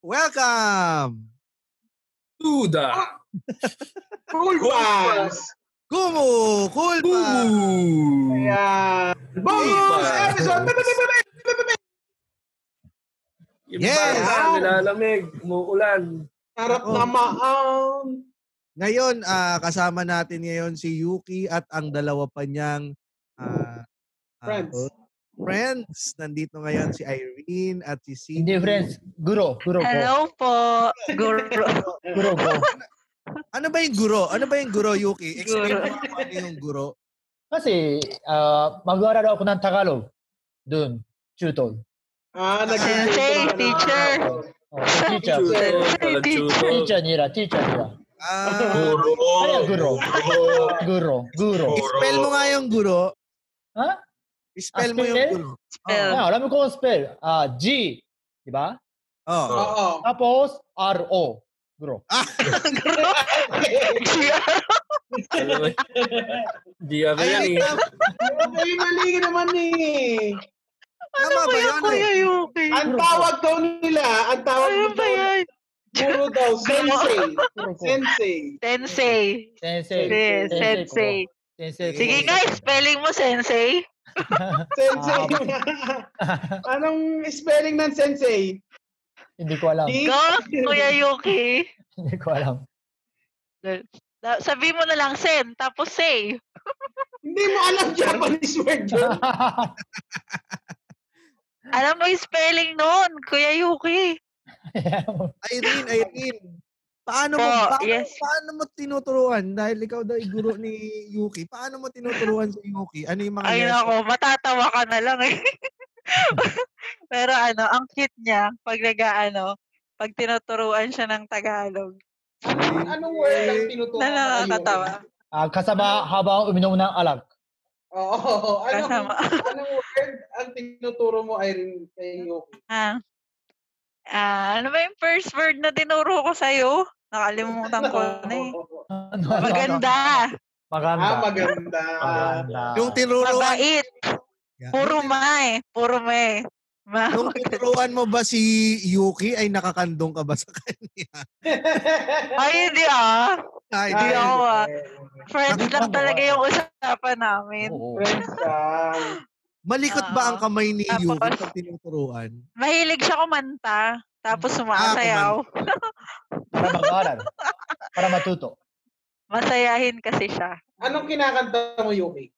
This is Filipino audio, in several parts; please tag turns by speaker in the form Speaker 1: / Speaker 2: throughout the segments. Speaker 1: Welcome! Ah!
Speaker 2: To the
Speaker 3: Cool Pals!
Speaker 1: Kumu! Cool pa!
Speaker 2: Ooh!
Speaker 3: Ayan. Bonus
Speaker 2: Hey,
Speaker 3: episode!
Speaker 2: Yung ah.
Speaker 1: Yes!
Speaker 2: parang Nilalamig, umuulan.
Speaker 3: Sarap
Speaker 1: Oh.
Speaker 3: na maam.
Speaker 1: Ngayon, ah, kasama natin ngayon si Yuki at ang dalawa pa niyang ah, ah,
Speaker 3: Friends.
Speaker 1: friends. Nandito ngayon si Irene at si Cindy.
Speaker 4: Hindi, friends. Guro. Guro ko.
Speaker 5: Hello po, guru.
Speaker 4: Guro ko.
Speaker 1: Ano ba yung guro? Ano ba yung guro, Yuki? Explain
Speaker 5: Guro.
Speaker 1: mo kung ano yung guro.
Speaker 4: Kasi, ah mag-aaral ako ng Tagalog. Doon. Tutol.
Speaker 3: Ah, naging
Speaker 5: Sensei, teacher.
Speaker 4: Oh, teacher. Teacher nila. Teacher nila.
Speaker 1: Ah,
Speaker 6: Guro.
Speaker 4: Kaya guro. Guro. Guro.
Speaker 1: spell mo nga yung guro.
Speaker 4: Ha?
Speaker 1: Spell mo
Speaker 4: Ah,
Speaker 1: yung
Speaker 4: spell?
Speaker 1: guro.
Speaker 5: Spell.
Speaker 4: Ah, alam ko ang spell. Ah, G. Diba?
Speaker 1: Oh.
Speaker 6: Ah.
Speaker 3: Oo.
Speaker 4: Tapos, R-O. Guro.
Speaker 2: Di ako
Speaker 1: Ay,
Speaker 2: yan eh.
Speaker 1: tama,
Speaker 3: Ano yung maling naman eh?
Speaker 1: tama Ano ba oh? eh?
Speaker 5: Kaya
Speaker 1: yun?
Speaker 5: Ano kuya Yuki.
Speaker 3: Ang tawag daw nila, ang tawag
Speaker 5: Ano
Speaker 3: nila,
Speaker 5: ba yan?
Speaker 3: guro daw, sensei.
Speaker 4: Guro ko.
Speaker 3: Sensei.
Speaker 5: Sensei.
Speaker 4: Sensei.
Speaker 5: Yes,
Speaker 4: Sensei
Speaker 5: sensei.
Speaker 4: Sensei ko.
Speaker 5: Sige guys, spelling mo sensei.
Speaker 3: Sensei. Anong spelling ng sensei?
Speaker 4: Hindi ko alam.
Speaker 3: D?
Speaker 5: Go, kuya Yuki.
Speaker 4: Hindi ko alam.
Speaker 5: Da- Sabi mo na lang sen, tapos say.
Speaker 3: Hindi mo alam Japanese word yun.
Speaker 5: Alam mo yung spelling noon, kuya Yuki.
Speaker 1: Irene, Irene. Paano mo, paano,
Speaker 5: Po, yes.
Speaker 1: paano mo tinuturuan? Dahil ikaw daw yung guro ni Yuki. Paano mo tinuturuan si Yuki? Ano yung mga
Speaker 5: Ay
Speaker 1: yes?
Speaker 5: nako, matatawa ka na lang eh. Pero ano, ang cute niya pag nag-ano, pag tinuturuan siya ng Tagalog.
Speaker 3: Anong word ang tinutukan?
Speaker 5: Na nakakatawa.
Speaker 4: Ah, kasama habang uminom ng alak.
Speaker 3: Oo. Anong,
Speaker 5: Kasama.
Speaker 3: anong word ang tinuturo mo, Irene, kay Yuki?
Speaker 5: Ah. Ah, ano ba yung first word na tinuro ko sa'yo? Nakalimutan ko na eh.
Speaker 4: Ano, ano, ano?
Speaker 5: Maganda.
Speaker 4: Maganda.
Speaker 3: Ah, maganda.
Speaker 4: Maganda.
Speaker 1: Ah, Yung tinuruan,
Speaker 5: Mabait. Puro ma eh. Puro ma eh. Ma.
Speaker 1: Nung tinuruan mo ba si Yuki ay nakakandong ka ba sa kanya?
Speaker 5: Ay, hindi ah.
Speaker 3: Ay,
Speaker 1: Ay, di
Speaker 5: Hindi ako ah.
Speaker 3: eh,
Speaker 5: Friends lang talaga yung usapan namin.
Speaker 4: Oo.
Speaker 3: Friends lang.
Speaker 1: Malikot ba
Speaker 5: Ah,
Speaker 1: ang kamay ni
Speaker 5: Tapos-
Speaker 1: Yuki pag tinuturuan?
Speaker 5: Mahilig siya kumanta. Tapos sumasayaw.
Speaker 4: Para mag-aral. Para matuto.
Speaker 5: Masayahin kasi siya.
Speaker 3: Anong kinakanta mo, Yuki?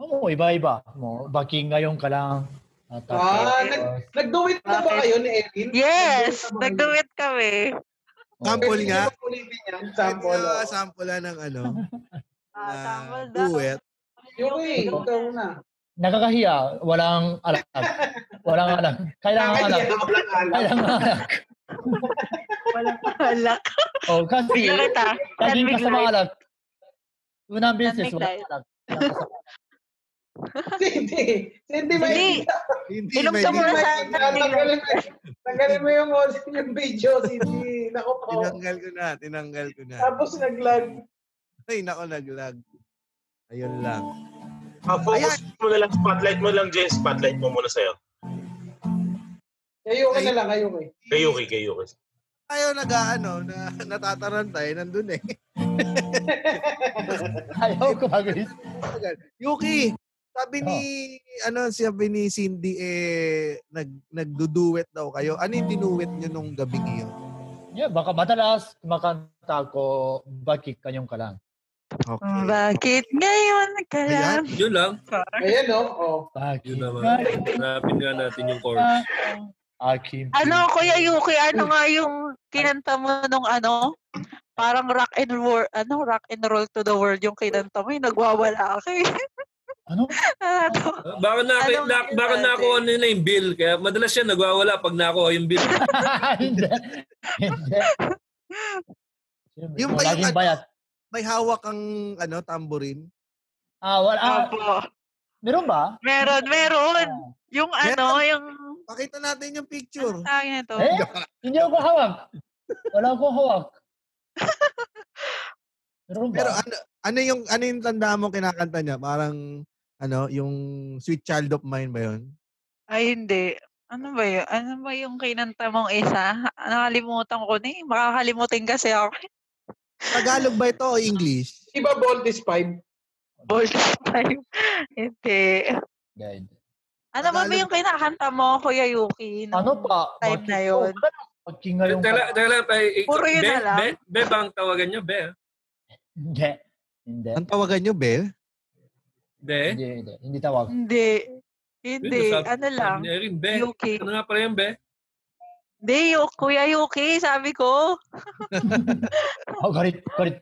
Speaker 4: Oo, iba-iba. Mo, baking ngayon ka lang. At,
Speaker 3: Ah,
Speaker 4: tapos,
Speaker 3: Nag-duet na ba
Speaker 5: Bakit?
Speaker 3: kayo ni Erin?
Speaker 5: Yes!
Speaker 3: Nag-duet
Speaker 5: Nagduet kami.
Speaker 4: oo.
Speaker 1: Sample nga.
Speaker 3: Sample.
Speaker 1: Pwede na
Speaker 3: oh.
Speaker 1: sample na ng ano,
Speaker 5: Ah,
Speaker 1: na
Speaker 5: sample daw.
Speaker 1: duet.
Speaker 3: Yuki, ikaw na.
Speaker 4: Nakakahiya. Walang alam. Walang alam. Kailangan alam.
Speaker 3: Nakakaya ka lang alam.
Speaker 4: Kailangan alam.
Speaker 5: Walang alak.
Speaker 4: Oh, kasi,
Speaker 5: Bigla kita.
Speaker 4: laging
Speaker 5: Nandbig
Speaker 4: kasama
Speaker 5: light.
Speaker 4: alam. Unang beses,
Speaker 5: Nandbig
Speaker 4: walang
Speaker 5: light.
Speaker 4: alam.
Speaker 3: Cindy, Cindy, may
Speaker 5: Hindi.
Speaker 1: Hindi,
Speaker 5: Inom
Speaker 1: may
Speaker 5: ka muna sa
Speaker 3: Tanggalin mo, tanggalin mo yung, yung video, Cindy. Naku po.
Speaker 1: Tinanggal ko na, tinanggal ko na.
Speaker 3: Tapos nag-lag.
Speaker 1: Ay, nako, naglag. Ayun lang.
Speaker 6: Ah, focus mo na lang, spotlight mo lang, Jen. Spotlight mo muna sa'yo.
Speaker 3: Kayo ka na lang, kayo kayo.
Speaker 7: eh.
Speaker 6: Kay Yuki, kay Yuki.
Speaker 1: Tayo nag-ano, na, natatarantay, nandun eh.
Speaker 4: Ayaw ko mag-alis.
Speaker 1: Tagal. Yuki, sabi ni ano sabi ni Cindy eh nag nagduduet daw kayo. Ano yung dinuwet niyo nung gabi niyo?
Speaker 4: Yeah, baka madalas kumakanta ko bakit kanyong ka lang.
Speaker 1: Okay.
Speaker 5: Bakit ngayon ka
Speaker 1: Ayan.
Speaker 5: lang?
Speaker 2: Yun lang.
Speaker 3: Ayan, no? Oh.
Speaker 2: Yun
Speaker 4: Bakit?
Speaker 2: naman.
Speaker 4: ngayon
Speaker 2: Hanapin nga natin yung
Speaker 4: ka
Speaker 2: core.
Speaker 4: lang Aking
Speaker 5: Ano, Kuya Yuki, ano nga yung kinanta mo nung ano? Parang rock and roll, ano, rock and roll to the world yung kinanta mo. Yung nagwawala ako eh.
Speaker 4: Ano?
Speaker 5: Nakakatawa.
Speaker 2: Ah, Baka na,
Speaker 5: Anong
Speaker 2: na,
Speaker 5: bill
Speaker 2: baka na ako ano na yung bill. Kaya madalas siya nagwawala pag nakuha yung bill.
Speaker 4: Hindi. Hindi.
Speaker 1: Yung
Speaker 4: Yung
Speaker 1: ba yung
Speaker 4: laging
Speaker 1: ano?
Speaker 4: bayat.
Speaker 1: May hawak ang ano tamborin.
Speaker 4: Ah, wala. Ah,
Speaker 5: Opo.
Speaker 4: meron ba?
Speaker 5: Meron, meron. Yung ano, yung...
Speaker 1: Pakita natin yung picture.
Speaker 5: Ano tawag nito?
Speaker 4: Ah, eh? Hindi ako hawak. Wala akong hawak. Meron ba?
Speaker 1: Pero ano ano yung ano yung tanda mo kinakanta niya? Parang ano, yung Sweet Child of Mine ba 'yon?
Speaker 5: Ay, hindi. Ano ba yun? Ano ba yung kinanta mong isa? Nakalimutan ko na eh. Makakalimutin kasi ako.
Speaker 1: Tagalog ba ito o English?
Speaker 7: Di ba Bolt is 5?
Speaker 5: Bold time. Hindi.
Speaker 4: Guide.
Speaker 5: Ano ba ba
Speaker 1: Tagalog.
Speaker 5: yung kinakanta mo, Kuya Yuki? nung-
Speaker 4: Ano pa?
Speaker 5: Time na yun.
Speaker 4: Pagkinga yung...
Speaker 8: Tala, tala, ay,
Speaker 5: Puro yun
Speaker 8: be,
Speaker 5: na lang.
Speaker 8: Be, be, ba ang tawagan niyo? Be?
Speaker 4: Hindi. Hindi.
Speaker 1: Ang tawagan nyo, Bel?
Speaker 8: De?
Speaker 4: Hindi, hindi. Hindi tawag.
Speaker 5: Hindi. Hindi. Ano lang?
Speaker 8: Ano rin, be?
Speaker 5: Yuki.
Speaker 8: Ano nga pala yan, be?
Speaker 5: Hindi, Yu- Kuya Yuki, sabi ko.
Speaker 4: Oh, garit, garit.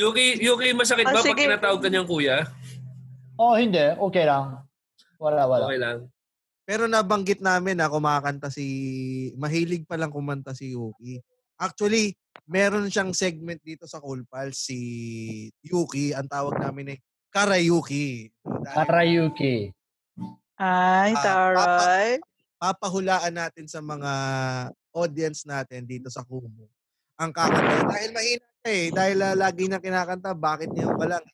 Speaker 8: Yuki, Yuki, masakit
Speaker 5: Ah,
Speaker 8: ba pag
Speaker 5: sige.
Speaker 8: kinatawag ka niyang kuya?
Speaker 4: Oh, hindi. Okay lang. Wala, wala.
Speaker 8: Okay lang.
Speaker 1: Pero nabanggit namin na kumakanta si... Mahilig palang kumanta si Yuki. Actually, meron siyang segment dito sa Cool Pals si Yuki. Ang tawag namin eh, Karayuki. Dahil
Speaker 4: Karayuki.
Speaker 5: Ay,
Speaker 1: Ah,
Speaker 5: taray.
Speaker 1: Papahulaan natin sa mga audience natin dito sa Kumu. Ang kakanta. Dahil mahina siya eh. Dahil ah, lagi na kinakanta, bakit niya pa lang?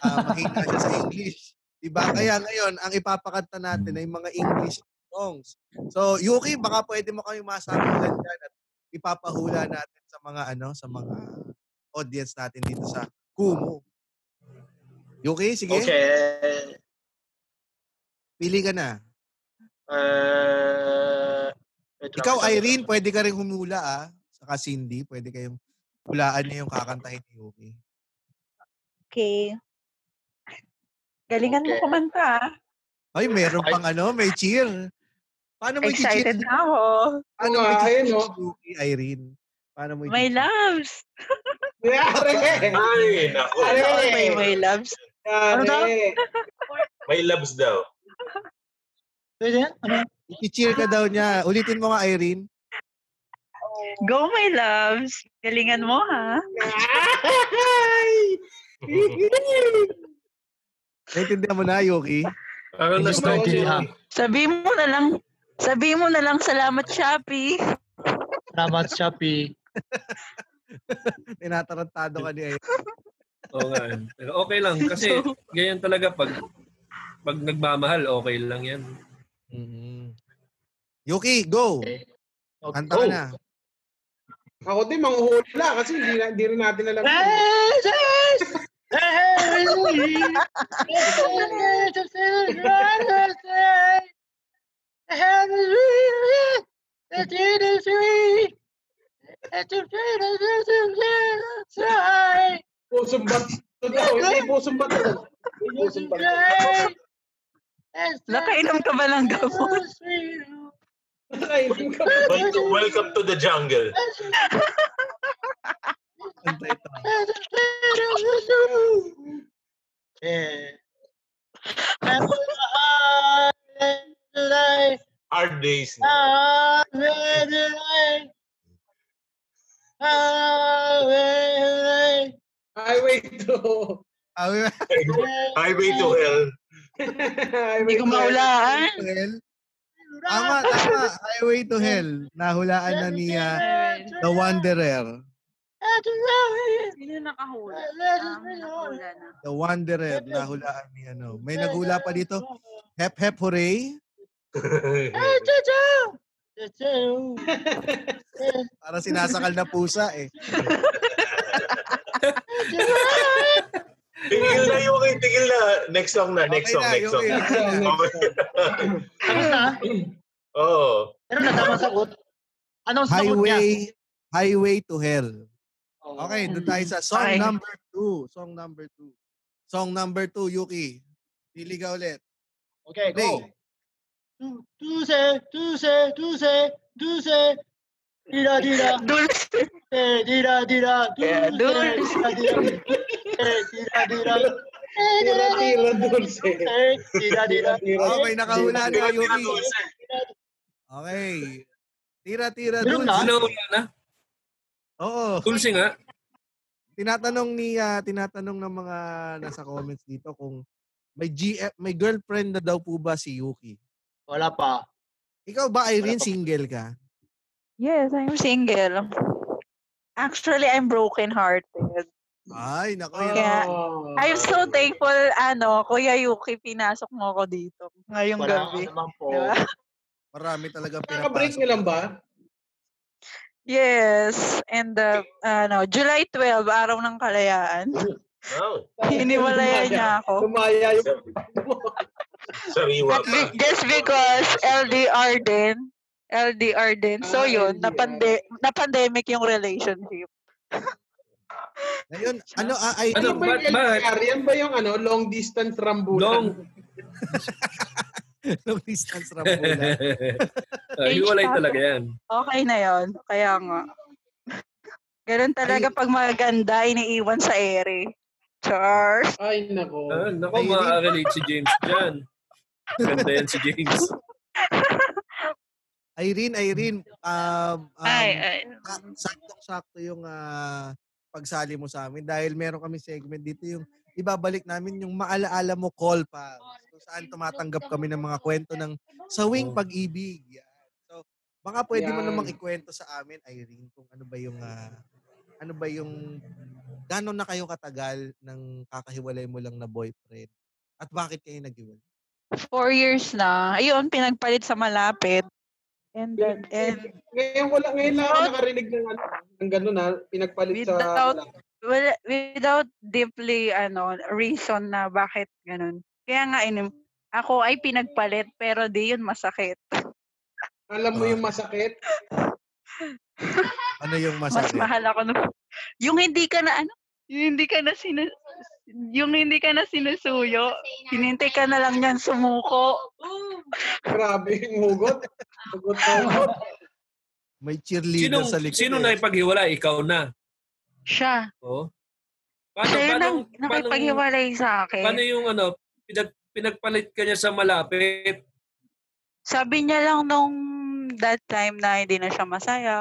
Speaker 1: Ah, mahina siya sa English. Diba? Kaya ngayon, ang ipapakanta natin ay mga English songs. So, Yuki, baka pwede mo kami masakulan dyan at ipapahula natin sa mga ano, sa mga audience natin dito sa Kumu. Yuki, sige.
Speaker 2: Okay.
Speaker 1: Pili ka na.
Speaker 2: Uh,
Speaker 1: Ikaw, Irene, pwede ka rin humula ah. Saka Cindy, pwede kayong hulaan niyo yung kakantahin ni Yuki.
Speaker 5: Okay. Galingan
Speaker 2: Okay.
Speaker 5: mo kumanta. ah.
Speaker 1: Ay, meron pang ano, may cheer. Paano mo i-cheer?
Speaker 5: Excited na ako.
Speaker 1: Paano mo
Speaker 7: Oo nga,
Speaker 1: i-cheer
Speaker 7: ayun,
Speaker 1: si
Speaker 7: oh.
Speaker 1: Yuki, Irene? Paano mo
Speaker 5: My
Speaker 1: i-cheer?
Speaker 5: loves.
Speaker 7: Yare!
Speaker 2: Ay, naku.
Speaker 7: Ay,
Speaker 5: Ano
Speaker 7: Hey.
Speaker 5: may my loves? Ano daw?
Speaker 7: Yare!
Speaker 2: May loves daw.
Speaker 4: Pwede yan? Ano?
Speaker 1: I-cheer ka daw niya. Ulitin mo nga, Irene.
Speaker 5: Go my loves. Galingan mo ha.
Speaker 7: Ay!
Speaker 1: Naintindihan mo na, Yuki.
Speaker 8: Parang
Speaker 4: Hindi
Speaker 8: na
Speaker 4: ko maintindihan.
Speaker 5: Sabi mo na lang. Sabi mo na lang salamat Shopee.
Speaker 4: Salamat, Shopee.
Speaker 1: Tinatarantado ka ni Irene.
Speaker 8: Oo nga. Pero okay lang. Kasi ganyan talaga pag pag nagmamahal, okay lang yan.
Speaker 1: Yuki, go!
Speaker 4: Okay.
Speaker 1: Kanta ka na.
Speaker 7: Ako din, manghuhula kasi hindi, na, hindi rin natin alam. Pusong bato daw. Hindi pusong bato. Hindi pusong bato.
Speaker 5: Nakainom ka ba ng gamot?
Speaker 7: Nakainom ka ba?
Speaker 2: Welcome, welcome to the jungle.
Speaker 1: Kanta ito.
Speaker 2: Hard days.
Speaker 7: Highway to.
Speaker 1: Ah, well,
Speaker 2: Highway to hell.
Speaker 5: Hindi ko maulaan.
Speaker 1: tama, tama. Highway to Hell. Nahulaan na ni ah, The Wanderer.
Speaker 5: Sino nakahula?
Speaker 1: The Wanderer. Nahulaan ni ano. May naghula pa dito. Hep Hep Hooray. Para sinasakal na pusa eh.
Speaker 2: tigil na yung tigil na. Next song na, next
Speaker 1: Okay
Speaker 2: song,
Speaker 1: na,
Speaker 2: next song.
Speaker 1: Yuki, okay na.
Speaker 2: Okay. Oh. Oo.
Speaker 4: Tapos na? Pero na tama sagot. Anong sagot niya?
Speaker 1: Highway, Highway to Hell. Okay,
Speaker 4: Mm.
Speaker 1: doon tayo sa song
Speaker 5: Okay.
Speaker 1: number two. Song number two. Song number two, Yuki. Pili ka ulit.
Speaker 4: Okay,
Speaker 1: Play.
Speaker 4: go. Duse, duse, duse, duse. Dira, dira,
Speaker 5: Dulce.
Speaker 4: eh, dira, dira, duse,
Speaker 5: dulce.
Speaker 4: dira, dira, eh, dira, dira, eh,
Speaker 7: Tira,
Speaker 4: dira,
Speaker 7: tira,
Speaker 4: eh, dira, Eh, dira.
Speaker 7: dulce. Tira,
Speaker 1: Ah, Okay, nakahula na,
Speaker 2: Tira-tira
Speaker 1: Yuki.
Speaker 2: dulce.
Speaker 1: Okay. Tira-tira
Speaker 4: Meron
Speaker 1: dulce.
Speaker 4: na?
Speaker 8: Ano wala na?
Speaker 1: Oo.
Speaker 8: Tulsi nga.
Speaker 1: Tinatanong ni ah, tinatanong ng mga nasa comments dito kung may GF, may girlfriend na daw po ba si Yuki?
Speaker 4: Wala pa.
Speaker 1: Ikaw ba Irene
Speaker 4: Wala pa.
Speaker 1: single ka?
Speaker 5: Yes, I'm single. Actually, I'm broken-hearted.
Speaker 1: Ay, nako.
Speaker 7: Oh.
Speaker 1: yun.
Speaker 5: Kaya- I'm so thankful, ano, Kuya Yuki, pinasok mo ko dito ngayong
Speaker 4: Wala
Speaker 5: gabi.
Speaker 4: naman po.
Speaker 5: Diba?
Speaker 1: Marami talaga
Speaker 3: Nakaka-break
Speaker 1: pinapasok.
Speaker 3: niyo lang ba?
Speaker 5: Yes. And the, ano, July 12, araw ng kalayaan.
Speaker 2: Wow.
Speaker 5: Hiniwalayan niya ako.
Speaker 3: Tumaya yung
Speaker 2: Sa- Sariwa
Speaker 5: At
Speaker 2: pa.
Speaker 5: be- just because LDR din. LDR din.
Speaker 3: Ah,
Speaker 5: So yun,
Speaker 3: LDR.
Speaker 5: napande na-pandemic yung relationship.
Speaker 1: Ngayon, ano, ah, I
Speaker 8: Ano
Speaker 1: think,
Speaker 3: ba yung
Speaker 8: Ba't- bakit?
Speaker 3: LDR? Yan ba yung ano, long distance rambulan?
Speaker 8: Long.
Speaker 1: long distance rambulan.
Speaker 8: Ah, hiwalay talaga yan.
Speaker 5: Okay na yun. Kaya nga. Ganun talaga pag maganda, iniiwan sa ere. Char.
Speaker 3: Ay, nako.
Speaker 5: Oh.
Speaker 8: Ah, nako,
Speaker 1: Ay,
Speaker 8: makaka-relate si James dyan. Ganda yan si James.
Speaker 1: Irene, Irene, um, um,
Speaker 5: ay.
Speaker 1: sak- saktong-sakto yung ah, pagsali mo sa amin dahil meron kami segment dito yung ibabalik namin yung maalaala mo call pa. So, saan tumatanggap kami ng mga kwento ng sawing
Speaker 8: Oh.
Speaker 1: pag-ibig. Yan. So, baka pwede mo
Speaker 3: Yan.
Speaker 1: namang ikwento sa amin, Irene, kung ano ba yung ah, ano ba yung gano'n na kayo katagal ng kakahiwalay mo lang na boyfriend? At bakit kayo nag-iwalay?
Speaker 5: Four years na. Ayun, pinagpalit sa malapit. And then, and
Speaker 3: Ngayon ko lang, ngayon lang ako
Speaker 5: Without-
Speaker 3: nakarinig ng ano, ng ganun ha, pinagpalit sa...
Speaker 5: Without- wala- without deeply ano reason na bakit ganun. Kaya nga inim ako ay pinagpalit pero di yun masakit.
Speaker 3: Alam mo yung masakit?
Speaker 1: Ano yung
Speaker 5: Mas
Speaker 1: masakit?
Speaker 5: mahal ako nung yung hindi ka na ano, yung hindi ka na sinu, yung hindi ka na sinusuyo, hinintay ka na lang niyan sumuko.
Speaker 3: Grabe yung hugot. Hugot na hugot.
Speaker 1: May cheerleader
Speaker 8: Sinong,
Speaker 1: sa likod.
Speaker 8: sino
Speaker 1: eh.
Speaker 8: na ipaghiwalay? Ikaw na.
Speaker 5: Siya.
Speaker 8: Oh. Paano,
Speaker 5: Siya yun ang
Speaker 8: paano, paano,
Speaker 5: nakipaghiwalay sa
Speaker 8: paano
Speaker 5: akin.
Speaker 8: yung ano, pinag, pinagpalit ka niya sa malapit?
Speaker 5: Sabi niya lang nung that time na hindi na siya masaya.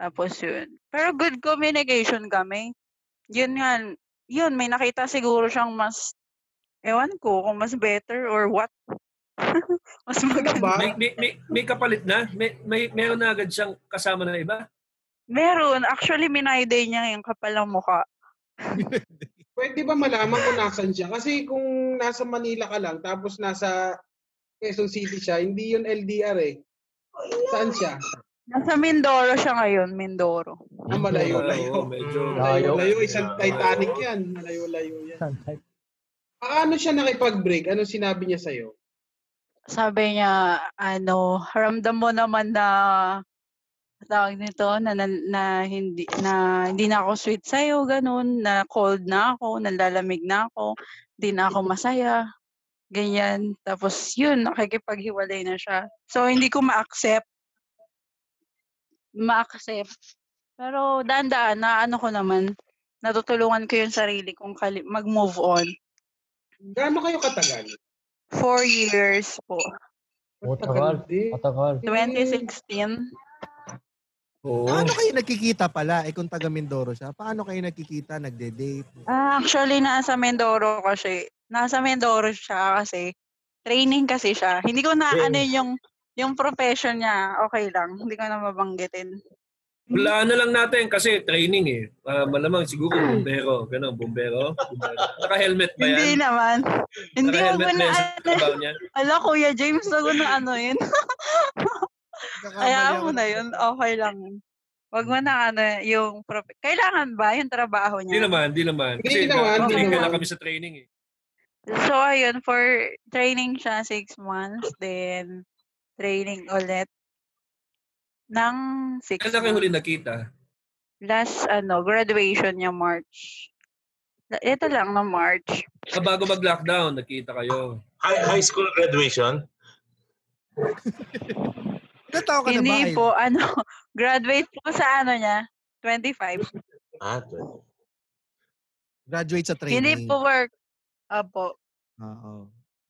Speaker 5: Tapos yun. Pero good communication kami. Yun nga, yun, may nakita siguro siyang mas, ewan ko, kung mas better or what. mas
Speaker 3: Ano
Speaker 5: maganda.
Speaker 3: ba?
Speaker 8: May, may, may, may kapalit na? May, may, meron na agad siyang kasama na iba?
Speaker 5: Meron. Actually, minayday niya yung kapalang mukha.
Speaker 3: Pwede ba malaman kung nasan siya? Kasi kung nasa Manila ka lang, tapos nasa Quezon City siya, hindi yun LDR eh. Saan siya?
Speaker 5: Nasa Mindoro siya ngayon, Mindoro.
Speaker 3: Ah, malayo,
Speaker 8: Ah,
Speaker 3: layo.
Speaker 8: oo, medyo.
Speaker 3: Malayo,
Speaker 4: Layo.
Speaker 3: layo. Isang Titanic yan. Malayo, layo yan.
Speaker 4: Sometimes.
Speaker 3: Paano siya nakipag-break? Ano sinabi niya sa'yo?
Speaker 5: Sabi niya, ano, ramdam mo naman na tawag nito na, na, na hindi na hindi na ako sweet sa ganun, na cold na ako, nalalamig na ako, hindi na ako masaya. Ganyan. Tapos yun, nakikipaghiwalay na siya. So hindi ko ma-accept. Ma-accept. Pero daan-daan na ano ko naman, natutulungan ko yung sarili kong kali- mag-move on.
Speaker 3: Gaano kayo katagal?
Speaker 5: Four years po.
Speaker 4: O, tagal.
Speaker 3: din.
Speaker 4: Matagal.
Speaker 5: 2016.
Speaker 8: Oo.
Speaker 1: Paano kayo nagkikita pala? Eh kung taga Mindoro siya, paano kayo nagkikita, nagde-date?
Speaker 5: Ah, actually, nasa Mindoro kasi. Nasa Mindoro siya kasi. Training kasi siya. Hindi ko na ano yung yung profession niya. Okay lang. Hindi ko na mabanggitin.
Speaker 8: Wala na lang natin kasi training eh. Ah, malamang siguro bombero. Ganun, bombero. bombero. Naka-helmet ba
Speaker 5: Hindi
Speaker 8: yan?
Speaker 5: naman. Hindi ako
Speaker 8: Naka-helmet
Speaker 5: na
Speaker 8: na yan sa
Speaker 5: ano.
Speaker 8: trabaho niya?
Speaker 5: Ala, Kuya James, wag mo na ano yun.
Speaker 1: Nagkakamali
Speaker 5: Kaya mo
Speaker 1: ako.
Speaker 5: na yun. Okay lang. Wag mo na ano yung prof- Kailangan ba yung trabaho
Speaker 8: Hindi
Speaker 5: niya?
Speaker 8: naman, hindi naman.
Speaker 3: Hindi
Speaker 8: Kasi
Speaker 3: naman,
Speaker 5: hindi
Speaker 8: nakinig ka
Speaker 5: naman.
Speaker 8: lang kami sa training eh.
Speaker 5: So, ayun. For training siya, six months. Then, training ulit. Nang six
Speaker 8: Kailan na kayo huli nakita?
Speaker 5: last ano graduation niya March. La- Ito lang na March.
Speaker 8: Ah, bago mag-lockdown, nakita kayo.
Speaker 2: High, high school graduation?
Speaker 1: Ilan tao ka na ba?
Speaker 5: Hindi
Speaker 1: Ayun?
Speaker 5: po ano graduate po sa ano niya 25.
Speaker 2: Ah, 20.
Speaker 1: Graduate sa training.
Speaker 5: Hindi po work. Apo.
Speaker 1: Oo.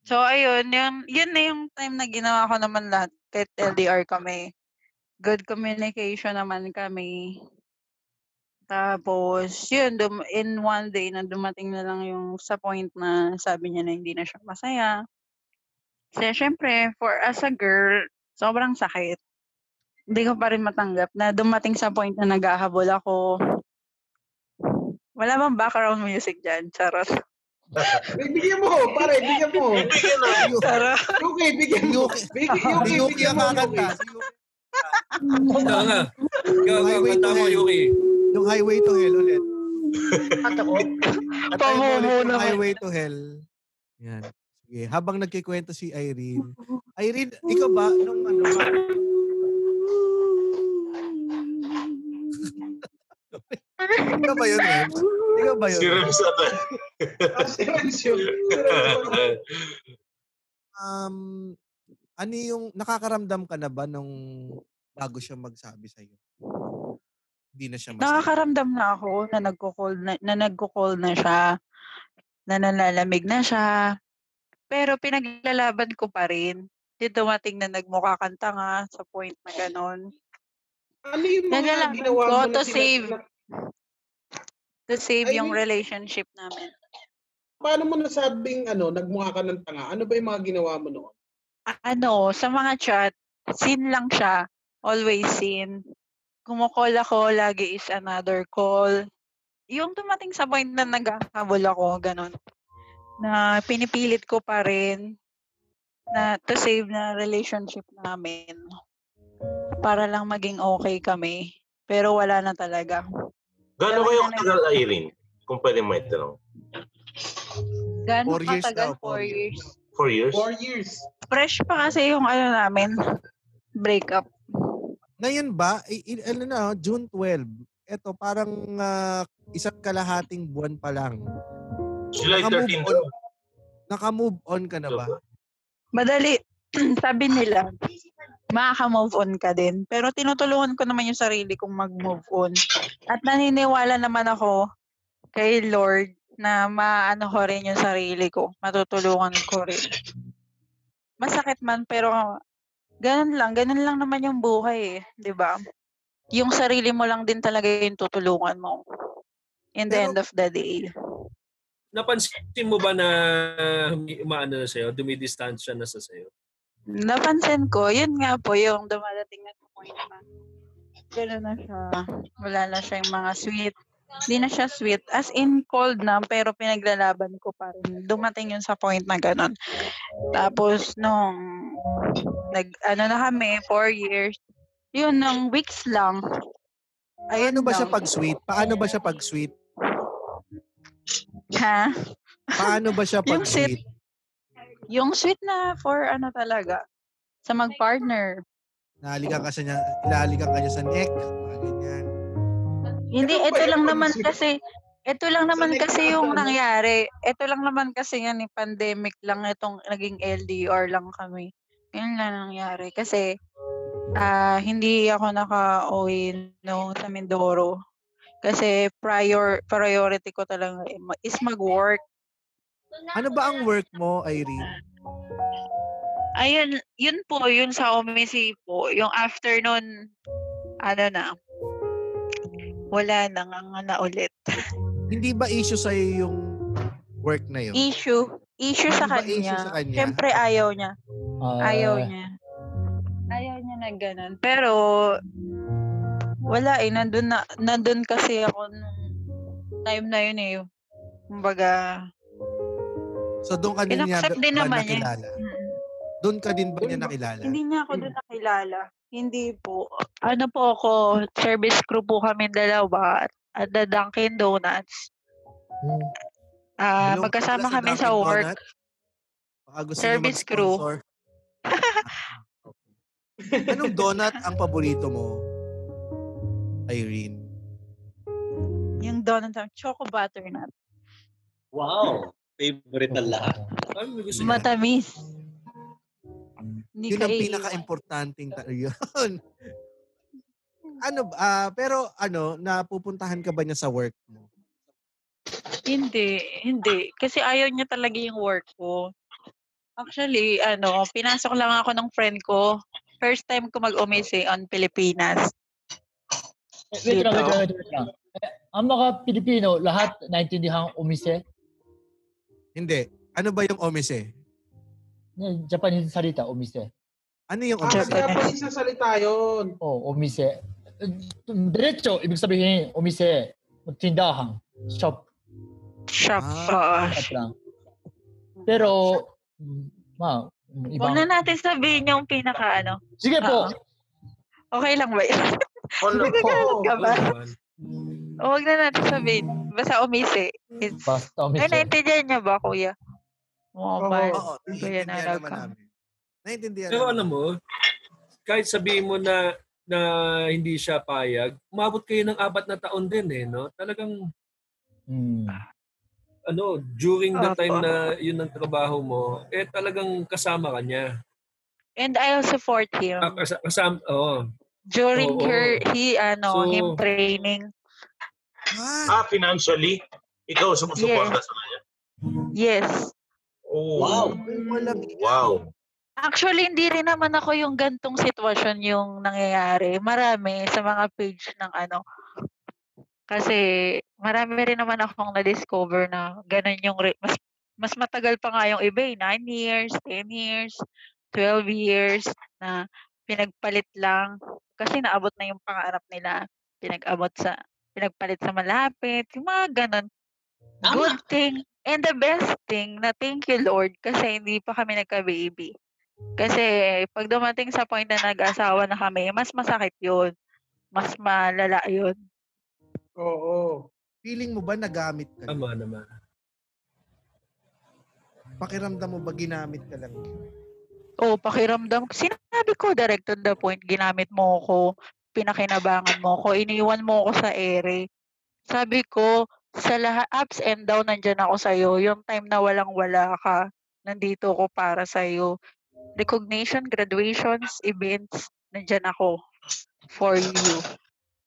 Speaker 5: So ayun, yun, yun na yung time na ginawa ko naman lahat. Kahit LDR kami. Good communication naman kami. Tapos, yun, dum- in one day na dumating na lang yung sa point na sabi niya na hindi na siya masaya. Kasi syempre, for as a girl, sobrang sakit. Hindi ko pa rin matanggap na dumating sa point na naghahabol ako. Wala bang background music dyan? Charot.
Speaker 3: Big- Bigyan mo, pare, bigyan mo.
Speaker 2: Bibigyan na.
Speaker 5: Tara.
Speaker 3: UK, bigyan mo.
Speaker 1: Yuki.
Speaker 3: Big- UK,
Speaker 1: Si Yuki
Speaker 3: bigyan
Speaker 1: ang
Speaker 3: mo.
Speaker 1: kakanta.
Speaker 3: UK.
Speaker 1: Si Yuki.
Speaker 8: Ikaw nga. Ikaw nga,
Speaker 1: Highway
Speaker 8: kanta
Speaker 1: to
Speaker 8: mo,
Speaker 1: Hell.
Speaker 8: Yuki.
Speaker 1: Yung Highway to Hell ulit.
Speaker 4: Kanta
Speaker 1: Kanta mo
Speaker 4: ko.
Speaker 1: ulit
Speaker 5: Pamumuno
Speaker 1: yung
Speaker 5: ka.
Speaker 1: Highway to Hell. Yan. Sige. Habang nagkikwento si Irene. Irene, ikaw ba? Nung ano? ikaw ba yun, Rems? Ikaw ba yun?
Speaker 2: Si Rems at
Speaker 3: Ah, si Renz yun. Si Renz yun.
Speaker 1: Um, ano yung, nakakaramdam ka na ba nung bago siya magsabi sa'yo? Hindi na siya masabi.
Speaker 5: Nakakaramdam na ako na nagko-call na, na nagko-call na siya, na nalalamig na siya. Pero pinaglalaban ko pa rin. Di dumating na nagmukha kanta nga sa point na ganon.
Speaker 3: Ano yung mga
Speaker 5: Nalalaman
Speaker 3: ginawa
Speaker 5: ko
Speaker 3: mo
Speaker 5: to
Speaker 3: na sila-
Speaker 5: save.
Speaker 3: na-
Speaker 5: To save
Speaker 3: Ay,
Speaker 5: yung
Speaker 3: may-
Speaker 5: relationship namin.
Speaker 3: Paano mo nasabing ano, nagmukha ka ng tanga? Ano ba yung mga ginawa mo noon?
Speaker 5: A- Ano, sa mga chat, sin lang siya. Always sin. Kumukol ako, lagi is another call. Yung dumating sa point na naghahabol ako, ganon. Na pinipilit ko pa rin na to save na relationship namin para lang maging okay kami. Pero wala na talaga.
Speaker 2: Gano'n kayo katagal, Irene? Kung pwede may tanong.
Speaker 5: Gano'ng
Speaker 1: Four years
Speaker 5: katagal?
Speaker 1: daw, four
Speaker 5: four years.
Speaker 2: Four years?
Speaker 3: Four years.
Speaker 5: Fresh pa kasi yung ano namin, breakup.
Speaker 1: Ngayon ba, i- i- ano na, oh, June 12, eto parang ah, isang kalahating buwan pa lang.
Speaker 2: July 13
Speaker 1: Naka-move
Speaker 2: daw.
Speaker 1: on, naka-move on ka na ba?
Speaker 5: Madali, sabi nila, makaka-move on ka din. Pero tinutulungan ko naman yung sarili kong mag-move on. At naniniwala naman ako kay Lord na maano ko rin yung sarili ko. Matutulungan ko rin. Masakit man, pero ganun lang. Ganun lang naman yung buhay eh. 'di ba? Yung sarili mo lang din talaga yung tutulungan mo. In the
Speaker 1: Pero-
Speaker 5: end of the day.
Speaker 8: Napansin mo ba na may umaano na sa'yo? Dumidistansya na sa sa'yo?
Speaker 5: Napansin ko, yun nga po yung dumadating na point na gano'n na siya. Wala na siya yung mga sweet. Hindi na siya sweet. As in, cold na, pero pinaglalaban ko pa rin. Dumating yun sa point na gano'n. Tapos, nung nag, ano na kami, four years, yun, nung weeks lang.
Speaker 1: Paano
Speaker 5: Ayun
Speaker 1: Ano ba siya
Speaker 5: lang.
Speaker 1: pag-sweet? Paano ba siya pag-sweet?
Speaker 5: Ha?
Speaker 1: Paano ba siya
Speaker 5: Yung
Speaker 1: pag-sweet?
Speaker 5: Yung sweet na for ano talaga, sa mag-partner.
Speaker 1: Nahalikan ka sa niya, ilahalikan ka niya sa neck, mga ganyan.
Speaker 5: Hindi,
Speaker 3: Ganun ba
Speaker 5: ito
Speaker 3: yun?
Speaker 5: lang naman
Speaker 3: Pag-
Speaker 5: kasi, ito lang
Speaker 3: Sa
Speaker 5: naman
Speaker 3: next
Speaker 5: kasi yung
Speaker 3: natin, no?
Speaker 5: nangyari. Ito lang naman kasi yan, eh, pandemic lang itong naging LDR lang kami. Yun lang nangyari. Kasi, ah, hindi ako naka-uwi no, sa Mindoro. Kasi prior priority ko talaga is mag-work.
Speaker 1: Ano ba ang work mo, Irene?
Speaker 5: Ayun, yun po, yun sa OMC po. Yung afternoon, ano na, wala na nga na ulit.
Speaker 1: Hindi ba issue sa'yo yung work na yun?
Speaker 5: Issue. Issue sa
Speaker 1: Ano ba issue
Speaker 5: kanya.
Speaker 1: sa kanya?
Speaker 5: Siyempre, ayaw niya.
Speaker 4: Ah,
Speaker 5: Ayaw niya. Ayaw niya na ganun. Pero, wala eh. Nandun, na, nandun kasi ako nung time na yun eh. Kumbaga,
Speaker 1: So doon ka din niya
Speaker 5: Inaccept din
Speaker 1: ba
Speaker 5: naman niya.
Speaker 1: nakilala?
Speaker 5: mm,
Speaker 1: Doon ka din ba niya
Speaker 3: Doon ba-
Speaker 1: nakilala?
Speaker 5: hindi niya ako doon nakilala. Hindi po. Ano po ako, service crew po kami dalawa at- at the Dunkin Donuts.
Speaker 4: Hmm.
Speaker 5: Ah,
Speaker 1: Hello,
Speaker 5: magkasama
Speaker 1: pala
Speaker 5: kami sa
Speaker 1: Dunkin'
Speaker 5: work.
Speaker 1: Donuts? Baka gusto
Speaker 5: Service
Speaker 1: Service
Speaker 5: crew.
Speaker 1: crew. Anong donut ang paborito mo, Irene?
Speaker 5: Yung donut, choco butternut.
Speaker 9: Wow. Favorite
Speaker 4: Ah,
Speaker 9: ng lahat.
Speaker 8: Ay, may gusto niya.
Speaker 5: Matamis.
Speaker 1: Hmm.
Speaker 5: Hindi eh.
Speaker 1: Yun
Speaker 5: ka
Speaker 1: ang
Speaker 5: iiwan.
Speaker 1: pinaka-importanting ta- yun. ano ba- ah, pero ano, napupuntahan ka ba niya sa work mo?
Speaker 5: Hindi, hindi. Kasi ayaw niya talaga yung work ko. Actually, ano, pinasok lang ako ng friend ko. First time ko mag-umisi on Pilipinas.
Speaker 4: Wait lang, wait
Speaker 5: Dito.
Speaker 4: lang, wait lang. Eh, Ang mga Pilipino, lahat naintindihan umise.
Speaker 1: Hindi. Ano ba yung omise?
Speaker 4: Yung Japanese salita, umise.
Speaker 1: Ano yung
Speaker 3: Ah,
Speaker 1: omise?
Speaker 5: Japan.
Speaker 3: Japanese na salita yun.
Speaker 4: Oh, umise. Eh, Diretso, ibig sabihin, umise. Tindahan. Shop.
Speaker 10: Shop. Ah.
Speaker 1: Ah.
Speaker 4: Shot lang. Pero, mm, ma, mm,
Speaker 5: Huwag
Speaker 4: ibang...
Speaker 5: na natin sabihin yung pinaka ano.
Speaker 4: Sige po.
Speaker 10: Okay lang ba yun?
Speaker 2: On,
Speaker 10: Nagagalit ka ba?
Speaker 8: naman.
Speaker 5: Huwag na natin sabihin. Basta umisi. It's...
Speaker 4: Basta
Speaker 5: Ay,
Speaker 4: umiso.
Speaker 5: naintindihan niyo ba, kuya? Oo,
Speaker 3: Oo.
Speaker 5: man.
Speaker 1: Oo,
Speaker 5: Kuya,
Speaker 1: naiintindihan naman
Speaker 5: ka.
Speaker 1: namin. Naiintindihan
Speaker 8: Pero
Speaker 1: naman.
Speaker 8: alam mo, kahit sabihin mo na na hindi siya payag, umabot kayo ng apat na taon din eh, no? Talagang
Speaker 4: Mm.
Speaker 8: ano, during the
Speaker 5: Opo.
Speaker 8: time na yun ang trabaho mo, eh talagang kasama ka niya.
Speaker 5: And I also support him.
Speaker 8: Ah, kas- kasama, oo.
Speaker 5: During
Speaker 8: oo.
Speaker 5: her, he, ano,
Speaker 8: So-
Speaker 5: him training.
Speaker 1: Ah,
Speaker 2: ah, financially, ikaw sumusuporta sa kanya.
Speaker 5: Yes.
Speaker 2: Oh,
Speaker 11: Wow.
Speaker 1: walang
Speaker 2: Wow.
Speaker 5: Actually, hindi rin naman ako yung gantong sitwasyon yung nangyayari. Marami sa mga page ng ano. Kasi marami rin naman akong na-discover na ganun yung... re- mas, mas matagal pa nga yung iba eh. 9 years, 10 years, 12 years na pinagpalit lang. Kasi naabot na yung pangarap nila. Pinag-abot sa... Pinagpalit sa malapit. Yung mga ganun.
Speaker 11: Tama.
Speaker 5: Good thing. And the best thing na thank you Lord kasi hindi pa kami nagka-baby. Kasi pag dumating sa point na nag-asawa na kami, mas masakit yun. Mas malala yun.
Speaker 3: Oo.
Speaker 1: feeling mo ba nagamit ka?
Speaker 8: Tama naman.
Speaker 1: Pakiramdam mo ba ginamit ka lang?
Speaker 5: Oo, Oh, pakiramdam. Sinabi ko direct to the point, ginamit mo ko, pinakinabangan mo ko, iniwan mo ko sa ere. Sabi ko, sa lahat ups and down nandyan ako sa'yo. Yung time na walang-wala ka, nandito ko para sa'yo. Recognition, graduations, events, nandyan ako for you.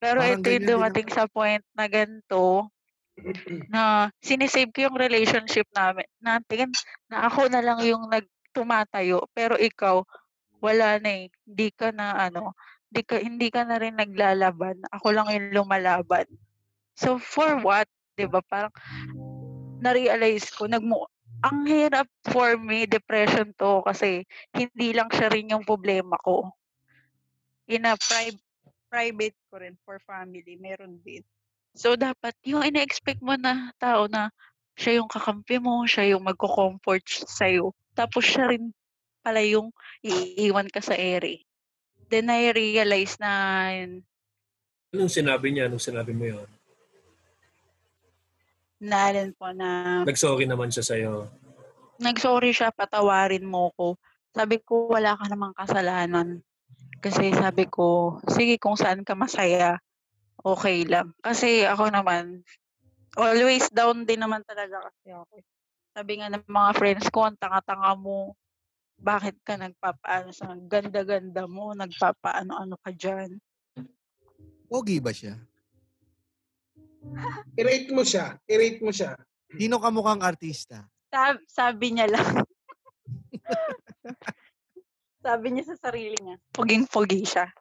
Speaker 5: Pero
Speaker 1: Parang
Speaker 5: ito
Speaker 1: ganyan
Speaker 5: yung
Speaker 1: din
Speaker 5: dumating sa point na ganito, na sinisave ko yung relationship namin, natin, na ako na lang yung nagtumatayo, pero ikaw, wala na eh. Hindi ka na ano, hindi ka, hindi ka na rin naglalaban. Ako lang yung lumalaban. So for what? 'Di ba Parang na-realize ko, nagmo ang hirap for me, depression to kasi hindi lang siya rin yung problema ko. In a pri- private ko rin for family, meron din. So dapat yung ina-expect mo na tao na siya yung kakampi mo, siya yung magko-comfort s- sa'yo. Tapos siya rin pala yung iiwan ka sa ere. Then I realized na
Speaker 8: Anong sinabi niya? Anong sinabi mo yun?
Speaker 5: na rin po na
Speaker 8: Nag-sorry naman siya sa'yo.
Speaker 5: nag-sorry siya, patawarin mo ko. Sabi ko, wala ka namang kasalanan. Kasi sabi ko, sige kung saan ka masaya, okay lang. Kasi ako naman, always down din naman talaga kasi ako. eh. Sabi nga ng mga friends ko, ang tanga-tanga mo, bakit ka nagpapaano sa ang ganda-ganda mo, nagpapaano-ano ka dyan.
Speaker 1: Pogi ba siya?
Speaker 3: I-rate mo siya. I-rate mo siya.
Speaker 1: Sino ka mukhang artista?
Speaker 5: Sabi, sabi niya lang. sabi niya sa sarili niya. Puging-pugi siya.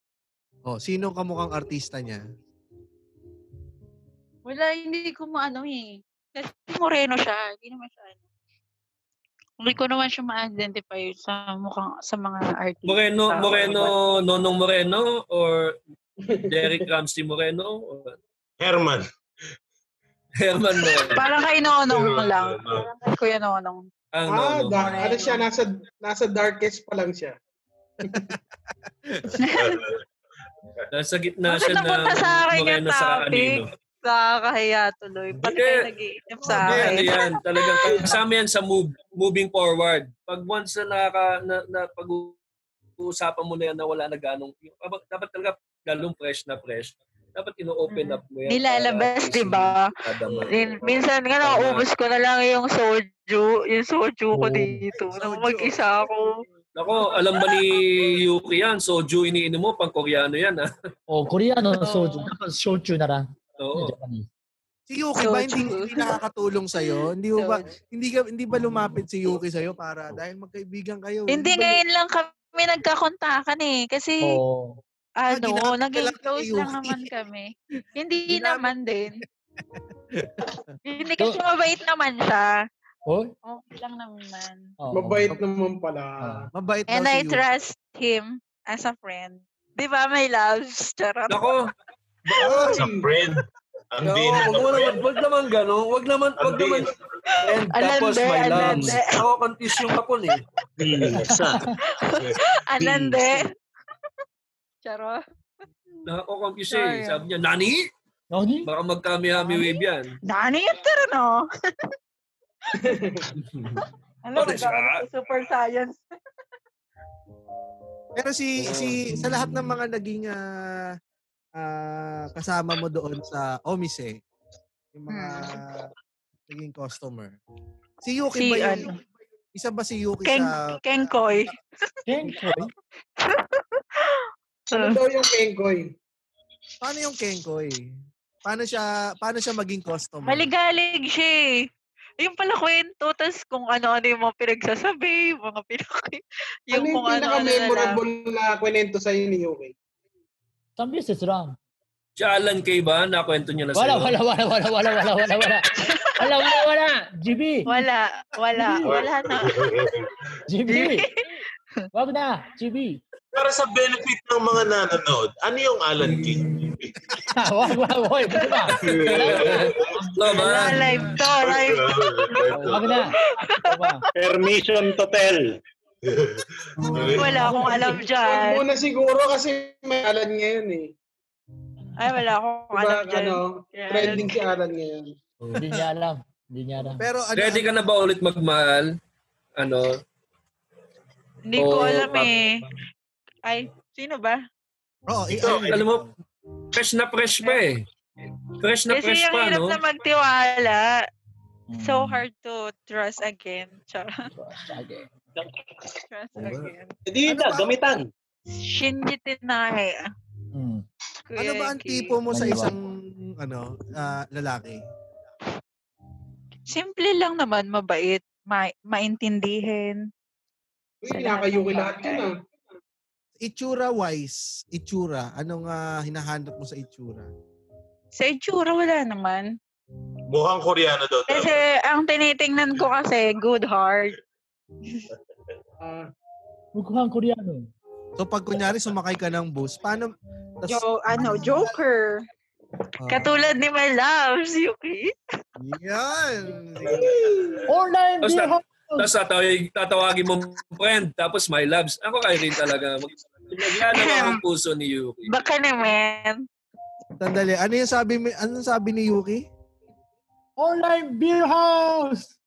Speaker 1: Oh, sino ka mukhang artista niya?
Speaker 5: Wala, hindi ko maano eh. Kasi moreno siya, hindi naman siya ano. Hindi ko naman siya ma-identify sa mukhang sa mga artist.
Speaker 8: Moreno,
Speaker 5: Sa-
Speaker 8: Moreno, Nonong Moreno or Derek Ramsey Moreno or
Speaker 2: Herman.
Speaker 8: Herman Moreno.
Speaker 5: Parang kay Nonong
Speaker 2: Sino-
Speaker 5: lang.
Speaker 2: Sino?
Speaker 5: Parang kay Kuya Nonong.
Speaker 8: Ang
Speaker 3: Ah,
Speaker 8: Nonong.
Speaker 3: da- ano siya, nasa, nasa darkest pa lang siya.
Speaker 8: Nasa gitna
Speaker 5: Bakit
Speaker 8: siya ng
Speaker 5: napunta sa akin yung
Speaker 8: Moreno sa
Speaker 5: topic?
Speaker 8: kanino.
Speaker 5: Nakakahiya tuloy. Pati
Speaker 8: Hindi.
Speaker 5: kayo nag-iinip sa
Speaker 8: Hindi, ano
Speaker 5: akin.
Speaker 8: yan. Talagang kasama yan sa move, moving forward. Pag once na, nakaka, na, na pag-uusapan mo na yan na wala na ganong, dapat, dapat talaga ganong fresh na fresh. Dapat ino-open
Speaker 5: Mm.
Speaker 8: up mo yan.
Speaker 5: Nilalabas, di ba? Min- minsan
Speaker 8: Ano
Speaker 5: nga nauubos ko na lang yung soju. Yung soju ko
Speaker 8: Oo.
Speaker 5: dito. Nang
Speaker 1: Soju.
Speaker 5: mag-isa ako.
Speaker 8: Ako, alam ba ni Yuki yan? Soju iniinom mo, pang Koreano yan ah. ha?
Speaker 4: O, Koreano,
Speaker 5: Oo.
Speaker 4: soju. Dapat soju na lang.
Speaker 8: Oo.
Speaker 4: Japanese.
Speaker 1: Si Yuki ba hindi,
Speaker 5: Soju.
Speaker 1: hindi nakakatulong sa Hindi ba hindi ka, hindi ba lumapit si Yuki sa para dahil magkaibigan kayo?
Speaker 5: Hindi
Speaker 1: ba-
Speaker 5: ngayon lang kami nagkakontakan eh. Kasi,
Speaker 4: O,
Speaker 5: ano,
Speaker 1: ginamit ka
Speaker 5: naging
Speaker 1: lang ni
Speaker 5: close lang
Speaker 1: Yuki.
Speaker 5: naman kami. Hindi
Speaker 1: Ginamit-
Speaker 5: naman din. Hindi
Speaker 4: So-
Speaker 5: kasi mabait naman siya.
Speaker 4: o,
Speaker 5: Okay lang naman.
Speaker 4: Oo. Ah.
Speaker 3: Mabait naman pala.
Speaker 1: Mabait daw
Speaker 5: And
Speaker 1: si
Speaker 5: I
Speaker 1: Yuki.
Speaker 5: trust him as a friend. Di ba, my loves? Charot.
Speaker 8: Ako,
Speaker 2: Sa
Speaker 3: Ay,
Speaker 2: friend. Ang
Speaker 8: Oo,
Speaker 2: dina naman.
Speaker 8: wag naman, wag, wag naman gano'n. Wag naman,
Speaker 2: Ang
Speaker 8: wag naman.
Speaker 2: dina.
Speaker 8: And tapos
Speaker 10: Alande,
Speaker 8: my loves.
Speaker 10: alande.
Speaker 8: Ako, confused yung kapon eh.
Speaker 11: Bisa.
Speaker 5: Ano, Anande. Charo.
Speaker 8: Ako, confused
Speaker 5: Sorry, ah.
Speaker 8: eh. Sabi niya, Nani?
Speaker 4: Nani?
Speaker 8: Baka magkami-hami
Speaker 5: Nani?
Speaker 8: wave yan.
Speaker 10: Nani yung tira, no?
Speaker 8: Ano, Ano siya? nagkakaroon
Speaker 10: Super science.
Speaker 1: Pero si si sa lahat ng mga naging ah, ah, kasama mo doon sa Omise, yung mga naging customer. Si Yuki
Speaker 5: Hmm. Si
Speaker 1: ba yun?
Speaker 5: ano?
Speaker 1: Isa ba si Yuki
Speaker 10: Keng,
Speaker 1: sa
Speaker 10: Kengkoy.
Speaker 4: Kenkoy?
Speaker 3: Ano daw yung Kenkoy?
Speaker 1: Paano yung Kenkoy? Paano siya paano siya maging
Speaker 3: Mm.
Speaker 1: customer?
Speaker 5: Maligalig siya eh. Yung pala kwento, tas kung ano-ano yung mga pinagsasabi, yung mga pinaki...
Speaker 3: Ano yung
Speaker 5: kung ano-ano na lang.
Speaker 3: pinaka-memorable na kwento sa'yo ni Yuki?
Speaker 4: Isang beses lang.
Speaker 8: Si Alan Kay ba? Nakwento niya na
Speaker 4: Wala,
Speaker 8: sa'yo.
Speaker 4: wala, wala, wala, wala, wala, wala, wala. Wala, wala, wala. GB,
Speaker 5: Wala, wala, wala na.
Speaker 4: GB. Wag na, GB.
Speaker 2: Para sa benefit ng mga nanonood, ano yung Alan King?
Speaker 4: wag, wag, wag. Di ba?
Speaker 5: Wala
Speaker 8: Laban.
Speaker 5: live to, live.
Speaker 4: Wag na. Di ba?
Speaker 11: Permission to tell.
Speaker 5: Wala akong alam
Speaker 3: Huwag
Speaker 5: dyan.
Speaker 3: muna siguro kasi may Alan ngayon eh.
Speaker 5: Ay, wala akong
Speaker 3: Diba,
Speaker 5: alam dyan.
Speaker 3: ano,
Speaker 5: Kaya alam
Speaker 3: trending
Speaker 5: ko.
Speaker 3: si Alan ngayon.
Speaker 4: Oh, Hindi niya alam. Hindi niya alam.
Speaker 1: Pero ano,
Speaker 8: Ready ka na ba ulit magmahal? Ano?
Speaker 5: Hindi ko
Speaker 8: Oo,
Speaker 5: alam
Speaker 8: ah.
Speaker 5: eh. Ay, sino ba?
Speaker 1: Oo, eh,
Speaker 2: Ikaw,
Speaker 1: ayun.
Speaker 8: alam mo, fresh na fresh pa eh. Fresh na
Speaker 5: Kasi
Speaker 8: fresh
Speaker 5: ang
Speaker 8: pa,
Speaker 5: hirap
Speaker 8: no?
Speaker 5: na magtiwala. So
Speaker 4: Mm.
Speaker 5: hard to trust again. Char-
Speaker 4: Sige.
Speaker 5: Trust
Speaker 1: Oo nga.
Speaker 5: again.
Speaker 1: Ano
Speaker 11: Hindi na,
Speaker 1: ba?
Speaker 11: gamitan.
Speaker 5: Shinji Tinay.
Speaker 4: Mm.
Speaker 5: Kuya
Speaker 1: ano ba ang
Speaker 5: Ricky.
Speaker 1: tipo mo sa
Speaker 4: Maliwag.
Speaker 1: isang ano, ah, lalaki?
Speaker 5: Simple lang naman, mabait. Ma- maintindihin.
Speaker 3: Uy,
Speaker 5: Sa
Speaker 3: pinaka-Yuki lahat
Speaker 5: lahat ng
Speaker 3: yun ah.
Speaker 1: Itsura wise, itsura, anong ah, hinahanap mo sa itsura?
Speaker 5: Sa itsura, wala naman.
Speaker 2: Mukhang Koreano daw. to.
Speaker 5: Kasi ang tinitingnan ko kasi, good heart.
Speaker 3: Ah,
Speaker 4: Mukhang Koreano.
Speaker 1: So pag kunyari sumakay ka ng bus, paano tas,
Speaker 10: Jo, ano, Joker.
Speaker 1: ah,
Speaker 5: Katulad ni my loves, Yuki.
Speaker 1: Yan.
Speaker 4: Online
Speaker 8: Basta-
Speaker 4: beer house.
Speaker 8: Tapos tatawag, tatawagin mo friend, tapos my loves. Ako kayo rin talaga. Mag- Naglalaman ang puso ni Yuki.
Speaker 5: Baka naman.
Speaker 1: Sandali. Ano yung sabi, mi- anong sabi ni Yuki?
Speaker 4: Online beer house.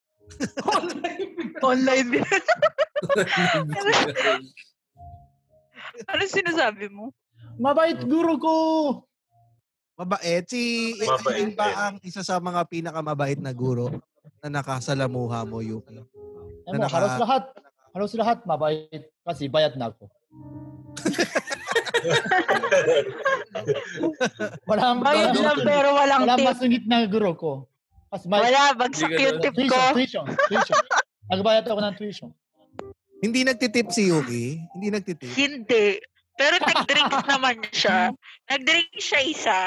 Speaker 5: Online din. ano sinasabi mo?
Speaker 4: Mabait guru ko.
Speaker 1: Mabait. Si Mabait.
Speaker 2: Mabait
Speaker 1: ba
Speaker 2: din.
Speaker 1: ang isa sa mga pinakamabait na guro na nakasalamuha mo, Yuki?
Speaker 4: Alam mo,
Speaker 1: Nanaka-
Speaker 4: halos lahat. Halos lahat mabait kasi bayad na ako. Walang,
Speaker 5: Bayad
Speaker 4: walang-
Speaker 5: lang pero walang
Speaker 4: walang
Speaker 5: tip.
Speaker 4: masungit na guro ko. Kasi may
Speaker 5: Wala, bagsak
Speaker 8: Hindi
Speaker 5: yung
Speaker 8: ganun.
Speaker 5: tip
Speaker 4: tuition,
Speaker 5: ko.
Speaker 4: tuition, tuition. Nagbayad ako ng tuition.
Speaker 1: Hindi nagtitip si Yuki? Hindi nagtitip?
Speaker 5: Hindi. Pero nag-drink naman siya. Nag-drink siya isa.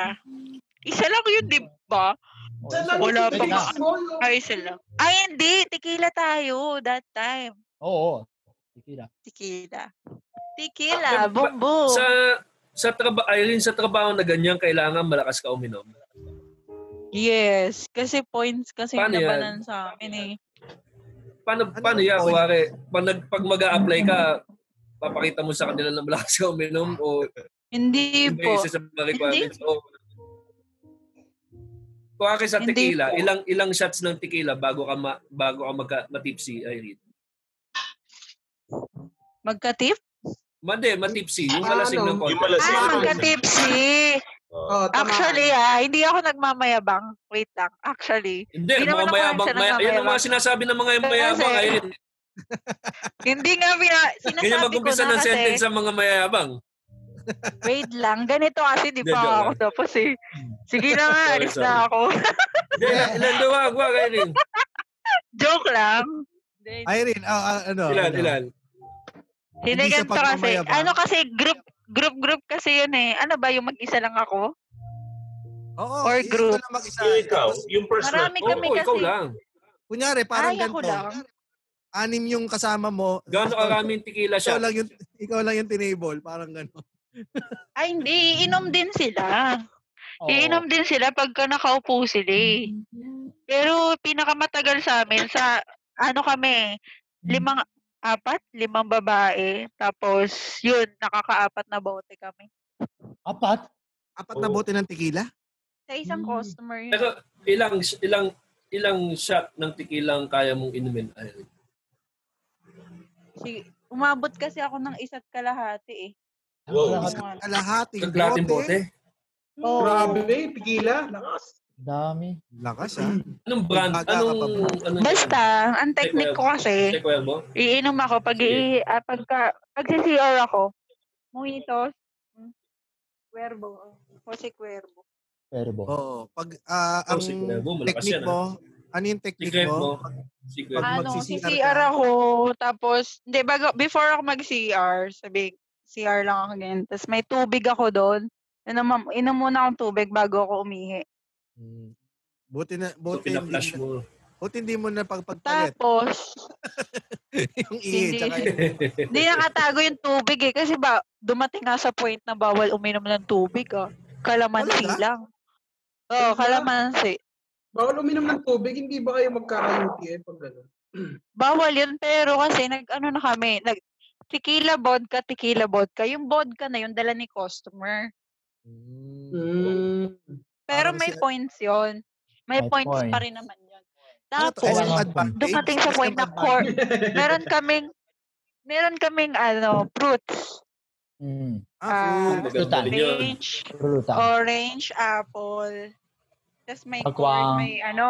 Speaker 5: Isa lang yun, di ba?
Speaker 4: Oh,
Speaker 3: Saan lang
Speaker 4: so-
Speaker 5: Wala
Speaker 3: yung
Speaker 5: pa
Speaker 4: Wait na.
Speaker 3: tips mo? Yung
Speaker 5: Ay, isa lang. Ay, hindi. Tequila tayo that time.
Speaker 4: Oo. Tikila.
Speaker 5: Tequila. Tequila.
Speaker 8: Ah, Ba-
Speaker 5: Boom, boom.
Speaker 8: Sa sa trabaho, Irene, sa trabaho na ganyan, kailangan malakas ka uminom.
Speaker 5: Yes. Kasi points kasi yung
Speaker 8: Paano yan?
Speaker 5: labanan sa amin eh.
Speaker 8: Paano,
Speaker 1: Ano
Speaker 8: paano
Speaker 1: yung
Speaker 8: yan?
Speaker 1: point?
Speaker 8: Kuwari, pag, nag- pag mag-a-apply ka, papakita mo sa kanila na malakas ka uminom o
Speaker 5: Hindi
Speaker 8: iba yung
Speaker 5: po.
Speaker 8: isa sa mga requirements. O, kuwari sa
Speaker 5: Hindi
Speaker 8: tequila,
Speaker 5: po.
Speaker 8: ilang ilang shots ng tequila bago ka ma, bago ka magka, matipsy, Irene?
Speaker 5: Magka-tip?
Speaker 8: Mande, matipsy. Yung
Speaker 3: Ah,
Speaker 8: malasing
Speaker 3: ano?
Speaker 8: ng konti.
Speaker 2: Yung malasing.
Speaker 5: Ah,
Speaker 3: Tamaan.
Speaker 5: magka-tipsy.
Speaker 3: oh, tama.
Speaker 5: Actually ah, hindi ako nagmamayabang. Wait lang. Actually,
Speaker 8: Hindi,
Speaker 5: Hindi
Speaker 8: mga
Speaker 5: naman ako
Speaker 8: mayabang.
Speaker 5: isa
Speaker 8: May, yan ang mga
Speaker 5: nagmamayabang.
Speaker 8: sinasabi ng mga mayabang.
Speaker 5: Kasi-
Speaker 8: Irene.
Speaker 5: hindi nga pina-
Speaker 8: Ganyan
Speaker 5: sinasabi ko
Speaker 8: mag-umpisa
Speaker 5: na
Speaker 8: ng sentence
Speaker 5: kasi,
Speaker 8: sa mga mayabang.
Speaker 5: wait lang, ganito kasi di
Speaker 8: Hindi,
Speaker 5: pa
Speaker 8: joke Hmm.
Speaker 5: ako tapos eh. Sige na nga,
Speaker 8: Sorry,
Speaker 5: alis
Speaker 8: sorry.
Speaker 5: na ako.
Speaker 8: Hindi, ilan daw ako, Irene?
Speaker 5: Joke lang.
Speaker 1: Irene, ah, ah, ano?
Speaker 8: Ilan,
Speaker 1: ano?
Speaker 8: ilan?
Speaker 5: Hindi
Speaker 1: Hindi siya
Speaker 5: ganito kasi.
Speaker 1: pagmamayabang.
Speaker 5: Ano kasi, group, group, group kasi yun eh. Ano ba, yung mag-isa lang ako?
Speaker 1: Oo,
Speaker 5: Or
Speaker 1: ikaw
Speaker 5: group.
Speaker 1: lang mag-isa.
Speaker 2: Yung ikaw,
Speaker 1: Tapos,
Speaker 2: yung personal.
Speaker 5: Marami
Speaker 8: Oo,
Speaker 5: kami kasi.
Speaker 8: ikaw lang.
Speaker 1: kunyari, parang
Speaker 5: Ay, ako
Speaker 1: ganito.
Speaker 5: lang.
Speaker 1: Anim yung kasama mo.
Speaker 8: Gano'ng
Speaker 1: Ikaw-
Speaker 8: karaming tequila
Speaker 1: Ikaw
Speaker 8: siya?
Speaker 1: lang yung, ikaw lang yung tinable. Parang gano'n.
Speaker 5: Ay, hindi. Inom din sila. Iinom din sila pagka nakaupo sila eh. Pero pinakamatagal sa amin, sa ano kami, limang, apat, limang babae. Tapos, yun, nakakaapat na bote kami.
Speaker 4: Apat?
Speaker 1: Apat
Speaker 8: Oh.
Speaker 1: na bote ng tequila?
Speaker 5: Sa isang customer yun.
Speaker 8: Pero ilang ilang ilang shot ng tequila ang kaya mong inumin? Ay,
Speaker 10: Sige, umabot kasi ako ng isa't kalahati eh.
Speaker 2: Wow.
Speaker 4: Lahat.
Speaker 10: Isang-
Speaker 1: Kalahating
Speaker 8: Kaglating
Speaker 1: bote?
Speaker 8: bote?
Speaker 5: oh.
Speaker 10: Oo.
Speaker 3: Oh, Grabe, tequila. Lakas.
Speaker 4: Dami.
Speaker 1: Lakas ah.
Speaker 8: Anong brand?
Speaker 1: Baga ka
Speaker 8: Anong...
Speaker 1: pa
Speaker 8: anong
Speaker 5: Basta, ang technique ko kasi,
Speaker 8: Check well mo?
Speaker 5: iinom ako pag, i, ah, pagka, pag CCR ako, mojitos,
Speaker 10: oh.
Speaker 5: hmm, cuervo, Jose Cuervo.
Speaker 4: Perbo.
Speaker 1: Oo. Pag ah,
Speaker 8: Oh,
Speaker 1: ang
Speaker 8: si Cuervo, malakas
Speaker 1: technique
Speaker 8: yan, ah.
Speaker 1: mo, ano yung
Speaker 8: Si
Speaker 1: technique
Speaker 8: Greg
Speaker 1: mo?
Speaker 8: mo? Si Greg.
Speaker 1: Pag
Speaker 5: Ano,
Speaker 1: magsi-CR ka?
Speaker 5: CCR ako, tapos, hindi, bago, before ako mag-CR, sabi, CR lang ako ganyan. Tapos may tubig ako doon. Inom, inom muna akong tubig bago ako umihi.
Speaker 1: Hmm. Buti na
Speaker 8: So,
Speaker 1: buti hindi,
Speaker 8: pina-flash
Speaker 1: na-
Speaker 8: mo.
Speaker 1: buti hindi mo na pagpagpalit
Speaker 5: Tapos,
Speaker 1: yung ihi
Speaker 5: Hindi.
Speaker 1: tsaka yung ano
Speaker 5: hindi nakatago yung tubig eh. Kasi ba, dumating nga sa point na bawal uminom ng tubig ah. Kalamansi
Speaker 1: Talaga?
Speaker 5: lang. Oo,
Speaker 3: Talaga?
Speaker 5: kalamansi.
Speaker 3: Bawal uminom ng tubig, hindi ba kayo magkaka-UTI pag gano'n?
Speaker 5: Bawal yun, pero kasi nag, ano na kami, nag, tequila vodka, tequila vodka. Yung vodka na yun, dala ni customer.
Speaker 3: Mm.
Speaker 5: Hmm. Pero
Speaker 1: Parang
Speaker 5: may
Speaker 1: si-
Speaker 5: points yun. May,
Speaker 4: May
Speaker 5: points, pa rin
Speaker 4: points.
Speaker 5: naman yun.
Speaker 1: Ano to?
Speaker 5: Tapos,
Speaker 1: SM
Speaker 4: Wala.
Speaker 1: advantage?
Speaker 5: dumating sa
Speaker 1: SM
Speaker 5: point na
Speaker 1: advantage?
Speaker 5: core, meron kaming, meron kaming, ano, fruits.
Speaker 4: Mm.
Speaker 1: Ah,
Speaker 5: Ah,
Speaker 1: fruit.
Speaker 8: Maganda rin yun.
Speaker 5: peach, Oh,
Speaker 4: Lulutan.
Speaker 5: orange, apple. Tapos may corn,
Speaker 4: Pagkwang.
Speaker 5: may ano,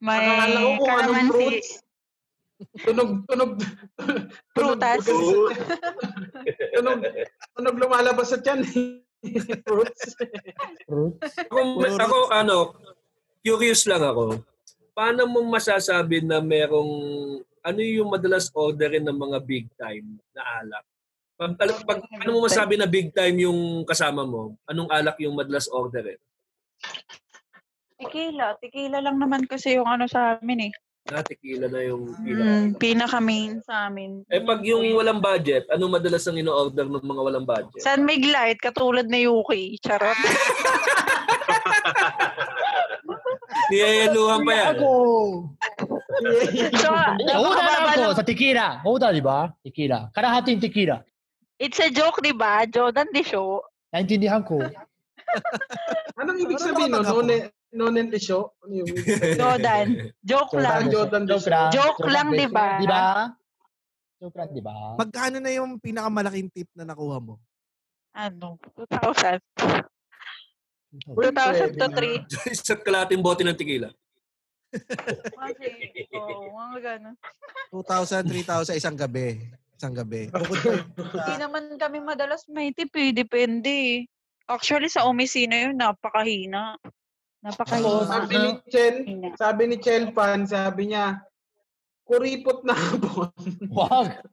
Speaker 5: may
Speaker 3: Akala ko kung anong
Speaker 5: kalamansi.
Speaker 3: fruits. Tunog, tunog, tunog,
Speaker 5: Prutas.
Speaker 2: Good.
Speaker 3: tunog, tunog lumalabas sa tiyan. fruits.
Speaker 4: Fruits.
Speaker 8: Ako, ako, ano, curious lang ako. Paano mo masasabi na merong, ano yung madalas orderin ng mga big time na alak? Pag, pag, pag, paano mo masabi na big time yung kasama mo? Anong alak yung madalas orderin?
Speaker 5: Tequila. Tequila lang naman kasi yung ano sa amin eh.
Speaker 8: Na tequila na yung
Speaker 5: Mm,
Speaker 8: pinaka.
Speaker 5: pinaka main sa amin.
Speaker 8: Eh pag yung walang budget, anong madalas ang ino-order ng mga walang budget?
Speaker 5: San Mig Light, katulad ni Yuki. Charot.
Speaker 8: Niyayaluhan pa yan.
Speaker 4: Ako!
Speaker 5: so,
Speaker 4: Una na
Speaker 5: napakababa
Speaker 4: ako
Speaker 5: lang.
Speaker 4: sa tequila. Una, Oh, di ba? Tequila. Karahating tequila.
Speaker 5: It's a joke, di ba? Jordan di show.
Speaker 4: Naintindihan ko.
Speaker 3: Anong ibig
Speaker 1: Ano
Speaker 3: sabihin no?
Speaker 1: nakataga po?
Speaker 3: Nonen, nonen de show? Ano yung ibig sabihin?
Speaker 5: Jordan. Joke lang.
Speaker 3: Jordan de show.
Speaker 5: Joke lang,
Speaker 4: de
Speaker 5: di ba?
Speaker 4: show. Di ba? Joke lang, di ba?
Speaker 1: Magkano na yung pinakamalaking tip na nakuha mo?
Speaker 5: Ano? 2,000. 2,000
Speaker 3: pwede
Speaker 5: to
Speaker 3: na.
Speaker 5: 3.
Speaker 8: Sa kalating bote ng tequila.
Speaker 5: Kasi, oo, mga ganun.
Speaker 1: 2,000, 3,000 isang gabi. Isang gabi. Bukod pa yun
Speaker 5: Hindi
Speaker 1: sa-
Speaker 5: naman kami madalas may tip eh. Depende eh. Actually, sa omisina yun, napakahina. Napakahina.
Speaker 4: Ah.
Speaker 3: Sabi ni Chen,
Speaker 5: Hina.
Speaker 3: sabi ni Chen Pan, sabi niya, kuripot na po.
Speaker 4: Wag!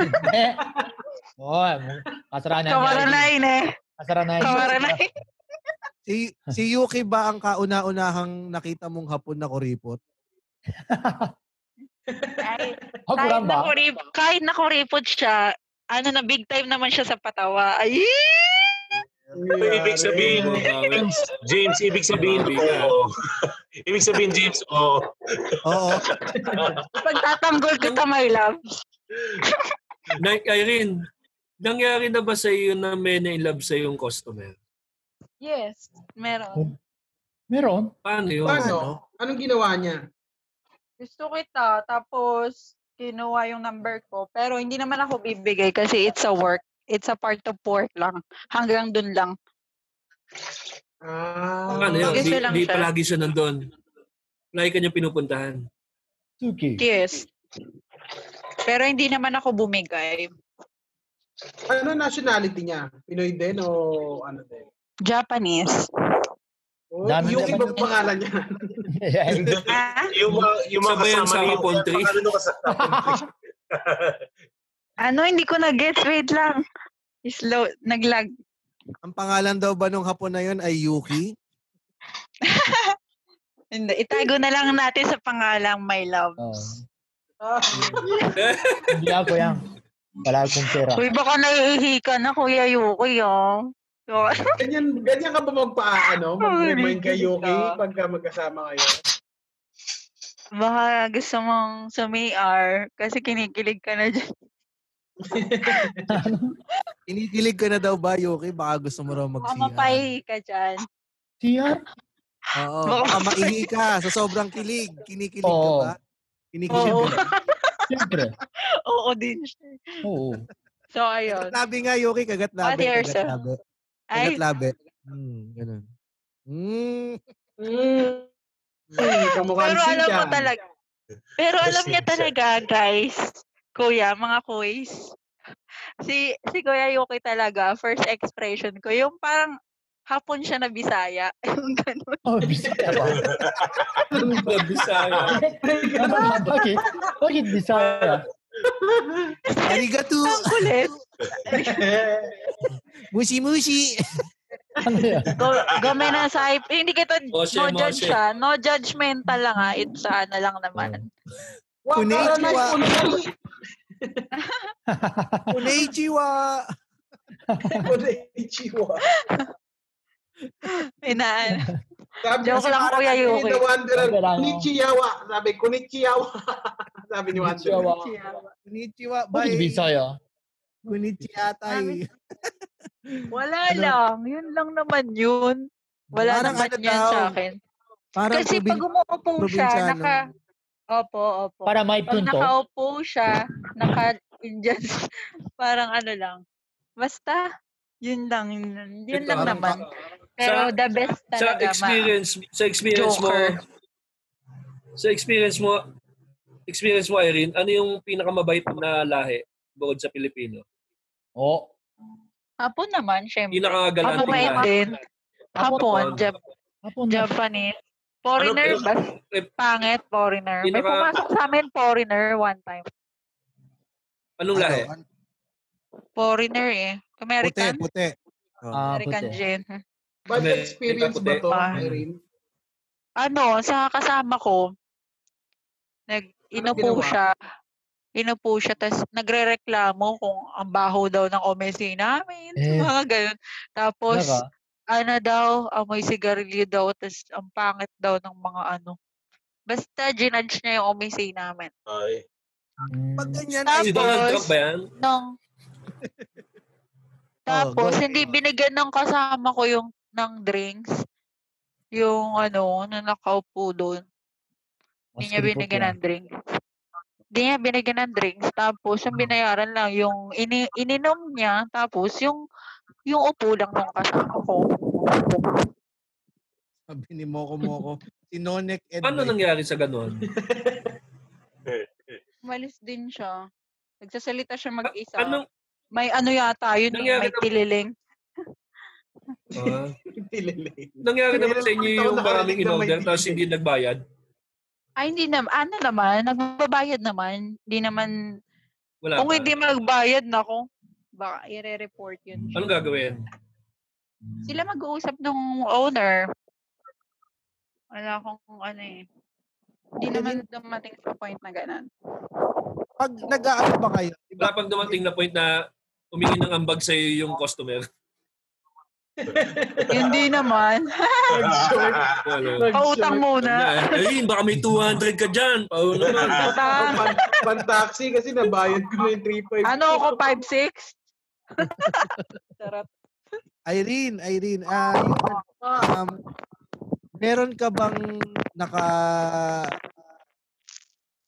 Speaker 4: Hindi. Oy, kasaranan niya.
Speaker 5: Kamaranain eh.
Speaker 4: Kasaranan niya.
Speaker 5: Kamaranain.
Speaker 1: si, si Yuki ba ang kauna-unahang nakita mong hapon na kuripot?
Speaker 5: Ay,
Speaker 4: Hakuran
Speaker 5: kahit na
Speaker 4: ba?
Speaker 5: kurip, kahit na kuripot siya, ano na, big time naman siya sa patawa. Ay!
Speaker 2: Ano ibig sabihin? James, James, ibig sabihin,
Speaker 8: Grabe ka.
Speaker 2: oo. ibig sabihin, James, oh. oo.
Speaker 1: Oo.
Speaker 5: Pagtatanggol kita, my love.
Speaker 8: Na, Irene, nangyari na ba sa iyo na may na-love sa yung customer?
Speaker 5: Yes, meron.
Speaker 4: Meron.
Speaker 8: Paano yun?
Speaker 4: Ano?
Speaker 3: Paano? Anong ginawa niya?
Speaker 5: Gusto kita, tapos kinuha yung number ko. Pero hindi naman ako bibigay kasi it's a work. It's a part of work lang. Hanggang dun lang.
Speaker 3: Ah,
Speaker 4: Ano
Speaker 8: Paano yun? Di,
Speaker 5: Gusto lang
Speaker 8: di
Speaker 5: siya.
Speaker 8: palagi siya nandun. Lagi ka niya pinupuntahan.
Speaker 4: Suki.
Speaker 5: Yes. Pero hindi naman ako bumigay.
Speaker 3: ano nationality niya? Pinoy din o ano din?
Speaker 5: Japanese.
Speaker 3: Oh,
Speaker 4: Dami
Speaker 3: Yuki
Speaker 4: naman
Speaker 3: ba pangalan niya?
Speaker 4: Ya,
Speaker 2: And then,
Speaker 5: Ah,
Speaker 2: yung, mga, yung mga
Speaker 8: Isa ba yan
Speaker 2: kasama
Speaker 8: sa
Speaker 2: niyo,
Speaker 8: country?
Speaker 2: ano nung kasama?
Speaker 5: ano, hindi ko na-get. Wait lang. Slow. Naglag.
Speaker 1: Ang pangalan daw ba nung hapon na yun ay Yuki?
Speaker 5: Hindi, Itago na lang natin sa pangalang My
Speaker 4: Oh,
Speaker 5: Loves.
Speaker 3: Ah,
Speaker 4: hindi ako yan. Wala akong pera.
Speaker 5: Uy, baka naiihi ka na, Kuya Yuki, oh. So,
Speaker 3: Ganyan, ganyan ka ba magpa-ano? Mag-remind
Speaker 5: Ay,
Speaker 3: kayo
Speaker 5: ganito.
Speaker 3: kay pagka magkasama kayo.
Speaker 5: baka gusto mong sumi-AR kasi kinikilig ka na dyan.
Speaker 1: Inikilig ka na daw ba, Yuki? Baka gusto mo raw mag-CR.
Speaker 5: Mamapahi ka dyan.
Speaker 4: CR?
Speaker 1: Oo.
Speaker 5: Baka
Speaker 1: Baka maihi ka sa sobrang kilig. Kinikilig ka
Speaker 4: Oo.
Speaker 1: ba? Kinikilig
Speaker 5: Oo,
Speaker 1: ka ba?
Speaker 4: Siyempre.
Speaker 5: oo din siya.
Speaker 4: Oo.
Speaker 5: So, ayun.
Speaker 1: Kagatlabi nga, Yuki. Kagatlabi.
Speaker 5: Pati yourself.
Speaker 1: Kagatlabi.
Speaker 5: Ay,
Speaker 1: Kagatlabi. Hmm, ganun. Hmm.
Speaker 3: Mm. Mm, kamukhang
Speaker 5: Hmm. pero alam mo
Speaker 3: siya.
Speaker 5: talaga. Pero alam niya
Speaker 2: Sing-sing.
Speaker 5: talaga, guys. Kuya, mga kuys. Si, si Kuya Yuki talaga, first expression ko, yung parang hapon siya na Bisaya. Yung ganun.
Speaker 4: Oh, Bisaya ba?
Speaker 8: Mga Bisaya.
Speaker 4: bakit? Bakit Bisaya?
Speaker 1: Arigato.
Speaker 5: Ang kulit.
Speaker 1: Mushi-mushi.
Speaker 4: Ano yan?
Speaker 5: Go, gome na sa hype. Hindi kita,
Speaker 8: Moshe,
Speaker 5: no judge
Speaker 8: Moshe.
Speaker 5: siya. No judgmental lang ha. It's ano lang naman.
Speaker 1: Oh.
Speaker 3: Wow,
Speaker 1: Konnichiwa.
Speaker 3: Konnichiwa.
Speaker 1: Konnichiwa.
Speaker 3: Konnichiwa.
Speaker 5: Inaan.
Speaker 3: Sabi
Speaker 5: Joke
Speaker 3: kasi
Speaker 5: lang,
Speaker 3: parang
Speaker 5: Kuya
Speaker 3: ano
Speaker 5: Yuki.
Speaker 3: yun, The Wanderer,
Speaker 4: Sabi lang, oh.
Speaker 3: Konnichiwa. Sabi, Konnichiwa. Sabi ni Wanderer.
Speaker 4: Bisaya.
Speaker 1: Konnichiwa.
Speaker 4: Bakit
Speaker 1: Bye.
Speaker 4: Bisaya?
Speaker 1: Konnichiwa tayo.
Speaker 5: Wala
Speaker 1: Ano?
Speaker 5: lang. Yun lang naman yun. Wala
Speaker 1: Parang
Speaker 5: naman
Speaker 1: ano
Speaker 5: yan sa
Speaker 1: daw,
Speaker 5: akin.
Speaker 1: Parang
Speaker 5: Kasi
Speaker 1: probin-
Speaker 5: pag umuupo siya,
Speaker 1: probinsyano.
Speaker 5: naka... Opo, opo.
Speaker 4: Para may
Speaker 5: pag
Speaker 4: punto.
Speaker 5: nakaupo siya, naka-Indian, parang ano lang. Basta, yun lang. Yun, lang- yun
Speaker 8: Ito,
Speaker 5: lang
Speaker 8: ano,
Speaker 5: naman.
Speaker 8: pa-
Speaker 5: Pero
Speaker 8: sa-
Speaker 5: the best
Speaker 8: Sa
Speaker 5: talaga, ma.
Speaker 8: experience, sa experience
Speaker 5: Joker.
Speaker 8: mo, sa experience mo, experience mo, Irene, ano yung pinakamabait na lahi bukod sa Pilipino?
Speaker 4: Oo.
Speaker 5: Hapon naman, syempre.
Speaker 8: Pinakagalante
Speaker 4: Hapon
Speaker 5: Mabait
Speaker 4: ba?
Speaker 8: lahi.
Speaker 5: din.
Speaker 8: Hapon.
Speaker 5: Hapon, Jap-
Speaker 4: Hapon na.
Speaker 5: Japanese. Foreigner,
Speaker 8: Ano-
Speaker 5: bas,
Speaker 8: Eh,
Speaker 5: pangit, foreigner. May
Speaker 8: Pinaka-
Speaker 5: pumasok sa amin, foreigner, one time.
Speaker 8: Anong
Speaker 1: Ano?
Speaker 8: lahi?
Speaker 1: Ano?
Speaker 5: Foreigner eh.
Speaker 1: Puti,
Speaker 5: American?
Speaker 1: puti.
Speaker 4: Ah,
Speaker 5: American
Speaker 4: puti.
Speaker 5: gin.
Speaker 3: Bad
Speaker 8: Sabi,
Speaker 3: experience
Speaker 8: Ano puti.
Speaker 3: ba to,
Speaker 5: Ah.
Speaker 3: Irene?
Speaker 5: Ano, sa kasama ko, nag inupo
Speaker 3: ginawa?
Speaker 5: siya. Inupo siya, tapos nagre-reklamo kung ang baho daw ng omesi namin.
Speaker 4: Eh.
Speaker 5: Mga ganun. Tapos,
Speaker 4: Naka.
Speaker 5: ano daw, amoy sigarilyo daw, tapos ang pangit daw ng mga ano. Basta ginudge niya yung omesi namin.
Speaker 2: Ay.
Speaker 4: Mm.
Speaker 1: Pag ganyan,
Speaker 8: Si
Speaker 1: ay,
Speaker 5: Tapos,
Speaker 8: Donald Trump ba yan?
Speaker 5: Nung, tapos, hindi binigyan ng kasama ko yung ng drinks. Yung ano, na nakaupo doon. Hindi
Speaker 4: Mas
Speaker 5: niya
Speaker 4: kripot
Speaker 5: binigyan
Speaker 4: yan.
Speaker 5: ng drinks. Hindi niya binigyan ng drinks. Tapos, yung binayaran lang, yung ini ininom niya. Tapos, yung yung upo lang nung kasama ko.
Speaker 1: sabi ni Moko Moko, si Nonek Ed.
Speaker 8: Paano nangyari sa ganun?
Speaker 5: Umalis din siya. Nagsasalita siya
Speaker 8: A-
Speaker 5: mag-isa.
Speaker 8: Anong,
Speaker 5: May ano yata yun eh,
Speaker 8: Ah, Nangyari
Speaker 5: may
Speaker 8: na-
Speaker 5: tililing.
Speaker 8: ah,
Speaker 3: Tililay.
Speaker 8: nangyari naman sa inyo yung maraming in-order tapos hindi nagbayad?
Speaker 5: Ay, hindi naman. Ano naman? Nagbabayad naman. Hindi naman.
Speaker 8: Wala
Speaker 5: Kung
Speaker 8: pa.
Speaker 5: hindi magbayad, Ano? nako. Baka i-report yun.
Speaker 8: Anong gagawin?
Speaker 5: Sila mag-uusap nung owner. Wala akong ano eh. Hindi naman dumating sa point na ganun.
Speaker 1: Pag nag-aano ba kayo? di ba?
Speaker 8: Wala pang dumating na point na humingi ng ambag sa iyo yung customer.
Speaker 5: Hindi naman.
Speaker 8: Ah, ano? Wala.
Speaker 5: Pautang muna.
Speaker 8: Wala. Ayun, baka may 200 ka dyan. Paano naman?
Speaker 5: Pautang.
Speaker 3: Pan-taxi kasi nabayad ko na yung 3.5.
Speaker 5: Ano ako, 5'6"? Sarap.
Speaker 1: Irene, Irene, ah, yun, um, meron ka bang naka...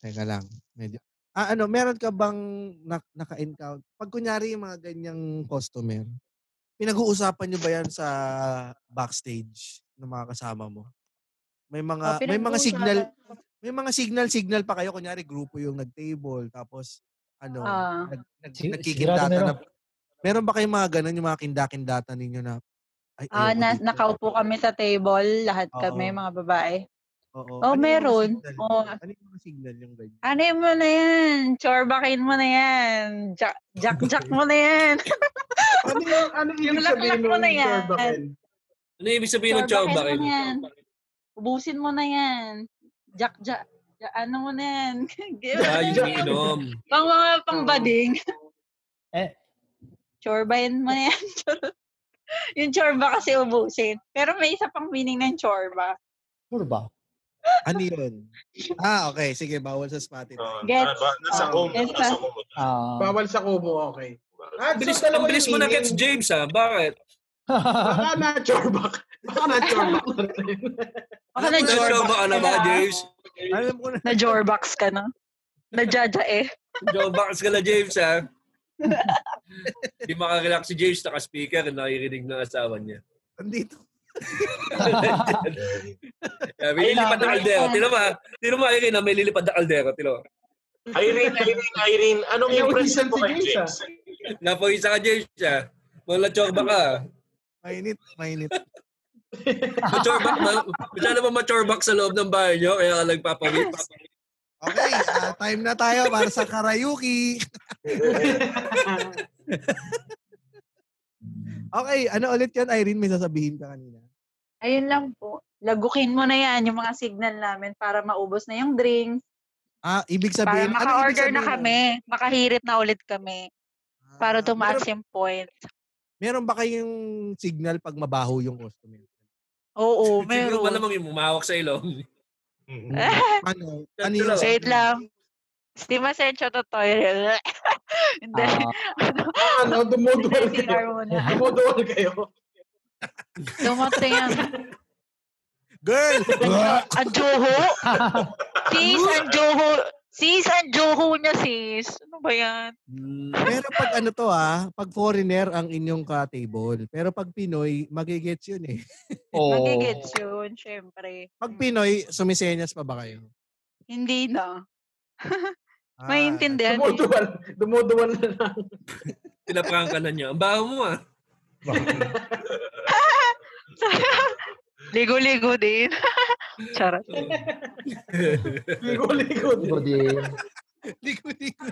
Speaker 1: Teka lang, medyo... Ah, ano, meron ka bang nak- naka-encounter? Pag kunyari yung mga ganyang customer, pinag-uusapan niyo ba yan sa backstage ng mga kasama mo? May
Speaker 5: Oh,
Speaker 1: mga Ah, may mga signal may mga signal signal pa kayo kunyari grupo yung nag-table tapos ano
Speaker 5: Ah.
Speaker 1: nag, nag,
Speaker 4: Si-
Speaker 1: nagkikindata na
Speaker 4: sigurado
Speaker 1: meron ba kayong mga ganun yung mga kindakindata ninyo na ay ayoko
Speaker 5: Ah, na,
Speaker 1: dito.
Speaker 5: nakaupo kami sa table, lahat kami,
Speaker 1: Oo.
Speaker 5: mga babae.
Speaker 1: Oo. Ano
Speaker 5: Oh,
Speaker 1: yung mga
Speaker 5: meron. Oh.
Speaker 1: signal?
Speaker 5: Oo.
Speaker 1: Ano yung mga signal yung ganyan?
Speaker 5: Ano yun mo na yan? Chorbakin mo na yan. Jack, jack, jack mo na yan.
Speaker 3: Ano yung, ano yung
Speaker 5: Yung
Speaker 3: sabihin
Speaker 5: laklak mo
Speaker 3: nung
Speaker 5: na yan.
Speaker 3: Jorbaken?
Speaker 8: Ano ibig sabihin ng
Speaker 5: Chorbakin
Speaker 8: chamba
Speaker 5: mo na yan. Ubusin mo na yan. Jack, jack. Ja, ano mo na yan? Give mo
Speaker 8: Ah,
Speaker 5: na
Speaker 8: yung
Speaker 5: yan.
Speaker 8: iniinom.
Speaker 5: Pang mga pang
Speaker 3: Oo.
Speaker 5: bading.
Speaker 4: Eh.
Speaker 5: Chorbahin mo na yan.
Speaker 10: yung chorba kasi ubusin. Pero may isa pang meaning ng chorba.
Speaker 4: Sure ba?
Speaker 1: Ano yun? Ah, okay. Sige, bawal sa Spotify.
Speaker 10: Gets.
Speaker 2: Gets. Nasa
Speaker 10: Oh,
Speaker 2: home.
Speaker 10: gets na.
Speaker 2: Nasa home.
Speaker 4: Ah.
Speaker 3: Bawal sa kubo, okay. Ah,
Speaker 8: Ang bilis,
Speaker 3: so dalawa
Speaker 8: ang bilis
Speaker 3: yung
Speaker 8: mo na
Speaker 3: meaning.
Speaker 8: gets James ha. Bakit?
Speaker 3: Baka na chorbak. Baka na chorbak na rin.
Speaker 10: Baka
Speaker 1: Alam mo
Speaker 10: na-jorbax
Speaker 1: na,
Speaker 8: Jorba ka na Ano ba,
Speaker 10: na.
Speaker 8: James?
Speaker 1: Alam ko na.
Speaker 10: Na-jorbax ka na. Na-jaja eh.
Speaker 8: Jorbax ka na, James ha. Hindi makarelax si James, naka-speaker, naririnig ng asawa niya.
Speaker 1: Andito.
Speaker 4: Ah,
Speaker 8: Uh, may lilipad na kaldero. Tino ba? Tino ba, Irina? May lilipad na kaldero. Tino.
Speaker 2: Irene, Irene, Irene, anong
Speaker 3: Ayaw
Speaker 2: impression
Speaker 3: isan
Speaker 2: mo
Speaker 3: si
Speaker 2: kay
Speaker 3: James, ah.
Speaker 2: James?
Speaker 8: Napawisa ka, James ah. ha. Mga na-chorba ka. ha?
Speaker 1: Mainit. Mainit.
Speaker 8: Machorbak na. Masyado ba machorbak sa loob ng bahay nyo? Kaya ka nagpapawit.
Speaker 1: Okay. ah, time na tayo para sa karaoke. Okay. Ano ulit yun, Irene? May sasabihin ka kanina.
Speaker 10: Ayun lang po. Lagukin mo na yan yung mga signal namin para maubos na yung drinks.
Speaker 1: Ah, ibig
Speaker 5: Para
Speaker 1: sabihin. ano ibig
Speaker 5: maka-order na
Speaker 1: sabihin nun?
Speaker 5: kami. Makahirit na ulit kami.
Speaker 1: Ah,
Speaker 5: Para tumaas
Speaker 1: Meron,
Speaker 5: yung point.
Speaker 1: meron ba kayong signal pag mabaho yung customer?
Speaker 5: Oo,
Speaker 8: Siguro
Speaker 5: meron.
Speaker 8: malamang yung mumawak sa ilong.
Speaker 1: Ano?
Speaker 8: Tatlo
Speaker 1: Ano yung
Speaker 8: lang.
Speaker 5: Wait lang. Si Masencho to toilet. Hindi.
Speaker 4: Ah.
Speaker 3: Ah, ano, dumuduwal
Speaker 10: CR
Speaker 3: kayo.
Speaker 10: muna.
Speaker 3: Dumuduwal kayo.
Speaker 5: Dumating ang
Speaker 1: Girl!
Speaker 5: Ang Joho? sis, ang Joho. Sis, ang Joho niya, sis. Ano ba yan?
Speaker 8: Hmm.
Speaker 1: Pero pag ano to ah, pag foreigner ang inyong ka-table. Pero pag Pinoy, magigets yun eh.
Speaker 4: Oo.
Speaker 10: Magigets yun, syempre.
Speaker 5: Hmm.
Speaker 1: Pag Pinoy, sumisenyas pa ba kayo?
Speaker 10: Hindi na.
Speaker 1: Ah,
Speaker 10: Maintindihan eh.
Speaker 3: Dumuduwal. Dumuduwal na lang.
Speaker 8: Pinaprankanan niya. Ang baho mo ah.
Speaker 5: Ligo-ligo din. Charot.
Speaker 3: Ligo-ligo
Speaker 4: Ligo
Speaker 3: din.
Speaker 4: din.
Speaker 1: Ligo, ligo.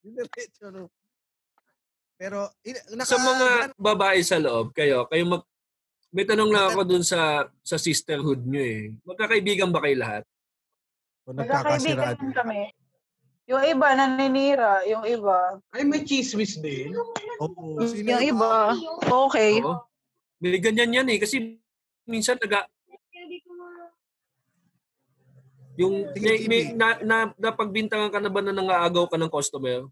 Speaker 1: Diretso, no? Pero, in, naka,
Speaker 8: sa mga babae sa loob, kayo, kayo mag... May tanong lang ako dun sa sa sisterhood nyo eh. Magkakaibigan ba kayo lahat?
Speaker 1: Kung nagkakasiraan.
Speaker 10: Magkakaibigan kami. Yung iba, naninira. Yung iba.
Speaker 3: Ay, may chismis din.
Speaker 5: Hmm,
Speaker 1: Oo, Oh, sino
Speaker 10: Yung iba, okay.
Speaker 8: Oo. May ganyan yan eh. Kasi minsan naga... Yung
Speaker 1: Sige,
Speaker 8: may, may,
Speaker 1: Kimi.
Speaker 8: na, na, napagbintangan ka na ba na nangaagaw ka ng customer?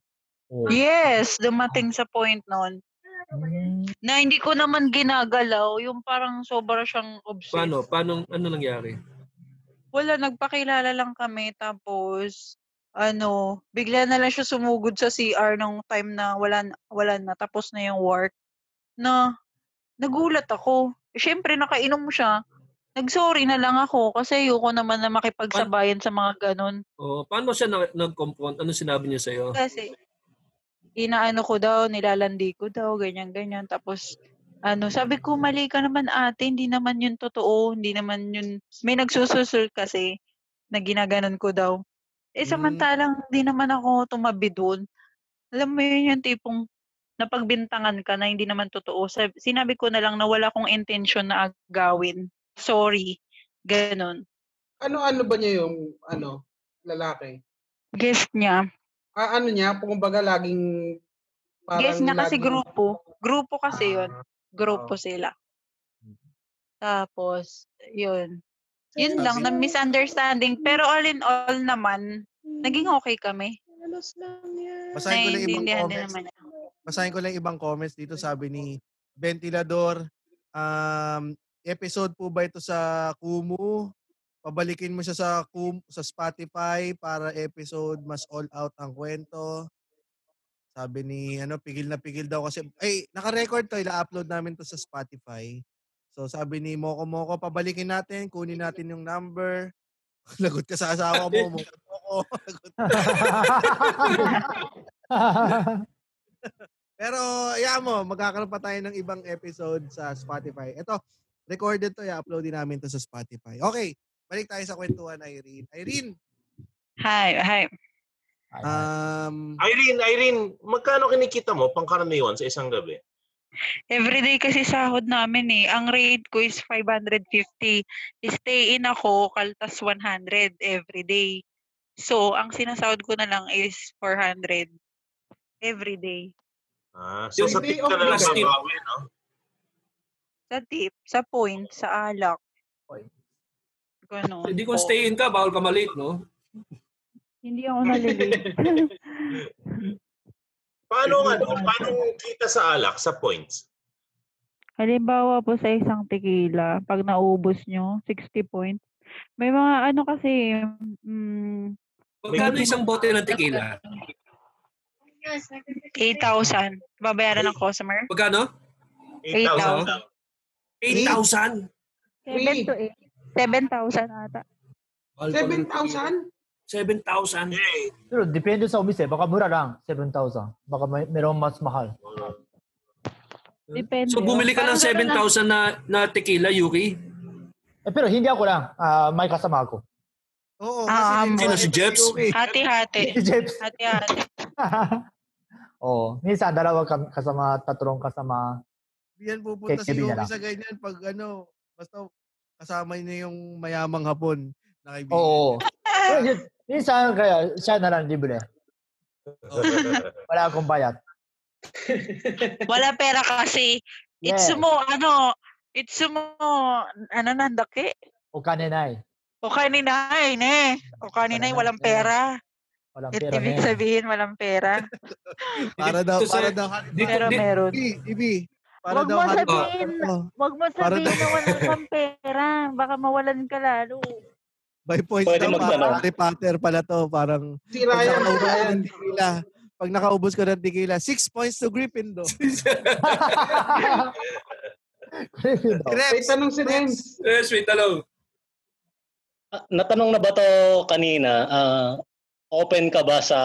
Speaker 4: Oo.
Speaker 5: Yes, dumating sa point nun
Speaker 4: Mm.
Speaker 5: na hindi ko naman ginagalaw. Yung parang sobra siyang obsessed.
Speaker 8: Paano? Paano? Ano nangyari?
Speaker 5: wala, nagpakilala lang kami. Tapos, ano, bigla na lang siya sumugod sa CR nung time na wala, na- wala na, tapos na yung work. Na, nagulat ako. Siyempre, nakainom siya. Nag-sorry na lang ako kasi ayoko naman na makipagsabayan sa mga ganun.
Speaker 8: Oh, paano siya na, nag-confront? Ano sinabi niya sa'yo?
Speaker 5: Kasi, inaano ko daw, nilalandi ko daw, ganyan, ganyan. Tapos, ano, sabi ko, mali ka naman ate, hindi naman yun totoo, hindi naman yun, may nagsususul kasi, na ginaganon ko daw.
Speaker 1: Mm.
Speaker 5: Eh, samantalang, hindi naman ako tumabi doon. Alam mo yun yung tipong, napagbintangan ka na hindi naman totoo. Sab- Sinabi ko na lang na wala akong intention na agawin. Sorry. Ganon.
Speaker 3: Ano-ano ba niya yung, ano, lalaki?
Speaker 5: Guest niya.
Speaker 3: Ah, ano niya, kumbaga laging parang
Speaker 5: Guest niya kasi
Speaker 3: laging-
Speaker 5: grupo. Grupo kasi yun.
Speaker 3: Ah,
Speaker 5: grupo
Speaker 3: Oo.
Speaker 5: sila. Tapos, yun. Yun
Speaker 1: Sabi-
Speaker 5: lang, na misunderstanding. Pero all in all naman, naging okay kami.
Speaker 1: Basahin ko lang ibang
Speaker 5: Naiintindihan din
Speaker 1: comments.
Speaker 5: naman niya.
Speaker 1: Basahin ko lang yung ibang comments dito. Sabi ni Ventilador, um, episode po ba ito sa Kumu? Pabalikin mo siya sa Kumu, sa Spotify para episode mas all out ang kwento. Sabi ni ano, pigil na pigil daw kasi ay naka-record to, ila-upload namin to sa Spotify. So sabi ni Moko Moko, pabalikin natin, kunin natin yung number. Lagot ka sa asawa mo, Moko Moko. Lagot. Ah. Pero yeah mo, magkakaroon pa tayo ng ibang episode sa Spotify. Ito, recorded to, i-upload din namin to sa Spotify. Okay, balik tayo sa kwentuhan, Irene. Irene,
Speaker 5: Hi, hi.
Speaker 4: Mm.
Speaker 1: um,
Speaker 2: Irene, Irene, magkano kinikita mo pangkaraniwan sa isang gabi?
Speaker 5: Everyday kasi sahod namin eh. Ang rate ko is 550. Stay in ako, kaltas 100 everyday. So, ang sinasahod ko na lang is 400 everyday.
Speaker 2: Ah, so
Speaker 8: Yung
Speaker 2: sa
Speaker 3: way
Speaker 2: tip
Speaker 3: of
Speaker 2: ka na lang
Speaker 8: plastic.
Speaker 2: babawi, no?
Speaker 5: Sa tip, sa point, sa alak. Ganon.
Speaker 8: Hindi
Speaker 5: po.
Speaker 8: kung stay in ka, bawal ka malate, no?
Speaker 5: Hindi ako nalilate.
Speaker 2: Paano ang ano? Paano kita sa alak sa points?
Speaker 5: Halimbawa po sa isang tequila, pag naubos nyo, 60 points. May mga ano kasi, mm,
Speaker 8: Pagkano isang bote ng tequila?
Speaker 5: 8,000. Babayaran ng customer?
Speaker 8: Pagkano?
Speaker 2: 8,000 lang.
Speaker 8: 8,000?
Speaker 5: 7 to 8. 7,000 ata.
Speaker 8: Bawal ka ng tequila.
Speaker 3: 7,000?
Speaker 8: 7,000?
Speaker 2: Eh,
Speaker 4: Pero depende sa umis eh. Baka mura lang, 7,000. Baka may, merong mas mahal.
Speaker 5: Depende.
Speaker 8: So bumili ka ng
Speaker 5: Parang ganun na-
Speaker 8: 7,000 na, na tequila, Yuki?
Speaker 4: Eh, pero hindi ako lang. Ah, may kasama ako.
Speaker 1: Oo,
Speaker 5: Ah,
Speaker 1: kasi
Speaker 8: sino si Jeps?
Speaker 5: Hati-hati.
Speaker 4: Si Jeps.
Speaker 5: Hati-hati.
Speaker 4: Oo. Minsan, dalawa kam- kasama, tatlong kasama.
Speaker 1: Yan pupunta
Speaker 4: Kay
Speaker 1: si
Speaker 4: Kevin na
Speaker 1: Yuki
Speaker 4: lang.
Speaker 1: sa ganyan pag ano, basta kasama niya yung mayamang hapon na kaibigan.
Speaker 4: Oo. Pero yun, minsan, kaya siya na lang libre. Wala akong bayad.
Speaker 5: Wala pera kasi. It's
Speaker 4: Yes.
Speaker 5: mo, ano, it's mo, ano nandaki?
Speaker 4: O eh. kaninay.
Speaker 5: O kanina eh, ne? O kanina eh, walang pera.
Speaker 4: Walang
Speaker 5: It
Speaker 4: pera
Speaker 5: ibig
Speaker 4: na yan.
Speaker 5: sabihin, walang pera.
Speaker 1: Para daw,
Speaker 8: So,
Speaker 1: para
Speaker 8: sir,
Speaker 1: daw.
Speaker 8: Di-
Speaker 5: Pero
Speaker 8: di-
Speaker 5: meron.
Speaker 1: Ibi, Ibi. Para
Speaker 5: Huwag
Speaker 1: daw.
Speaker 5: mo
Speaker 1: hati-
Speaker 5: sabihin,
Speaker 1: Oh,
Speaker 5: huwag mo
Speaker 1: Para
Speaker 5: sabihin na walang kang pera. Baka mawalan ka lalo.
Speaker 1: by points
Speaker 11: Pwede
Speaker 1: daw.
Speaker 11: magtanong.
Speaker 1: Parang Harry Potter pala to. Parang
Speaker 3: Si Ryan,
Speaker 1: pag
Speaker 3: si
Speaker 1: nakaubos ko
Speaker 3: Ryan.
Speaker 1: ng tequila. Pag nakaubos ko ng tequila. Six points to Gryffindor.
Speaker 4: Gryffindor.
Speaker 3: May
Speaker 1: Krebs.
Speaker 3: tanong si Renz.
Speaker 8: yes, wait, hello.
Speaker 11: Ah, Natanong na ba to kanina? Ah, open ka ba sa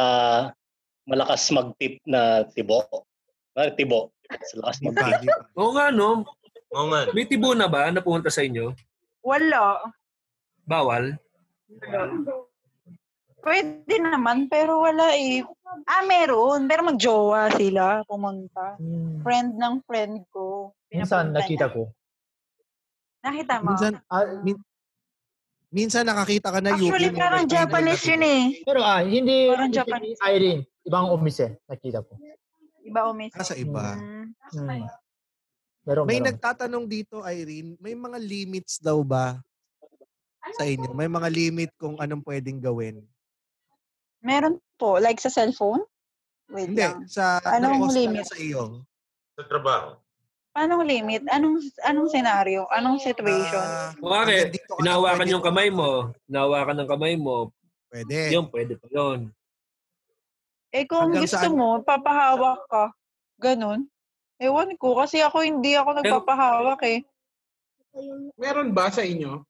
Speaker 11: malakas mag-tip na tibo? Ah, tibo. Sa lakas
Speaker 1: Di ba,
Speaker 11: mag-tip.
Speaker 1: di ba?
Speaker 8: Oo nga, no?
Speaker 2: Oo nga. no?
Speaker 8: May tibo na ba na pumunta sa inyo?
Speaker 10: Wala.
Speaker 8: Bawal?
Speaker 10: Pwede naman, pero wala eh. Ah, meron. Pero magjowa sila pumunta.
Speaker 4: Hmm.
Speaker 10: Friend ng friend ko.
Speaker 4: Minsan,
Speaker 10: Pinapunta
Speaker 4: nakita
Speaker 10: niya.
Speaker 4: ko.
Speaker 10: Nakita mo?
Speaker 1: Minsan,
Speaker 4: Ah,
Speaker 1: min- minsan nakakita ka na
Speaker 10: Actually,
Speaker 1: Yuki.
Speaker 10: parang Japanese yun eh.
Speaker 4: pero ah, hindi,
Speaker 10: Parang
Speaker 4: hindi
Speaker 10: Japanese.
Speaker 4: Irene. Ibang umise. Nakita ko.
Speaker 10: Iba o miss?
Speaker 1: Ah, sa iba.
Speaker 10: Mm.
Speaker 4: Hmm. Meron,
Speaker 1: May
Speaker 4: meron.
Speaker 1: nagtatanong dito, Irene, may mga limits daw ba sa inyo? May mga limit kung anong pwedeng gawin?
Speaker 10: Meron po. Like sa cellphone? Wait
Speaker 1: Hindi,
Speaker 10: lang.
Speaker 1: sa
Speaker 10: Anong Ano
Speaker 1: na-post na
Speaker 10: limit?
Speaker 1: sa iyo.
Speaker 2: Sa trabaho.
Speaker 10: Anong limit? Anong anong scenario? Anong situation?
Speaker 1: Ah, hanggang
Speaker 8: Kuwari,
Speaker 1: dito ka lang
Speaker 8: hinawakan
Speaker 1: pwede-
Speaker 8: yung kamay mo. Hinawakan ng kamay mo.
Speaker 1: Pwede.
Speaker 8: Yun, pwede pa yun.
Speaker 10: Eh kung
Speaker 1: Hanggang
Speaker 10: gusto
Speaker 1: saan?
Speaker 10: mo, papahawak ka. Ganon. Ewan ko. Kasi ako hindi ako nagpapahawak eh.
Speaker 3: Meron ba sa inyo?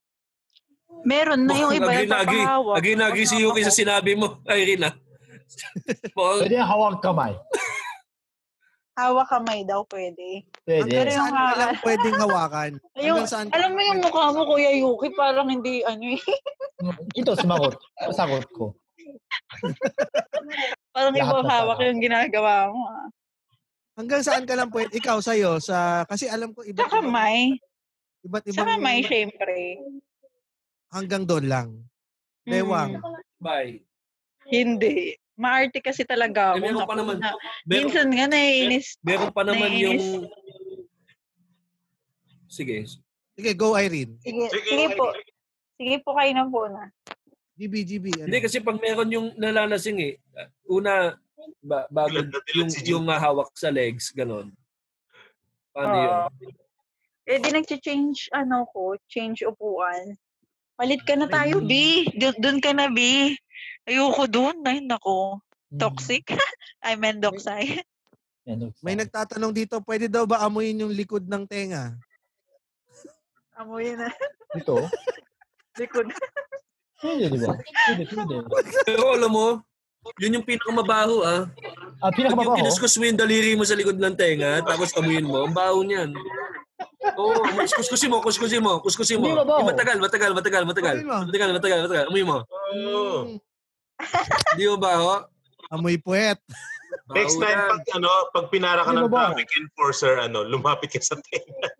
Speaker 10: Meron na yung iba
Speaker 8: Agree na agree.
Speaker 10: nagpapahawak.
Speaker 8: Agree na agree si Yuki sa sinabi mo, Irene. ah. Paul,
Speaker 4: Pwede hawak kamay.
Speaker 10: Hawak kamay daw pwede.
Speaker 1: Hanggang
Speaker 4: Pwede.
Speaker 10: Pero-
Speaker 1: saan
Speaker 10: yung,
Speaker 1: ka
Speaker 10: ah,
Speaker 1: lang pwedeng hawakan?
Speaker 10: Ayun,
Speaker 1: Hanggang saan ka
Speaker 10: alam mo yung mukha mo, Kuya Yuki, parang hindi, ano eh,
Speaker 4: Ito, sumagot. Sagot ko.
Speaker 10: parang
Speaker 4: Lahat
Speaker 10: ibang
Speaker 4: na
Speaker 10: hawak
Speaker 4: sana.
Speaker 10: yung ginagawa mo. ah.
Speaker 1: Hanggang saan ka lang pwede? Ikaw, sa'yo, sa, kasi alam ko
Speaker 10: Sa
Speaker 1: iba't ibang,
Speaker 10: kamay.
Speaker 1: iba't
Speaker 10: Sa
Speaker 1: ibang,
Speaker 10: kamay, syempre.
Speaker 1: hanggang doon lang. Bewang.
Speaker 10: Mm,
Speaker 8: bye.
Speaker 10: hindi. Maarte kasi talaga
Speaker 8: Eh,
Speaker 10: ako.
Speaker 8: meron pa
Speaker 10: Naku,
Speaker 8: naman.
Speaker 10: na-
Speaker 8: Meron,
Speaker 10: minsan nga naiinis.
Speaker 8: meron pa naman yung...
Speaker 10: naiinis.
Speaker 8: Sige.
Speaker 1: Sige, go Irene.
Speaker 10: Sige,
Speaker 2: Sige,
Speaker 10: sige po. Sige po kayo na po na.
Speaker 1: GB, GB. Ano?
Speaker 8: Hindi kasi pag meron yung nalalasing eh, una ba, bago
Speaker 2: Dilag na dilag
Speaker 8: yung
Speaker 2: si Jun.
Speaker 8: yung ah, hawak sa legs ganon. Paano
Speaker 10: Oo.
Speaker 8: yun?
Speaker 10: Eh, di nag-change, ano ko, change upuan. Palit ka na tayo, B. Dun, dun ka na, B. Ayoko dun. Ay, nako.
Speaker 4: Hmm.
Speaker 10: Toxic. I mean, doxay.
Speaker 1: May nagtatanong dito, pwede daw ba amuyin yung likod ng tenga?
Speaker 10: Amoy na.
Speaker 4: Ito?
Speaker 10: Likod.
Speaker 4: Pwede, di ba? Pwede, pwede.
Speaker 8: Pero alam mo, yun yung pinakamabaho ah.
Speaker 4: Ah,
Speaker 8: Pag yung
Speaker 4: pinakamabaho?
Speaker 8: kinuskus mo yung daliri mo sa likod ng tenga, tapos amuyin mo, ang baho niyan. Oo, oh, kuskusin mo, kuskusin mo, kuskusin mo.
Speaker 4: Hindi mabaho.
Speaker 8: Yung matagal, matagal, matagal, matagal.
Speaker 1: Amuyin mo.
Speaker 8: Matagal, matagal, matagal. Amuyin mo.
Speaker 2: Oo.
Speaker 1: Mm,
Speaker 8: Hindi mo baho?
Speaker 1: amoy puwet.
Speaker 8: Baho
Speaker 2: Next time,
Speaker 8: yan.
Speaker 2: pag, ano, pag pinara ka
Speaker 4: Hindi
Speaker 2: ng
Speaker 4: ba ba?
Speaker 2: traffic enforcer, ano, lumapit ka sa tenga.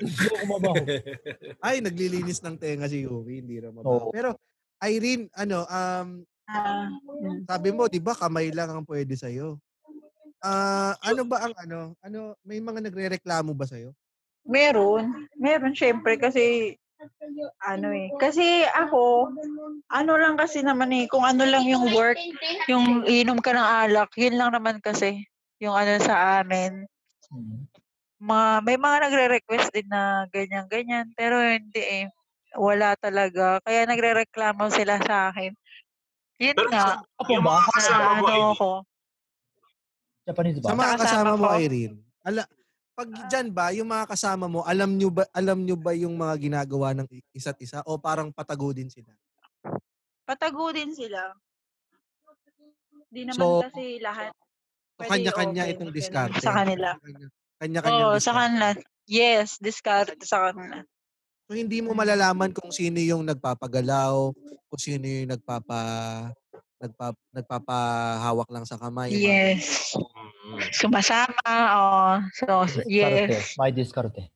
Speaker 4: Hindi ako mabaho.
Speaker 1: Ay, naglilinis ng tenga si Yuki. Hindi raw mabaho.
Speaker 4: Oo.
Speaker 5: Ah,
Speaker 1: Pero, Irene, ano, um, Sabi mo, 'di ba, kamay lang ang pwede sa iyo. Ah, ano ba ang ano? Ano may mga nagrereklamo ba sa iyo?
Speaker 5: Meron. Meron, syempre, kasi ano eh. Kasi ako, ano lang kasi naman eh, kung ano lang yung work,
Speaker 7: Yung inom ka ng alak, yun lang naman kasi. Yung ano sa amin.
Speaker 4: Hmm.
Speaker 7: Mga, may mga nagre-request din na ganyan-ganyan. Pero hindi eh. Wala talaga. Kaya nagre-reklamo sila sa akin. Yun
Speaker 2: Pero
Speaker 7: nga.
Speaker 4: Apo
Speaker 2: Yung
Speaker 4: ba?
Speaker 2: mga kasama
Speaker 7: Na,
Speaker 2: mo,
Speaker 7: ano
Speaker 2: Aileen,
Speaker 7: ako.
Speaker 4: Japanese ba?
Speaker 1: Sa mga
Speaker 7: Sa
Speaker 1: kasama
Speaker 7: kasama
Speaker 1: mo,
Speaker 7: ko?
Speaker 1: Irene. Ala, pag dyan ba, yung mga kasama mo, alam nyo ba, alam nyo ba yung mga ginagawa ng i- isa't isa o parang patago din sila?
Speaker 5: patago din sila. Di naman
Speaker 1: So-
Speaker 5: kasi lahat.
Speaker 1: So,
Speaker 5: pwede
Speaker 1: kanya-kanya
Speaker 5: i-open,
Speaker 1: itong
Speaker 5: ganun,
Speaker 1: discard.
Speaker 5: Sa kanila.
Speaker 1: Kanya-kanya.
Speaker 5: Oo, sa kanila. Yes, discard sa kanila.
Speaker 1: So, hindi
Speaker 5: Mm.
Speaker 1: mo malalaman kung sino yung nagpapagalaw, kung sino yung nagpapa, nagpa, nagpapahawak lang sa kamay. yung mga-
Speaker 7: Yes.
Speaker 2: Mm-hmm.
Speaker 7: Sumasama. Oh. So,
Speaker 4: Diskarte.
Speaker 7: yes.
Speaker 4: May diskarte.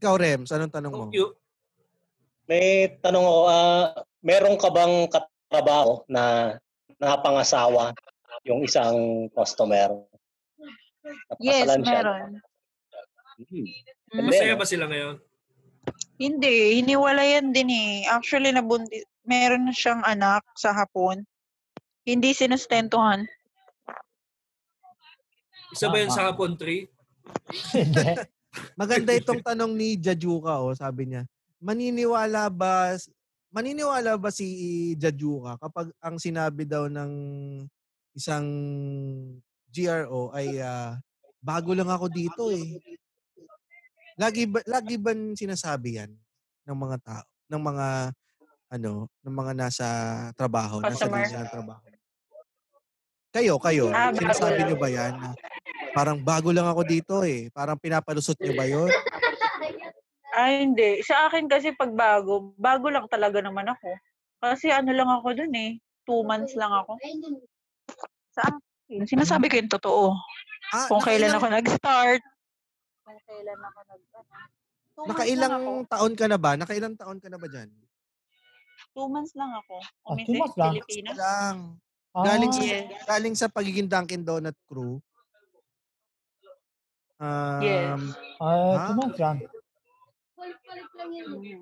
Speaker 1: Ikaw, Rems, anong tanong mo?
Speaker 8: Yung-
Speaker 11: May tanong ako, ah, meron ka bang katrabaho na napangasawa yung isang customer?
Speaker 5: Yes,
Speaker 11: Napakasalan siya.
Speaker 5: meron.
Speaker 11: Hmm.
Speaker 5: Hmm?
Speaker 8: Masaya ba sila ngayon?
Speaker 5: Hindi, hiniwalayan din eh. Actually, nabundi, meron siyang anak sa hapon. Hindi sinustentuhan.
Speaker 8: Isa ba yun sa hapon tree?
Speaker 4: Hindi.
Speaker 1: Maganda itong tanong ni Jajuka, oh, sabi niya. Maniniwala ba maniniwala ba si Jajuka kapag ang sinabi daw ng isang GRO ay ah, bago lang ako dito eh. Lagi ba lagi ba sinasabi yan ng mga tao, ng mga ano, ng mga nasa trabaho, nasa
Speaker 5: Customer.
Speaker 1: linya ng trabaho? Kayo, kayo,
Speaker 5: Ah, bago
Speaker 1: sinasabi
Speaker 5: lang.
Speaker 1: niyo ba yan? na Parang bago lang ako dito eh. Parang pinapalusot niyo ba 'yon?
Speaker 5: Ay, Ah, hindi. Sa akin kasi pag bago, bago lang talaga naman ako. Kasi ano lang ako dun eh. Two months lang ako. Sa akin,
Speaker 7: Sinasabi ko yung totoo.
Speaker 1: Ah,
Speaker 7: Kung
Speaker 1: nakailang-
Speaker 7: kailan ako nag-start.
Speaker 5: kung kailan ako nag...
Speaker 1: Nakailang
Speaker 5: ano, Two months lang ako.
Speaker 1: taon ka na ba? Nakailang taon ka na ba dyan?
Speaker 5: Two months lang ako.
Speaker 4: Ah, two
Speaker 5: Umisi,
Speaker 4: months lang?
Speaker 5: Pilipinas.
Speaker 1: Lang.
Speaker 4: Ah,
Speaker 1: Galing sa
Speaker 5: Yes.
Speaker 1: galing sa pagiging Dunkin Donut crew.
Speaker 5: Yes.
Speaker 1: Um,
Speaker 4: ah,
Speaker 1: Ah.
Speaker 4: two months lang.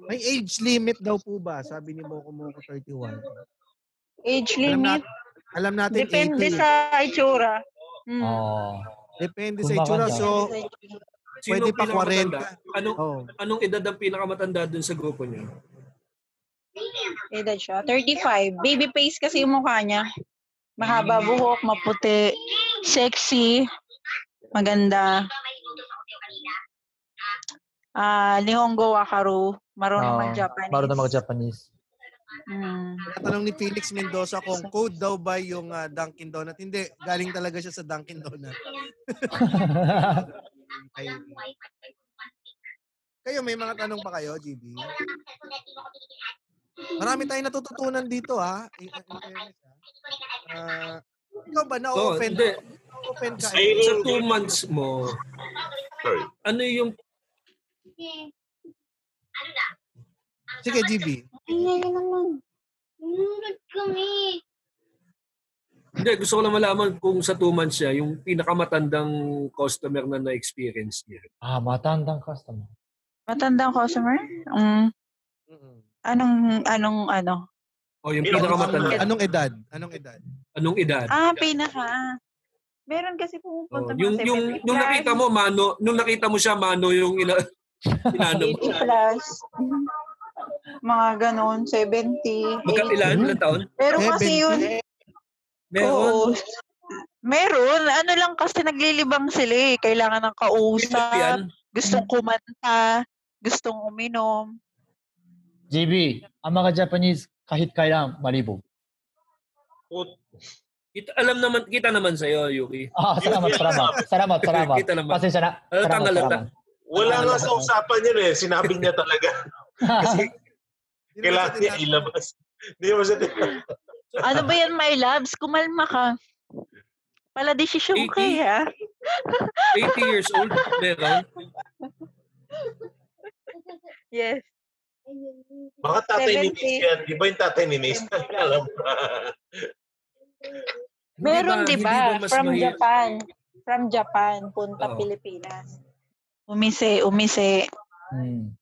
Speaker 1: may age limit daw po ba? Sabi ni Moko Moko 31.
Speaker 5: Age
Speaker 1: Alam
Speaker 5: limit.
Speaker 1: natin, alam natin
Speaker 5: Depende
Speaker 1: 18.
Speaker 5: sa itsura. Mm.
Speaker 4: Oh.
Speaker 1: Depende
Speaker 4: Kung
Speaker 1: sa itsura.
Speaker 4: maganda.
Speaker 1: So,
Speaker 5: Depende sa itsura.
Speaker 8: Sino
Speaker 1: Pwede pa
Speaker 8: pinakamatanda?
Speaker 1: 40.
Speaker 8: Anong,
Speaker 1: oh,
Speaker 8: anong edad ang pinakamatanda dun sa grupo niyo?
Speaker 5: Edad siya. 35. Baby face kasi yung mukha niya. Mahaba buhok, maputi, sexy, maganda. Ah, Nihongo Wakaru. Marunong
Speaker 4: Ah,
Speaker 5: mag-Japanese.
Speaker 4: marunong mag-Japanese.
Speaker 5: Mm.
Speaker 1: natanong ni Felix Mendoza kung code daw ba yung ah, Dunkin Donut. Hindi, galing talaga siya sa Dunkin Donut. Kayo, kayo may mga tanong pa kayo, GB? Marami tayong natututunan dito ha. In, in fairness, ha? Ah, ikaw ba
Speaker 8: Oh,
Speaker 1: na-offend?
Speaker 8: hindi.
Speaker 1: Na-offend ka?
Speaker 2: Ay,
Speaker 1: eh?
Speaker 8: Sa two months mo,
Speaker 2: Sorry.
Speaker 8: ano yung
Speaker 1: Sige, GB.
Speaker 8: Hindi, gusto ko lang malaman kung sa two months siya, yung pinakamatandang customer na na-experience niya.
Speaker 4: ah, matandang customer.
Speaker 7: Matandang customer? Mm.
Speaker 1: Mm-mm.
Speaker 7: Anong, anong, ano?
Speaker 8: O yung
Speaker 2: Pinakamatanda.
Speaker 8: pinakamatanda,
Speaker 1: Anong edad? Anong edad?
Speaker 8: anong edad?
Speaker 7: Ah, pinaka.
Speaker 5: Meron kasi
Speaker 8: O,
Speaker 5: pumupunta mga
Speaker 8: Oh, yung,
Speaker 5: 70
Speaker 8: yung, nung
Speaker 5: plus,
Speaker 8: nakita mo, mano, nung nakita mo siya, mano yung ila, inano mo.
Speaker 5: 80 plus. Mm. Mga ganon, 70,
Speaker 8: Magka,
Speaker 5: 80.
Speaker 8: ilan, ilang taon?
Speaker 5: Pero kasi
Speaker 1: 70?
Speaker 5: yun,
Speaker 8: Meron.
Speaker 5: oo.
Speaker 8: ano
Speaker 5: Meron. Ano lang kasi naglilibang sila eh. Kailangan ng
Speaker 8: Ilan
Speaker 5: kausap.
Speaker 8: yan?
Speaker 5: Gustong kumanta. Gustong uminom.
Speaker 4: JB, ang mga Japanese kahit kailan malibog.
Speaker 8: Kita, alam naman, kita naman sa'yo, Yuki.
Speaker 4: Ah, salamat, salamat. Salamat, salamat.
Speaker 8: kita naman.
Speaker 4: Pasensya na.
Speaker 8: Ano
Speaker 4: Salamat,
Speaker 8: tangalata?
Speaker 4: salamat.
Speaker 2: Wala nga sa usapan yun eh. Sinabi niya talaga. Kasi
Speaker 1: Hindi naman siya
Speaker 2: kailangan niya
Speaker 1: tinatanong.
Speaker 2: ilabas. Hindi mo siya tinanong.
Speaker 5: Ano ba yan, my loves? Kumalma ka. Pala desisyon ko eh,
Speaker 8: 80?
Speaker 5: ha?
Speaker 8: 80 years old? Meron?
Speaker 5: Yes.
Speaker 2: Baka tatay ni Mace
Speaker 5: Seventy.
Speaker 2: yan. Di ba yung tatay ni Mace? Alam mo.
Speaker 7: Meron,
Speaker 8: ba-
Speaker 7: di
Speaker 8: hindi
Speaker 7: ba?
Speaker 8: ba mas
Speaker 7: From
Speaker 8: mahirap-
Speaker 7: Japan. From Japan, punta
Speaker 8: Oo.
Speaker 7: Pilipinas. Umise, umise.
Speaker 4: Mm.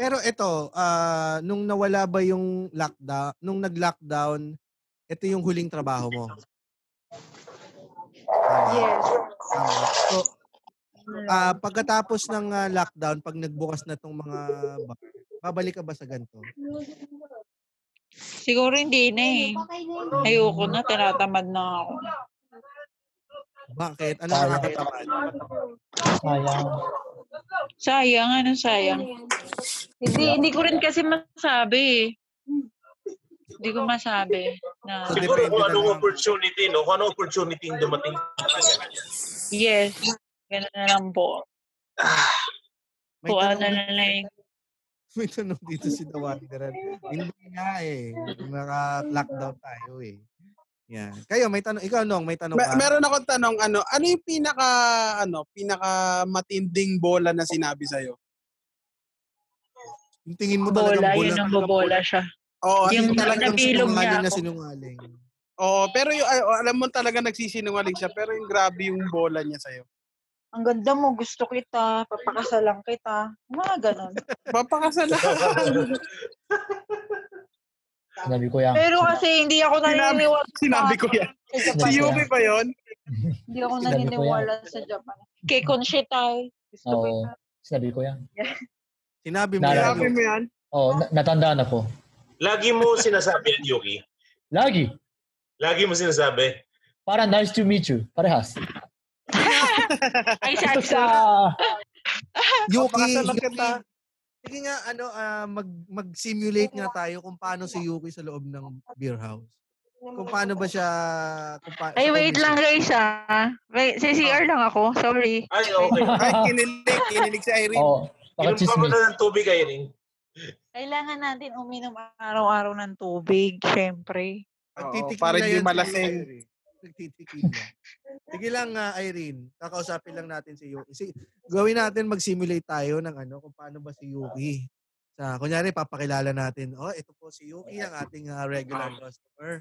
Speaker 1: Pero ito, ah, nung nawala ba yung lockdown, nung nag-lockdown, ito yung huling trabaho mo. Tama.
Speaker 7: Yes.
Speaker 1: Tama. So,
Speaker 3: Hmm.
Speaker 1: ah, pagkatapos ng ah, lockdown, pag nagbukas na tong mga bar, babalik ka ba sa ganito?
Speaker 7: Siguro hindi na eh. Ayoko na, tinatamad na ako.
Speaker 1: Bakit? Ano
Speaker 4: Kaya.
Speaker 1: nakakatamad?
Speaker 4: Sayang.
Speaker 7: Sayang, ano sayang? Hindi, hindi ko rin kasi masabi eh. Hindi ko masabi na
Speaker 1: So,
Speaker 2: Siguro
Speaker 1: depende
Speaker 2: kung
Speaker 1: na
Speaker 2: anong
Speaker 1: lang.
Speaker 2: opportunity, no? Kung anong opportunity yung dumating.
Speaker 7: yes, ganun na lang po.
Speaker 1: May
Speaker 7: Kung ano
Speaker 1: tanong,
Speaker 7: na lang yung
Speaker 1: may tanong dito si The Wanderer. Hindi nga eh. Naka-lockdown tayo eh. Yan. Kayo, may tanong. Ikaw, Nong, may tanong
Speaker 3: Me-
Speaker 1: ka?
Speaker 3: meron akong tanong, ano, ano yung pinaka, ano, pinaka matinding bola na sinabi sa'yo?
Speaker 1: Yung tingin mo talagang
Speaker 7: bola,
Speaker 1: bola.
Speaker 7: yun ang bobola siya.
Speaker 3: Oo, as in
Speaker 1: Yung
Speaker 7: Yung
Speaker 1: talagang
Speaker 7: napilog niya
Speaker 1: sinungaling na
Speaker 7: ako.
Speaker 1: sinungaling.
Speaker 3: Oo, pero yung, ay, alam mo talaga nagsisinungaling siya, pero yung grabe yung bola niya sa'yo.
Speaker 7: Ang ganda mo, gusto kita, papakasalang kita. Mga ganun.
Speaker 3: Papakasalan.
Speaker 4: Sinabi ko yan.
Speaker 7: Pero kasi hindi ako
Speaker 3: sinabi,
Speaker 7: naniniwala
Speaker 3: sinabi ko yan.
Speaker 7: sa
Speaker 3: Si
Speaker 7: Japan.
Speaker 4: Sinabi ko
Speaker 3: Yuki
Speaker 4: yan.
Speaker 3: pa yun?
Speaker 7: Hindi
Speaker 4: Sinabi ko
Speaker 7: ako
Speaker 4: yan.
Speaker 7: naniniwala sa Japan. Kay Conchitay. Gusto ko
Speaker 4: Oo.
Speaker 7: ito.
Speaker 4: Sinabi ko yan.
Speaker 1: Sinabi mo
Speaker 4: Naalala
Speaker 1: yan.
Speaker 3: Sinabi mo yan?
Speaker 4: Oo, na- natandaan ako.
Speaker 2: Lagi mo sinasabi yan, Yuki.
Speaker 4: Lagi.
Speaker 2: Lagi mo sinasabi.
Speaker 4: Para nice to meet you. Parehas.
Speaker 7: Ay,
Speaker 4: Gusto
Speaker 7: Satsu.
Speaker 4: kita.
Speaker 1: Yuki,
Speaker 3: Papakasalan
Speaker 1: Yuki.
Speaker 3: kita.
Speaker 1: Sige nga, ano, ah, mag, mag-simulate nga tayo kung paano si Yuki sa loob ng beer house. Kung paano ba siya... Kung pa,
Speaker 5: Ay,
Speaker 1: siya
Speaker 5: wait
Speaker 1: umisip.
Speaker 5: lang guys ah. Wait, sa CR lang ako. Sorry.
Speaker 2: Ay, okay.
Speaker 3: Ay, kinilig, kinilig si Irene.
Speaker 4: Oo.
Speaker 2: Inom
Speaker 4: Baka
Speaker 2: ka
Speaker 4: chismis.
Speaker 2: muna ng tubig, eh. Irene.
Speaker 7: Kailangan natin uminom araw-araw ng tubig, syempre.
Speaker 1: Nagtitikila
Speaker 3: para hindi
Speaker 1: yan si
Speaker 3: malasing.
Speaker 1: Irene. Nagtitikila. Sige lang, ah, Irene. Kakausapin lang natin si Yuki. Si, gawin natin, mag-simulate tayo ng ano, kung paano ba si Yuki. Sa, kunyari, papakilala natin, oh, ito po si Yuki, ang ating ah, regular customer.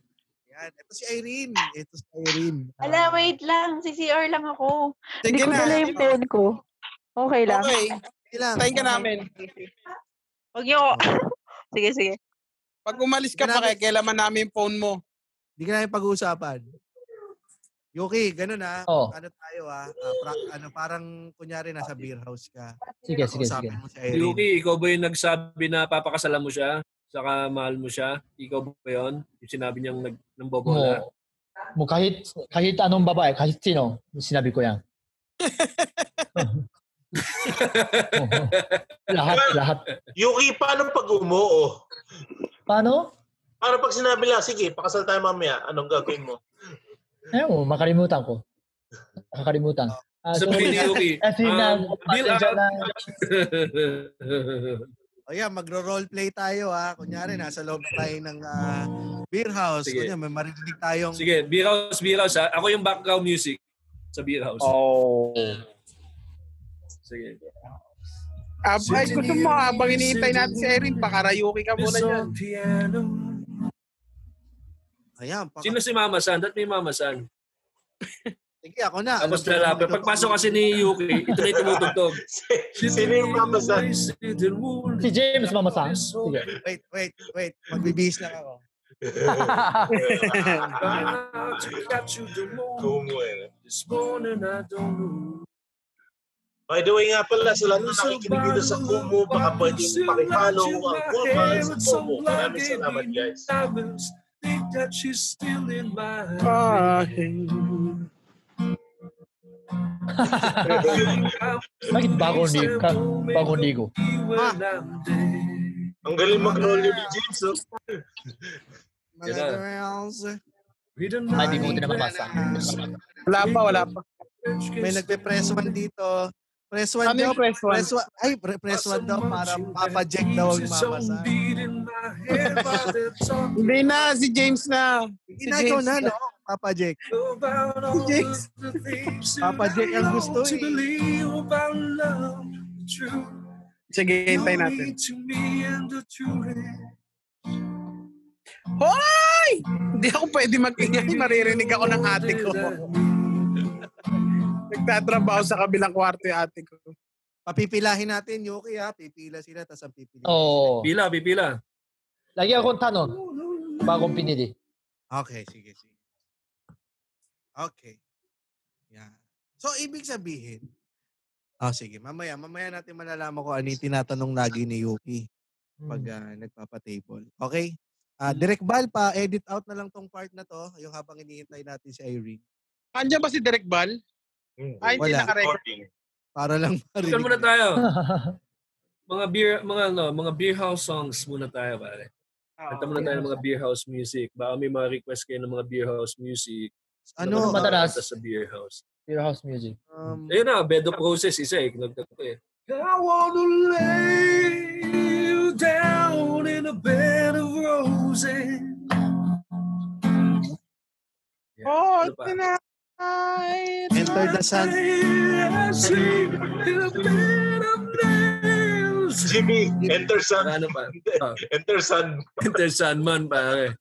Speaker 1: Yan. Ito si Irene. Ito si Irene. Ah,
Speaker 7: Ala, wait lang. CCR lang ako. Hindi
Speaker 3: Sige
Speaker 7: ko
Speaker 3: na.
Speaker 7: dala yung phone ko. Okay lang.
Speaker 3: Okay,
Speaker 1: sige lang.
Speaker 3: tayin ka namin.
Speaker 7: Huwag niyo. sige, sige.
Speaker 3: Pag umalis ka pa, kaya kailaman namin yung phone mo.
Speaker 1: Hindi ka namin pag-uusapan. Yuki, ganun ah.
Speaker 4: Oo.
Speaker 1: Ano tayo ah. ah, pra- ano, parang kunyari nasa beer house ka.
Speaker 4: Sige, sige, sige.
Speaker 1: Kakausapin mo si Irene.
Speaker 8: Yuki, ikaw ba yung nagsabi na papakasalan mo siya? Saka mahal mo siya? Ikaw ba yun? Yung sinabi niyang nag, nang bobola?
Speaker 4: Mo, mo kahit, kahit anong babae, kahit sino, sinabi ko yan. Oo. lahat, lahat.
Speaker 2: Yuki, paano pag umuo?
Speaker 4: Paano?
Speaker 2: Para pag sinabi lang, sige, pakasal tayo mamaya. Anong gagawin mo?
Speaker 4: Ayun mo, makalimutan ko. Makakalimutan. Ah,
Speaker 8: Sabihin ni Yuki,
Speaker 4: as in,
Speaker 8: um,
Speaker 4: um,
Speaker 8: deal
Speaker 4: pasensya
Speaker 8: out.
Speaker 4: na.
Speaker 1: O yan, magro-roleplay tayo ah. Kunyari, nasa loob na tayo ng ah, beer house.
Speaker 8: Sige.
Speaker 1: Kunyari, may marinig tayong...
Speaker 8: Sige, beer house, beer house. Ha? Ako yung background music sa beer house.
Speaker 11: Oh.
Speaker 8: Sige.
Speaker 3: Ab- ay,
Speaker 8: Sitting
Speaker 3: gusto
Speaker 8: here,
Speaker 3: mo habang iniintay natin si Irene,
Speaker 8: sitting
Speaker 3: pakarayuki ka muna
Speaker 8: This
Speaker 3: dyan.
Speaker 8: old piano.
Speaker 1: Ayan, paka-
Speaker 8: Sino si Mama San? Dapat may Mama San.
Speaker 2: Ano
Speaker 1: Sige, ako na. Ano
Speaker 8: Tapos
Speaker 1: ko na
Speaker 8: lalapit. Pagpasok kasi ni Yuki, ito na yung tumutugtog.
Speaker 2: Sino yung mamasan?
Speaker 4: Si James, mamasan. Sige.
Speaker 1: Wait, wait, wait. Magbibihis lang ako.
Speaker 2: Ah. Kumuha.
Speaker 8: This morning I don't know.
Speaker 2: By the way nga pala, sa lahat na nakikinig dito sa Kumu, baka pwede pakipollow ang Cool Pals sa Kumu. Maraming salamat guys.
Speaker 8: Think that she's still in my
Speaker 1: Ah.
Speaker 4: Bakit bagong ligo ka? Bagong ligo.
Speaker 1: Ah.
Speaker 2: Ang galing mag-roll ni James, oh.
Speaker 1: Mga
Speaker 8: Yan na.
Speaker 1: girls.
Speaker 4: Ay, di buti naman
Speaker 1: Wala
Speaker 4: basa.
Speaker 1: na.
Speaker 3: Wala pa, wala pa.
Speaker 1: May nagpe-press one dito. Press one
Speaker 3: Ano
Speaker 1: daw.
Speaker 3: yung press one?
Speaker 1: Press one. Ay, pre- press one daw para Papa Jack daw ang mamasan.
Speaker 3: Hindi na, si James na. Si
Speaker 1: Ginagaw
Speaker 3: James
Speaker 1: na, no? Papa Jack. Papa Jack ang gusto eh.
Speaker 3: Sige, hintay natin. Hoy! Hindi ako pwede mag-ingay. Maririnig ako ng ate ko. Nagtatrabaho sa kabilang kwarto yung ate ko.
Speaker 1: Papipilahin natin, Yuki ha. Pipila sila, tapos ang pipili.
Speaker 3: Oh.
Speaker 4: Oo.
Speaker 8: Pila, pipila.
Speaker 4: Lagyan akong tanong. Bagong pinili.
Speaker 1: Okay, sige, sige. Okay. Yeah. So, ibig sabihin, oh, sige, mamaya, mamaya natin malalaman ko ano yung tinatanong lagi ni Yuki pag
Speaker 3: Hmm.
Speaker 1: ah, nagpapatable. Okay? Ah, Direct Bal pa, edit out na lang tong part na to, yung habang hinihintay natin si Irene.
Speaker 3: Andiyan ba si Direk Bal?
Speaker 2: Hmm.
Speaker 3: Ay, hindi
Speaker 1: Wala.
Speaker 3: nakarecord.
Speaker 1: Para lang
Speaker 8: Saan
Speaker 1: marinig.
Speaker 8: muna tayo? Mga beer, mga ano, mga beer house songs muna tayo, pare. Kanta muna tayo ng mga beer house music. Baka may mga request kayo ng mga beer house music.
Speaker 1: Ano?
Speaker 4: Ano ba madalas?
Speaker 8: Kanta sa beer house.
Speaker 4: Your house music.
Speaker 1: Um,
Speaker 8: Ayun na, Bed of Roses, isa eh. Kinagdag ko eh. I wanna lay you down in a bed of roses. Yeah.
Speaker 3: Oh,
Speaker 8: Ano pa?
Speaker 3: tonight.
Speaker 1: enter the sun.
Speaker 8: I sleep in a bed of nails.
Speaker 2: Jimmy, enter
Speaker 8: Saka
Speaker 2: Sun.
Speaker 8: ano pa? Ah,
Speaker 2: Enter Sun.
Speaker 8: Enter Sandman, pare.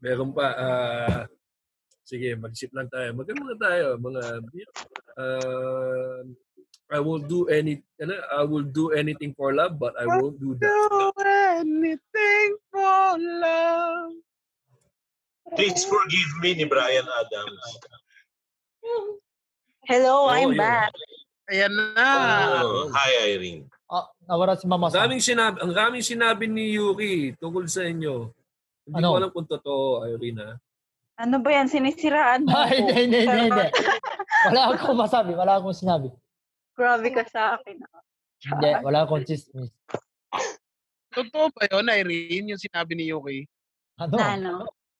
Speaker 8: Meron pa, ah, sige, mag-ship lang tayo. Mag muna tayo, mga, ah, I will do any, ano, I will do anything for love, but I won't do that.
Speaker 3: Do anything for love.
Speaker 2: Please forgive me ni Brian Adams.
Speaker 5: Hello,
Speaker 8: Oo,
Speaker 5: I'm
Speaker 8: yun.
Speaker 5: back.
Speaker 3: Ayan na.
Speaker 2: Oh, hi, Irene.
Speaker 4: Ah, nawala si Mama
Speaker 8: Ang
Speaker 4: Sam.
Speaker 8: daming sinabi, ang daming sinabi ni Yuki tungkol sa inyo. Hindi
Speaker 4: Ano?
Speaker 8: ko alam kung totoo, Irene. ah.
Speaker 5: Ano ba yan? Sinisiraan mo
Speaker 4: Ay,
Speaker 5: ako.
Speaker 4: hindi, hindi, hindi,
Speaker 5: Pero-
Speaker 4: hindi. Wala akong masabi. Wala akong sinabi.
Speaker 5: Grabe ka sa akin. ah.
Speaker 4: Hindi, wala akong chismis.
Speaker 3: Totoo ba yun, Irene, yung sinabi ni Yuki?
Speaker 4: Ano?
Speaker 5: Na ano?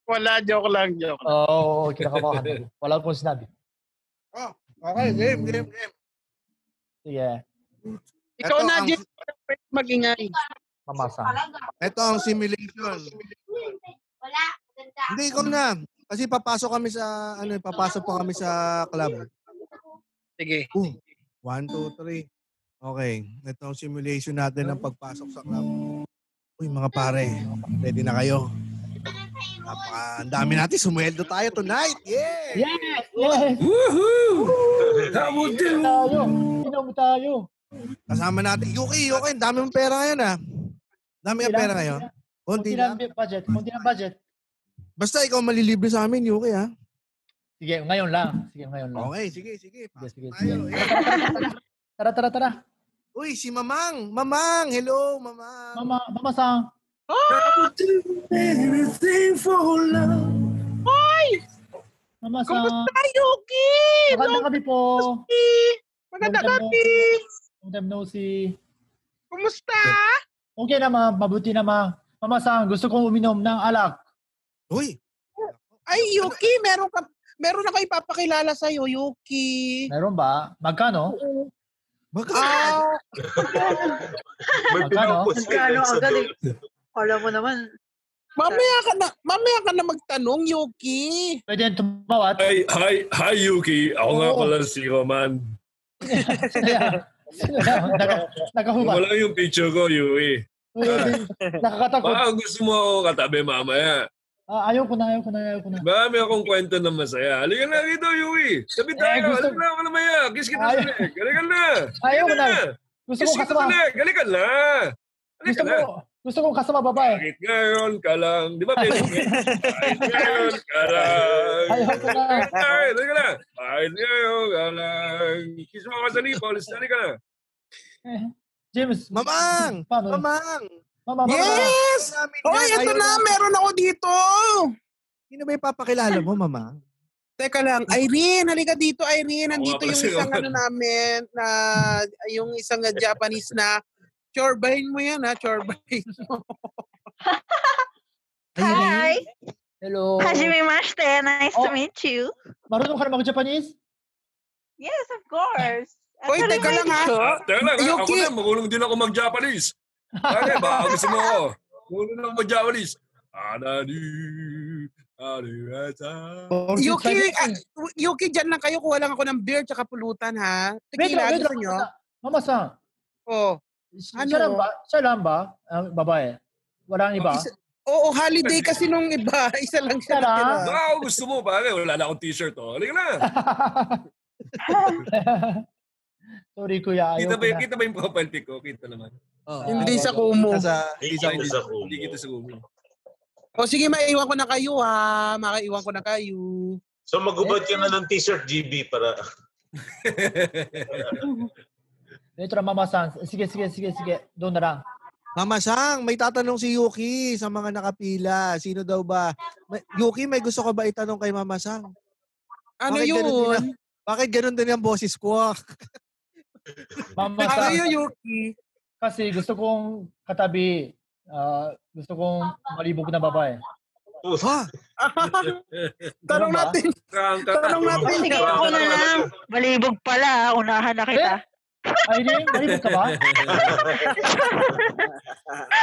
Speaker 3: Wala, joke lang, joke lang.
Speaker 4: Oo, oh, kinakabahan ako. Wala akong sinabi.
Speaker 1: Oh, okay, game, game, game.
Speaker 4: Sige,
Speaker 3: Ikaw
Speaker 1: Eto
Speaker 3: na,
Speaker 1: ang-
Speaker 3: Jim, pwede mag-ingay.
Speaker 4: Mama Sam.
Speaker 1: Ito ang simulation. Hindi, ikaw na. Kasi papasok kami sa, ano, papasok pa kami sa club.
Speaker 3: Sige.
Speaker 1: Uh, one, two, three. Okay. Ito ang simulation natin ng pagpasok sa club. Uy, mga pare. Ready na kayo? Napaka, ang dami natin. Sumweldo tayo tonight. Yeah!
Speaker 4: Yes! Yes!
Speaker 8: Woohoo! I will do
Speaker 4: Tayo! Inom tayo!
Speaker 1: Kasama natin. Yuki, Yuki. Ang dami mong pera ngayon, ah. Dami ang
Speaker 4: Konti lang,
Speaker 1: pera ngayon.
Speaker 4: Kunti
Speaker 1: Konti
Speaker 4: lang
Speaker 1: lang.
Speaker 4: budget. Kunti lang budget.
Speaker 1: Basta ikaw malilibre sa amin, Yuki, ha?
Speaker 4: Sige, ngayon lang. Sige, ngayon lang.
Speaker 1: Okay, sige, sige.
Speaker 4: Sige, sige,
Speaker 1: Pasok tayo.
Speaker 4: sige.
Speaker 1: eh.
Speaker 4: Tara, tara, tara.
Speaker 1: Uy, si Mamang! Mamang! Hello, Mamang!
Speaker 4: Mama, Mama Sam.
Speaker 8: anything for love.
Speaker 4: Mama Sam.
Speaker 3: Kumusta, Yuki?
Speaker 4: Maganda kami po.
Speaker 3: Maganda
Speaker 4: Long time no-
Speaker 3: gabi.
Speaker 4: Long time no see.
Speaker 3: Kumusta?
Speaker 4: Okay na ma, mabuti na ma. Mama Sam, gusto kong uminom ng alak.
Speaker 1: Uy!
Speaker 3: Ay, Yuki, meron ka meron ako ipapakilala sa iyo, Yuki.
Speaker 4: Meron ba? Magkano?
Speaker 1: Baka!
Speaker 3: Ah,
Speaker 2: May
Speaker 4: Magkano?
Speaker 2: pinupos ka
Speaker 5: Magkano
Speaker 2: lang sa
Speaker 5: agad eh.
Speaker 2: dulo.
Speaker 5: Kala mo naman.
Speaker 3: mamaya ka na mamaya ka na magtanong, Yuki.
Speaker 4: Pwede yung tumawat.
Speaker 8: Hi, hi, hi, Yuki. Ako nga
Speaker 4: Oo.
Speaker 8: pala si Roman.
Speaker 4: Sino yan? Sino yan? Naka,
Speaker 8: Wala
Speaker 4: nakahubad.
Speaker 8: yung picture ko, Yui.
Speaker 4: Nakakatakot.
Speaker 8: Baka gusto mo ako katabi mamaya.
Speaker 4: Ah, ayaw ko na, ayaw ko na, ayaw ko na.
Speaker 8: Baka may akong kwento na masaya. Halika na rito, Yui. Sabi
Speaker 4: Eh,
Speaker 8: tayo.
Speaker 4: gusto-
Speaker 8: Halika na ako na maya. Kiss kita
Speaker 4: Ay-
Speaker 8: sa leg. Halika na.
Speaker 4: Ayaw ko na.
Speaker 8: Halika na.
Speaker 4: Gusto
Speaker 8: Kiss
Speaker 4: kong
Speaker 8: kita sa
Speaker 4: kasama.
Speaker 8: leg. Halika na.
Speaker 4: Gusto
Speaker 8: Halika
Speaker 4: ko,
Speaker 8: na.
Speaker 4: gusto kong kasama babae.
Speaker 8: Bakit ngayon ka lang? Di ba, Beso? Bakit ngayon ka lang?
Speaker 4: Ayaw ko na.
Speaker 8: Bakit tayo? Halika na. Bakit ngayon ka lang? Kiss mo ako sa nipples. Halika na.
Speaker 4: James.
Speaker 1: Mamang!
Speaker 4: Paano? Mama,
Speaker 1: Mamang!
Speaker 4: mama, mama.
Speaker 3: Yes!
Speaker 1: Namin
Speaker 3: Hoy,
Speaker 1: yan,
Speaker 3: ito na,
Speaker 1: ayaw namin.
Speaker 3: meron ako dito.
Speaker 1: oh. Sino ba yung papakilala mo, Mamang?
Speaker 3: Teka lang, Irene, halika dito, Irene. Nandito
Speaker 8: pala
Speaker 3: yung
Speaker 8: si
Speaker 3: isang
Speaker 8: Roman.
Speaker 3: ano namin, na yung isang Japanese na chorbahin mo yan ha, chorbahin mo.
Speaker 1: Ayun na
Speaker 5: Hi!
Speaker 1: yun.
Speaker 4: Hello.
Speaker 5: Hajime Mashite. Nice
Speaker 4: Oh.
Speaker 5: to meet you.
Speaker 4: Marunong ka na mag-Japanese?
Speaker 5: Yes, of course.
Speaker 3: Hoy,
Speaker 5: Actually,
Speaker 3: teka lang,
Speaker 5: may-
Speaker 3: ah.
Speaker 8: Ah, teka lang, ha? ako
Speaker 4: eh.
Speaker 3: Yuki!
Speaker 8: na, marunong din ako mag-Japanese. Bakit ba? Gusto mo ako? Marunong din ako mag-Japanese. Anani, ariwata.
Speaker 4: Or
Speaker 3: Yuki,
Speaker 4: Chinese?
Speaker 3: ah, Yuki, dyan lang kayo. Kuha lang ako ng beer tsaka pulutan, ha?
Speaker 4: Wait lang,
Speaker 3: Tequila,
Speaker 4: wait
Speaker 3: gusto
Speaker 4: lang.
Speaker 3: nyo?
Speaker 4: Mama, Mama Sam.
Speaker 12: Oh.
Speaker 4: Ano? Siya lang ba? Siya lang ba? Ang babae. Walang iba?
Speaker 12: Isa- Oo, holiday kasi nung iba. Isa lang siya
Speaker 4: Tara.
Speaker 12: natira.
Speaker 8: Wow, gusto mo pare. Wala na akong t-shirt oh. Halika na.
Speaker 4: Sorry kuya. Ayaw
Speaker 8: Kita ba,
Speaker 4: ko na.
Speaker 8: kita ba yung profile pic ko? Kita naman.
Speaker 12: Hindi sa kumo.
Speaker 1: Nasa,
Speaker 2: Hindi
Speaker 8: sa-
Speaker 2: kita sa kumo.
Speaker 8: Hindi kita sa Google.
Speaker 12: O sige, maiwan ko na kayo ha. Makaiwan ko na kayo.
Speaker 2: So magubad ka na ng t-shirt GB para
Speaker 4: Ito na Mama Sans. Sige, sige, sige, sige. Doon na lang.
Speaker 1: Mama Sang, may tatanong si Yuki sa mga nakapila. Sino daw ba? May- Yuki, may gusto ka ba itanong kay Mama Sang?
Speaker 12: Ano
Speaker 1: Bakit ganun din
Speaker 12: yun?
Speaker 1: ang- bakit ganun din ang boses ko?
Speaker 4: Mama
Speaker 12: Ano yun,
Speaker 4: Sans.
Speaker 12: Yuki?
Speaker 4: Kasi gusto kong katabi. ah, gusto kong malibog na babae.
Speaker 1: Ha?
Speaker 12: Tanong
Speaker 4: ba?
Speaker 12: natin.
Speaker 8: Ang
Speaker 12: Tanong natin.
Speaker 5: Diba? Sige, ako na lang. Balibog pala. ah. Unahan na kita.
Speaker 4: Aileen, malibog ka ba?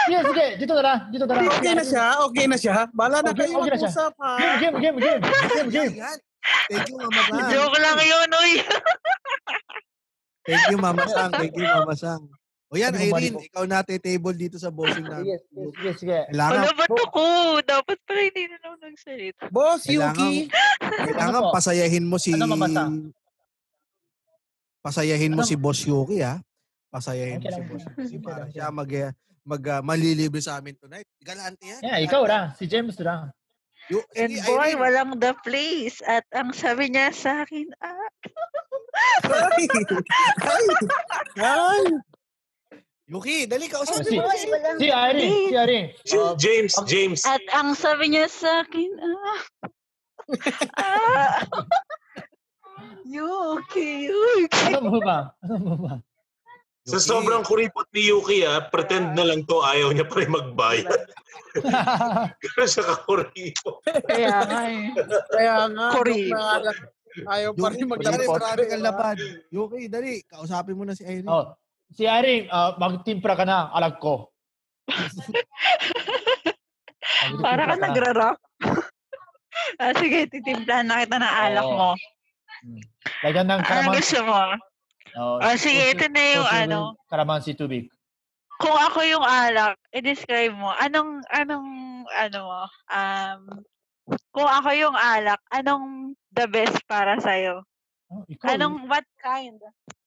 Speaker 4: Sige, sige. Dito na lang. Dito na lang.
Speaker 12: Okay na siya? Okay na siya? Bala na
Speaker 4: Okay,
Speaker 12: kayo
Speaker 4: okay na siya.
Speaker 12: mag-usap ha.
Speaker 4: Game, game, game, game. Game, game.
Speaker 1: Yan. Thank you, Mama Sang.
Speaker 5: Joke lang yun, uy.
Speaker 1: Thank you, Mama Sang. Thank you, Mama Sang. O yan,
Speaker 4: Sabi mo, Ano
Speaker 1: Irene,
Speaker 4: Mariko.
Speaker 1: ikaw na table dito sa bossing namin.
Speaker 4: Sige, sige, sige, sige.
Speaker 1: Kailangan,
Speaker 5: Wala ba to ko? Dapat pala hindi na ako nagsalita.
Speaker 12: Boss,
Speaker 1: Kailangan-
Speaker 12: Yuki.
Speaker 1: kailangan
Speaker 4: Ano po?
Speaker 1: pasayahin mo si...
Speaker 4: Ano, Mama Sang?
Speaker 1: Pasayahin mo
Speaker 4: Ano?
Speaker 1: si Boss Yuki, ha? Pasayahin mo
Speaker 4: Okay
Speaker 1: si
Speaker 4: lang.
Speaker 1: Boss Yuki
Speaker 4: Okay
Speaker 1: para
Speaker 4: lang,
Speaker 1: siya
Speaker 4: okay.
Speaker 1: mag, eh, mag ah, malilibre sa amin tonight. Galante yan.
Speaker 4: Yeah, ikaw lang. Si James lang.
Speaker 1: Yu-
Speaker 5: And
Speaker 1: Sige,
Speaker 5: boy,
Speaker 1: Irene.
Speaker 5: walang the place. At ang sabi niya sa akin, ah,
Speaker 12: Ay. Ay. Ay.
Speaker 1: Yuki, dali ka
Speaker 4: Oh, Si,
Speaker 1: usapin
Speaker 4: si,
Speaker 1: mo.
Speaker 4: si Irene. Si Irene.
Speaker 2: J- James, James.
Speaker 5: at ang sabi niya sa akin, ah, ah, Yuki, Yuki.
Speaker 4: Ano mo ba? Ano mo ba?
Speaker 2: Sa sobrang kuripot ni Yuki ah, pretend na lang to ayaw niya pa rin magbayad. Pero siya kakuripot.
Speaker 5: Kaya nga eh.
Speaker 12: Kaya nga.
Speaker 5: Correct.
Speaker 12: nung naalala ko, Ayaw pa
Speaker 1: Yuki,
Speaker 12: rin
Speaker 1: kunyari,
Speaker 12: maglabas.
Speaker 1: marami kang labad. Yuki, dali. Kausapin mo na si Irene.
Speaker 4: oh, si Irene, ah, magtimpra ka na, alag ko. Magtimpra
Speaker 5: Para ka
Speaker 4: na.
Speaker 5: nagra-rap. ah, sige, titimplahan na kita ng alak
Speaker 4: Oo.
Speaker 5: mo.
Speaker 4: Lagyan ng
Speaker 5: Ano
Speaker 4: karaman.
Speaker 5: gusto mo?
Speaker 4: Oh,
Speaker 5: Ah, sige, ito na yung ano.
Speaker 4: Karaman si tubig.
Speaker 5: Kung ako yung alak, i-describe mo. Anong, anong, ano mo? Um, kung ako yung alak, anong the best para sa'yo?
Speaker 4: Oh, ikaw,
Speaker 5: Anong, what kind?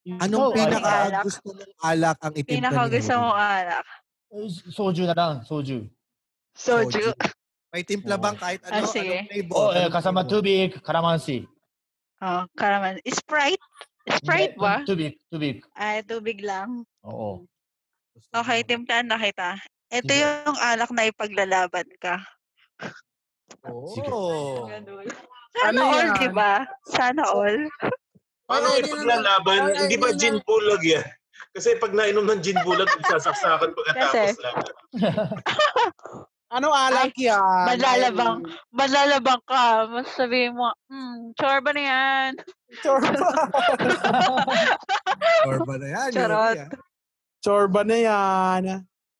Speaker 4: ikaw,
Speaker 1: Anong
Speaker 4: Irene.
Speaker 1: pinaka
Speaker 5: Oh, alak.
Speaker 1: gusto mong alak ang itim ka
Speaker 5: Pinaka
Speaker 1: ni
Speaker 5: gusto
Speaker 1: Irene?
Speaker 5: mong alak?
Speaker 4: Eh, Soju na lang, soju.
Speaker 5: Soju.
Speaker 1: May timpla bang kahit ano?
Speaker 5: Ah, sige.
Speaker 1: Anong flavor?
Speaker 4: Oh, eh,
Speaker 1: Anong
Speaker 4: kasama
Speaker 1: flavor?
Speaker 4: tubig, karamansi.
Speaker 5: Oh, karaman. Sprite? Sprite
Speaker 4: Hindi,
Speaker 5: ba?
Speaker 4: tu- Tubig, tubig.
Speaker 5: Ay, tubig lang.
Speaker 4: Oo.
Speaker 1: Gusto
Speaker 5: Okay,
Speaker 1: mo.
Speaker 5: timplahan na kita. Ito
Speaker 4: Sige.
Speaker 5: yung alak na ipaglalaban ka.
Speaker 4: Sige.
Speaker 1: Oh.
Speaker 5: Ganun.
Speaker 12: Ano
Speaker 5: Sana all,
Speaker 12: yan?
Speaker 5: di ba? Sana all.
Speaker 2: Paano
Speaker 12: Ay,
Speaker 2: ipaglalaban?
Speaker 12: Ay,
Speaker 2: Hindi ba
Speaker 12: Irene
Speaker 2: gin bulag yan? Kasi pag nainom ng gin bulag, sasaksakan pagkatapos lang.
Speaker 12: Ano alak yan?
Speaker 5: Maglalabang.
Speaker 12: Irene?
Speaker 5: Malalabang ka. Mas sabihin mo, hmm, chorba na yan.
Speaker 12: Chorba.
Speaker 1: Orba na yan,
Speaker 5: Charot.
Speaker 1: Yuki. ah.
Speaker 12: Chorba na yan.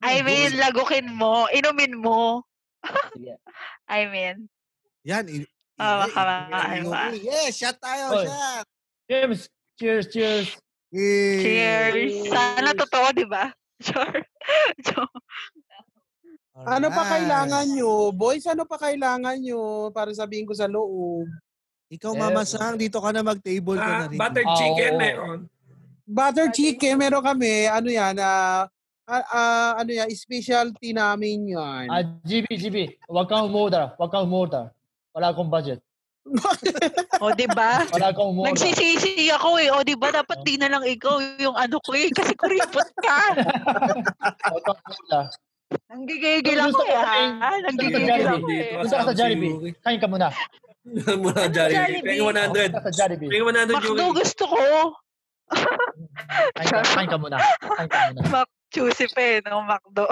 Speaker 5: I mean, lagukin mo. Inumin mo.
Speaker 4: Sige.
Speaker 5: I mean.
Speaker 1: Yan. i-
Speaker 5: Oh,
Speaker 1: ingay,
Speaker 5: baka
Speaker 1: ingay lang ni
Speaker 5: maano
Speaker 1: Yuki. Yes, shot tayo,
Speaker 4: Oy.
Speaker 1: shot.
Speaker 4: James, cheers, cheers.
Speaker 1: Yay.
Speaker 5: Cheers. Sana totoo, di ba? Sure. Joke.
Speaker 1: Alright.
Speaker 12: Ano pa kailangan nyo? Boys, ano pa kailangan nyo para sabihin ko sa loob?
Speaker 1: Ikaw, Mama
Speaker 4: Eh,
Speaker 1: Sang, dito ka na mag-table ka na
Speaker 8: Ah,
Speaker 1: rin.
Speaker 8: buttered
Speaker 4: Ah,
Speaker 8: chicken
Speaker 4: oo.
Speaker 8: meron.
Speaker 12: Butter chicken, meron kami. Ano yan? ah, ah, ah, ano yan? Specialty namin yan.
Speaker 4: Ah, GB, GB. Huwag kang umorder. Huwag kang umorder. Wala akong budget.
Speaker 5: O, Oh, di ba?
Speaker 4: Wala akong umorder.
Speaker 5: Nagsisisi ako eh. O, di ba? Dapat di na lang ikaw yung ano ko eh. Kasi kuripot ka.
Speaker 4: Huwag kang umorder.
Speaker 5: Nanggigigil ako
Speaker 4: Gusto ko
Speaker 5: eh, ha?
Speaker 4: kain- gusto ko
Speaker 5: Nanggigigil
Speaker 4: Jollibee.
Speaker 5: ako eh.
Speaker 4: Punta ka sa
Speaker 8: Kasama si Yuki.
Speaker 4: Jollibee. Kain ka muna.
Speaker 8: Mula
Speaker 5: Anong
Speaker 8: Jollibee.
Speaker 5: Jollibee?
Speaker 8: Pwede
Speaker 4: Oh, punta ka sa
Speaker 8: 100.
Speaker 4: Jollibee.
Speaker 8: Pwede 100
Speaker 5: McDo
Speaker 8: Yuki.
Speaker 5: gusto ko.
Speaker 4: Kain ka, kain ka muna. Kain ka muna.
Speaker 5: Mac Juicy pa eh, no? McDo.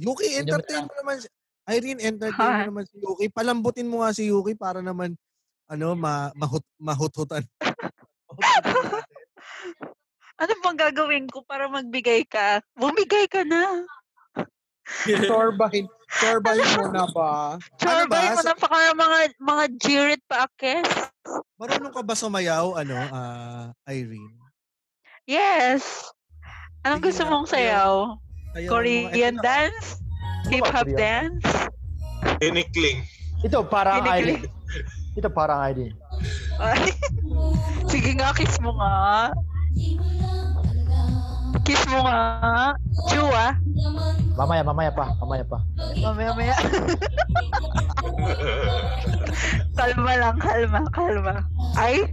Speaker 1: Yuki,
Speaker 4: Inumin na
Speaker 1: entertain
Speaker 4: lang.
Speaker 1: mo naman. si- Irene, entertain mo
Speaker 5: Ha?
Speaker 1: naman si Yuki. Palambutin mo nga si Yuki para naman ano, ma mahut mahuthutan. Mahuthutan natin.
Speaker 5: Ano bang gagawin ko para magbigay ka? Bumigay ka na.
Speaker 12: Chorbahin. Chorbahin mo na ba?
Speaker 1: Ano ba?
Speaker 5: Chorbay mo
Speaker 1: Sa-
Speaker 5: na pa kaya mga, mga jirit pa akes.
Speaker 1: Marunong ka ba sumayaw, ano, ah, Irene?
Speaker 5: Yes! Anong gusto mong sayaw?
Speaker 1: Sayaw
Speaker 5: Korean
Speaker 1: Ano
Speaker 5: dance? Hip-hop
Speaker 4: Korean
Speaker 5: dance?
Speaker 2: Tinikling.
Speaker 4: Ito parang
Speaker 5: Tinikling.
Speaker 4: Irene. Ito parang Irene.
Speaker 5: Ay. Sige nga, kiss mo nga. Kiss mo nga. Chew ah.
Speaker 4: Mamaya, mamaya pa, mamaya pa.
Speaker 5: Mamaya, maya. kalma lang, kalma, kalma. Ay,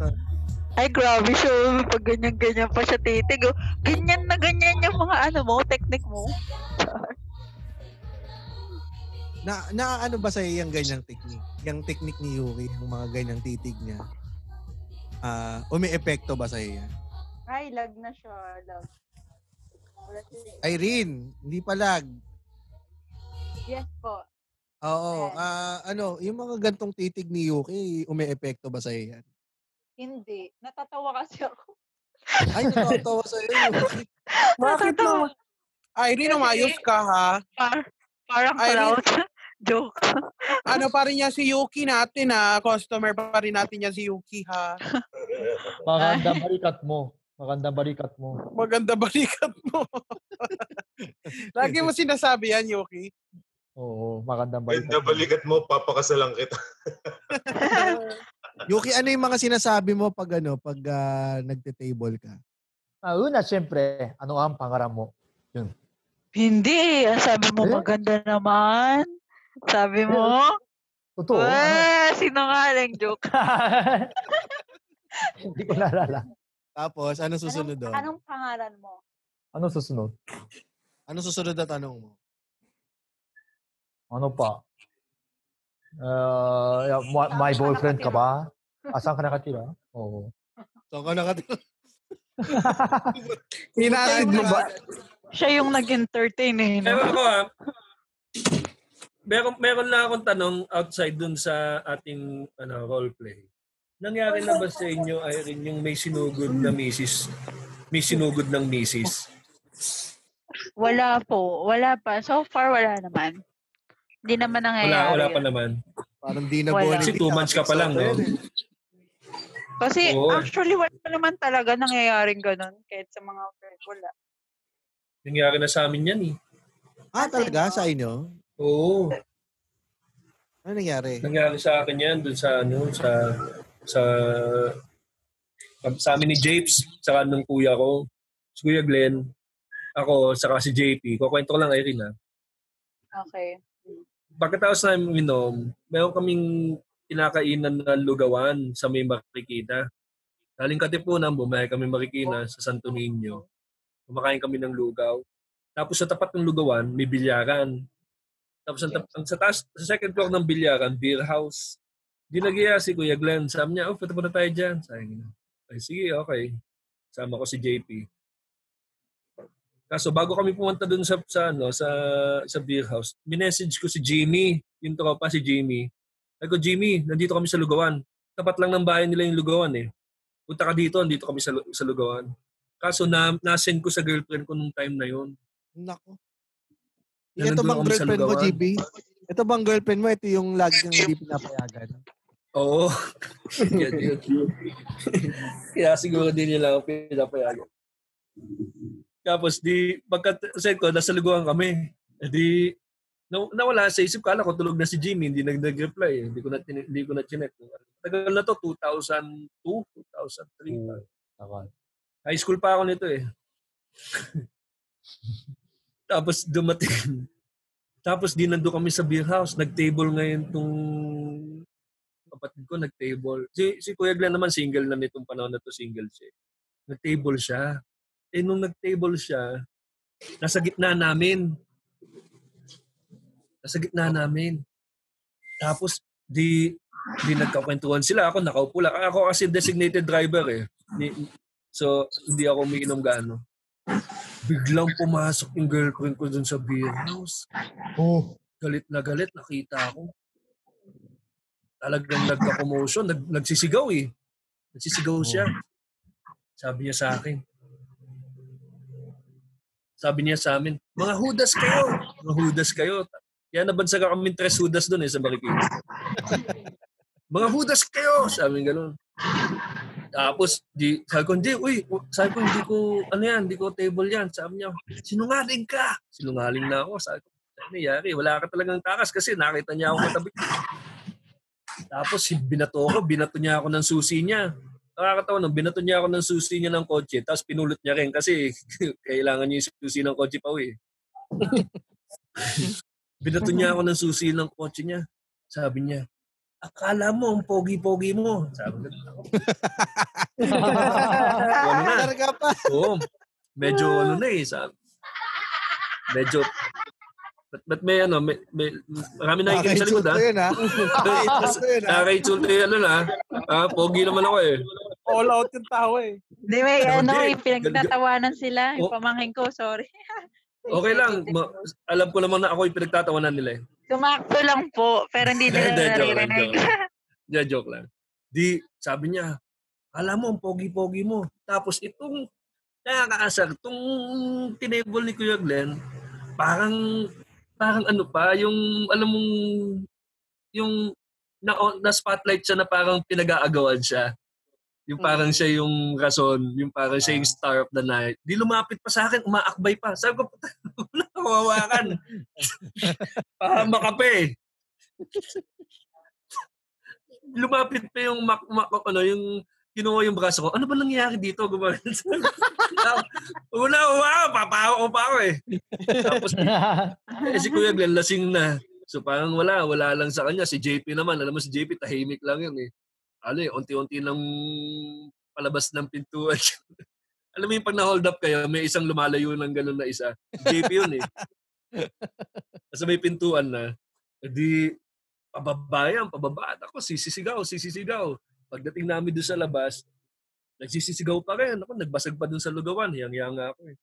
Speaker 5: ay grabe siya. Pag ganyan-ganyan pa siya titig. oh. Ganyan na ganyan yung mga ano mo, technique mo.
Speaker 1: Na, na ano ba sa'yo yung ganyang technique? Yung technique ni Yuri, yung mga ganyang titig niya. Ah, umi-epekto ba sa'yo yan?
Speaker 7: Ay, lag na siya. Lag. Wala siya.
Speaker 1: Irene, hindi palag.
Speaker 7: Yes po.
Speaker 1: Oo. ah, ano, yung mga gantong titig ni Yuki, umi-epekto ba sa'yo yan?
Speaker 7: Hindi. Natatawa kasi ako.
Speaker 1: Ay, natatawa sa'yo, Yuki.
Speaker 12: Bakit naman? Irene, umayos ka ha.
Speaker 5: Par- parang
Speaker 12: Irene.
Speaker 5: clown. Joke.
Speaker 12: Ano pa rin niya si Yuki natin ha. Customer pa rin natin niya si Yuki ha.
Speaker 4: Magandang balikat mo. Magandang balikat mo.
Speaker 12: Maganda balikat mo. Lagi mo sinasabi yan, Yuki.
Speaker 4: Oo, magandang balikat.
Speaker 2: Ganda
Speaker 4: mo.
Speaker 2: balikat mo, papakasalan kita.
Speaker 1: Yuki, ano yung mga sinasabi mo pag ano, pag ah, nagte-table ka?
Speaker 4: Ah, una, siyempre, ano ang pangarap mo?
Speaker 5: Hindi. Ang sabi mo,
Speaker 4: Eh?
Speaker 5: maganda naman. Sabi mo,
Speaker 4: Totoo. ano?
Speaker 5: ah, sinungaling joke.
Speaker 4: Hindi ko naalala.
Speaker 1: Tapos, ano susunod
Speaker 7: Anong,
Speaker 1: doon? Anong,
Speaker 7: anong pangalan mo?
Speaker 4: Ano susunod?
Speaker 1: susunod na tanong mo?
Speaker 4: Ano pa? Ah, yeah, my, my boyfriend ka ba? Asan ka nakatira? Oo.
Speaker 1: So, ako nakatanong.
Speaker 12: Inaasid mo ba?
Speaker 10: Siya yung nag-entertain eh.
Speaker 8: Pero ako ah, meron, meron lang akong tanong outside dun sa ating ano, roleplay. Nangyari na ba sa inyo, Irene, yung may sinugod na misis? May sinugod ng misis?
Speaker 5: Wala po. Wala pa. So far, wala naman. Hindi naman nangyayari.
Speaker 8: Wala, wala pa
Speaker 5: yun.
Speaker 8: naman.
Speaker 1: Parang di na
Speaker 5: Wala.
Speaker 1: buwan
Speaker 8: Kasi
Speaker 1: ni-
Speaker 8: two months ka pa lang, no?
Speaker 5: Kasi
Speaker 8: Oo.
Speaker 5: actually, wala naman talaga nangyayaring ganun kahit sa mga friends. Wala.
Speaker 8: Nangyari na sa amin yan, eh.
Speaker 1: Ah, talaga? Sa inyo?
Speaker 8: Oo.
Speaker 1: Ano nangyari?
Speaker 8: Nangyari sa akin yan dun sa, ano, sa, sa, sa amin ni Japes, sa nung kuya ko, si Kuya Glenn, ako, saka si JP. Kukwento ko lang, Irene, ah.
Speaker 7: Okay.
Speaker 8: pagkatapos namin minom, meron kaming kinakainan na lugawan sa may Marikina. Galing Katipunan, bumahay kami Marikina sa Santo Niño. Kumakain kami ng lugaw. Tapos sa tapat ng lugawan, may bilyaran. Tapos ang, tap- ang sa, taas, sa second floor ng bilyaran, beer house. Ginagiya si Kuya Glenn. Sabi niya, oh, punta muna tayo dyan. Sabi niya, ay sige, okay. Sama ko si JP. Kaso bago kami pumunta dun sa sa ano sa sa beer house, minessage ko si Jimmy, yung tropa si Jimmy. Sabi ko, Jimmy, nandito kami sa Lugawan. Tapat lang ng bayan nila yung Lugawan eh. Punta ka dito, nandito kami sa, Lu- sa Lugawan. Kaso na, nasend ko sa girlfriend ko nung time na yun.
Speaker 1: Nako.
Speaker 8: Na
Speaker 1: Ito
Speaker 8: nandun
Speaker 1: bang
Speaker 8: kami sa
Speaker 1: girlfriend mo,
Speaker 8: lugawan.
Speaker 1: GB? Ito bang girlfriend mo? Ito yung lagi kang hindi pinapayagan.
Speaker 8: Oo. Yan yun. Kaya siguro din nila ako pinapayagan. Tapos di, pagka said ko, nasa luguan kami. Eh Di, na, nawala sa isip. Kala ko tulog na si Jimmy, hindi nag- nag-reply. eh. Hindi ko na, tin- hindi ko na chinek. Tagal na to, 2002, 2003.
Speaker 4: Tagal.
Speaker 8: High school pa ako nito eh. Tapos dumating. Tapos di nando kami sa beer house. Nag-table ngayon tong kapatid ko, nag-table. Si, si Kuya Glenn naman single na nitong panahon na to, single siya. eh. Nag-table siya. Eh nung nag-table siya, nasa gitna namin. Nasa gitna namin. Tapos di di nagkakwentuhan sila. Ako nakaupo lang. Ako kasi designated driver eh. Ni- So, hindi ako umiinom gaano. Biglang pumasok yung girlfriend ko dun sa beer house.
Speaker 4: Oh,
Speaker 8: Galit na galit, nakita ako. Talagang nagka-commotion. Nag, nagsisigaw eh. Nagsisigaw siya. Sabi niya sa akin. Sabi niya sa amin, mga hudas kayo. Mga hudas kayo. Kaya nabansaga kami tres hudas dun eh sa Marikina. mga hudas kayo! Sabi niya ganun. Tapos, di, sabi ko, hindi, uy, sabi ko, hindi ko, ano yan, hindi ko table yan. Sabi niya, sinungaling ka. Sinungaling na ako. Sabi ko, ano yari? Wala ka talagang takas kasi nakita niya ako katabi. ko." Tapos, binato ko, binato niya ako ng susi niya. Nakakatawa nung binato niya ako ng susi niya ng kotse, tapos pinulot niya rin kasi kailangan niya yung susi ng kotse pa uwi. binato niya ako ng susi ng kotse niya. Sabi niya, akala mo ang pogi-pogi mo. Sabi ko, ano na?
Speaker 1: pa.
Speaker 8: Oo. Medyo ano na eh. Sa, medyo... But, but may ano, may, may, marami na ikinig sa likod ah. ha.
Speaker 1: Nakakainsulto yun, ha? Nakakainsulto yun, ha?
Speaker 8: Nakakainsulto yun, ano na. Ah, pogi naman ako eh.
Speaker 12: All out yung tao eh.
Speaker 5: Hindi, may
Speaker 8: Hindi.
Speaker 5: ano, yung pinagtatawanan sila. Yung
Speaker 8: Oh.
Speaker 5: pamangkin ko, sorry.
Speaker 8: Okay lang. Ma- alam ko naman na ako yung pinagtatawanan nila eh.
Speaker 5: Sumakto lang po, pero hindi nila
Speaker 8: Hindi, joke lang,
Speaker 5: naririnig.
Speaker 8: joke lang. Hindi, joke lang. Di, sabi niya, alam mo, ang pogi-pogi mo. Tapos itong nakakaasar, itong tinable ni Kuya Glenn, parang, parang ano pa, yung, alam mong, yung, na, oh, na spotlight siya na parang pinag-aagawan siya. Yung parang siya yung rason, yung parang siya yung star of the night. Di lumapit pa sa akin, umaakbay pa. Sabi ko, puta, wala kawawakan. Pahama ka pa eh. lumapit pa yung mak, mak, ano, yung kinuha yung braso ko. Ano ba nangyayari dito? Gumawa. Una, wow, papawa ko pa ako eh. Tapos, eh, si Kuya Glenn lasing na. So parang wala, wala lang sa kanya. Si JP naman, alam mo si JP, tahimik lang yun eh. Ano eh, unti-unti lang palabas ng pintuan. alam mo yung pag na-hold up kayo, may isang lumalayo ng ganun na isa. JP yun eh. Kasi may pintuan na. Eh Di, pababa yan, pababa. At Ako, sisisigaw, sisisigaw. Pagdating namin doon sa labas, nagsisisigaw pa rin. Ako, nagbasag pa doon sa lugawan. Hiyang-hiyang ako eh.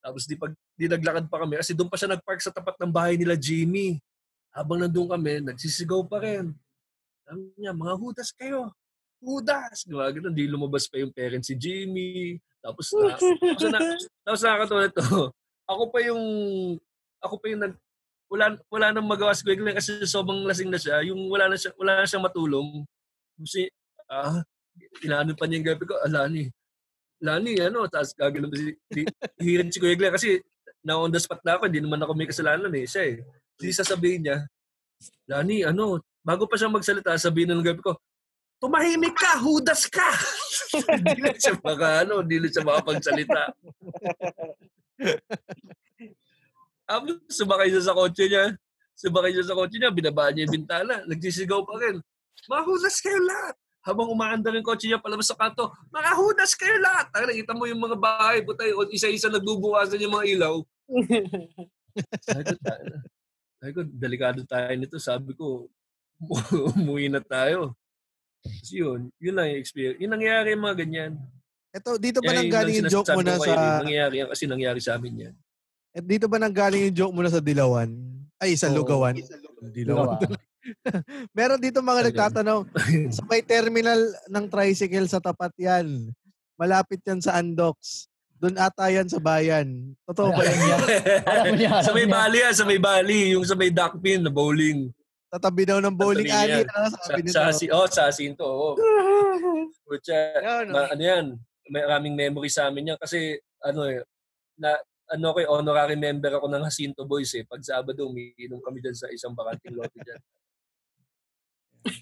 Speaker 8: Tapos di, pag, di naglakad pa kami. Kasi doon pa siya nagpark sa tapat ng bahay nila Jimmy. Habang nandun kami, nagsisigaw pa rin. Sabi niya, mga hudas kayo. Hudas! Diba? Ganun, di lumabas pa yung parents si Jimmy. Tapos, na, tapos, na, tapos nakakatawa na to. Ako pa yung, ako pa yung nag, wala, wala nang magawa si Kuya Glenn kasi sobrang lasing na siya. Yung wala na siya, wala na siyang matulong. Kasi, ah, inaano pa niya yung gabi ko, ah, Lani. Lani, ano, tapos gagawin pa si, di, hihirin si Kuya Glenn kasi na on the spot na ako, hindi naman ako may kasalanan eh, siya eh. Hindi sasabihin niya, Lani, ano, bago pa siya magsalita, sabihin na ng gabi ko, tumahimik ka, hudas ka! hindi na siya maka, ano, hindi na siya makapagsalita. Tapos sumakay siya sa kotse niya. Sumakay siya sa kotse niya, binabaan niya yung bintana. Nagsisigaw pa rin. Mahudas kayo lahat! Habang umaandar yung kotse niya palabas sa kanto, makahudas kayo lahat! Tara, nakita mo yung mga bahay, putay, o isa-isa nagbubukasan yung mga ilaw. Sabi ko, "Tayo na." sabi ko, delikado tayo nito. Sabi ko, umuwi na tayo. Kasi yun, yun lang yung experience. Yung nangyayari yung mga ganyan.
Speaker 1: Ito, dito Ano ba
Speaker 8: Kaya
Speaker 1: nang
Speaker 8: yun
Speaker 1: galing
Speaker 8: lang
Speaker 1: yung joke
Speaker 8: sinasabi
Speaker 1: mo na
Speaker 8: ko eh, kayo,
Speaker 1: sa...
Speaker 8: Nangyayari yan kasi nangyayari sa amin yan.
Speaker 1: At dito ba nang galing yung joke mo na sa Dilawan? Ay, sa
Speaker 8: Oo.
Speaker 1: Lugawan. Dilawan.
Speaker 4: Dilawan.
Speaker 1: Meron dito mga
Speaker 8: Talaga.
Speaker 1: nagtatanong, sa may terminal ng tricycle sa tapat yan. Malapit yan sa Andox. Doon ata yan sa bayan. Totoo ba yan?
Speaker 4: Alam niya, alam
Speaker 8: sa may
Speaker 4: niya.
Speaker 8: bali yan, sa may bali. Yung sa may duckpin na bowling.
Speaker 1: Tatabi daw ng bowling
Speaker 8: Tatabi
Speaker 1: alley.
Speaker 8: niya.
Speaker 1: Ano,
Speaker 8: Sa,
Speaker 1: sabi
Speaker 8: sa,
Speaker 1: nito.
Speaker 8: si, oh, sa Jacinto, oo. Kutya,
Speaker 1: Yun, oh.
Speaker 8: ma, ano yan, may maraming memory sa amin yan kasi ano eh, na, ano ko eh, honorary member ako ng Jacinto Boys eh. Pag Sabado, umiinom kami dyan sa isang bakanting lote dyan.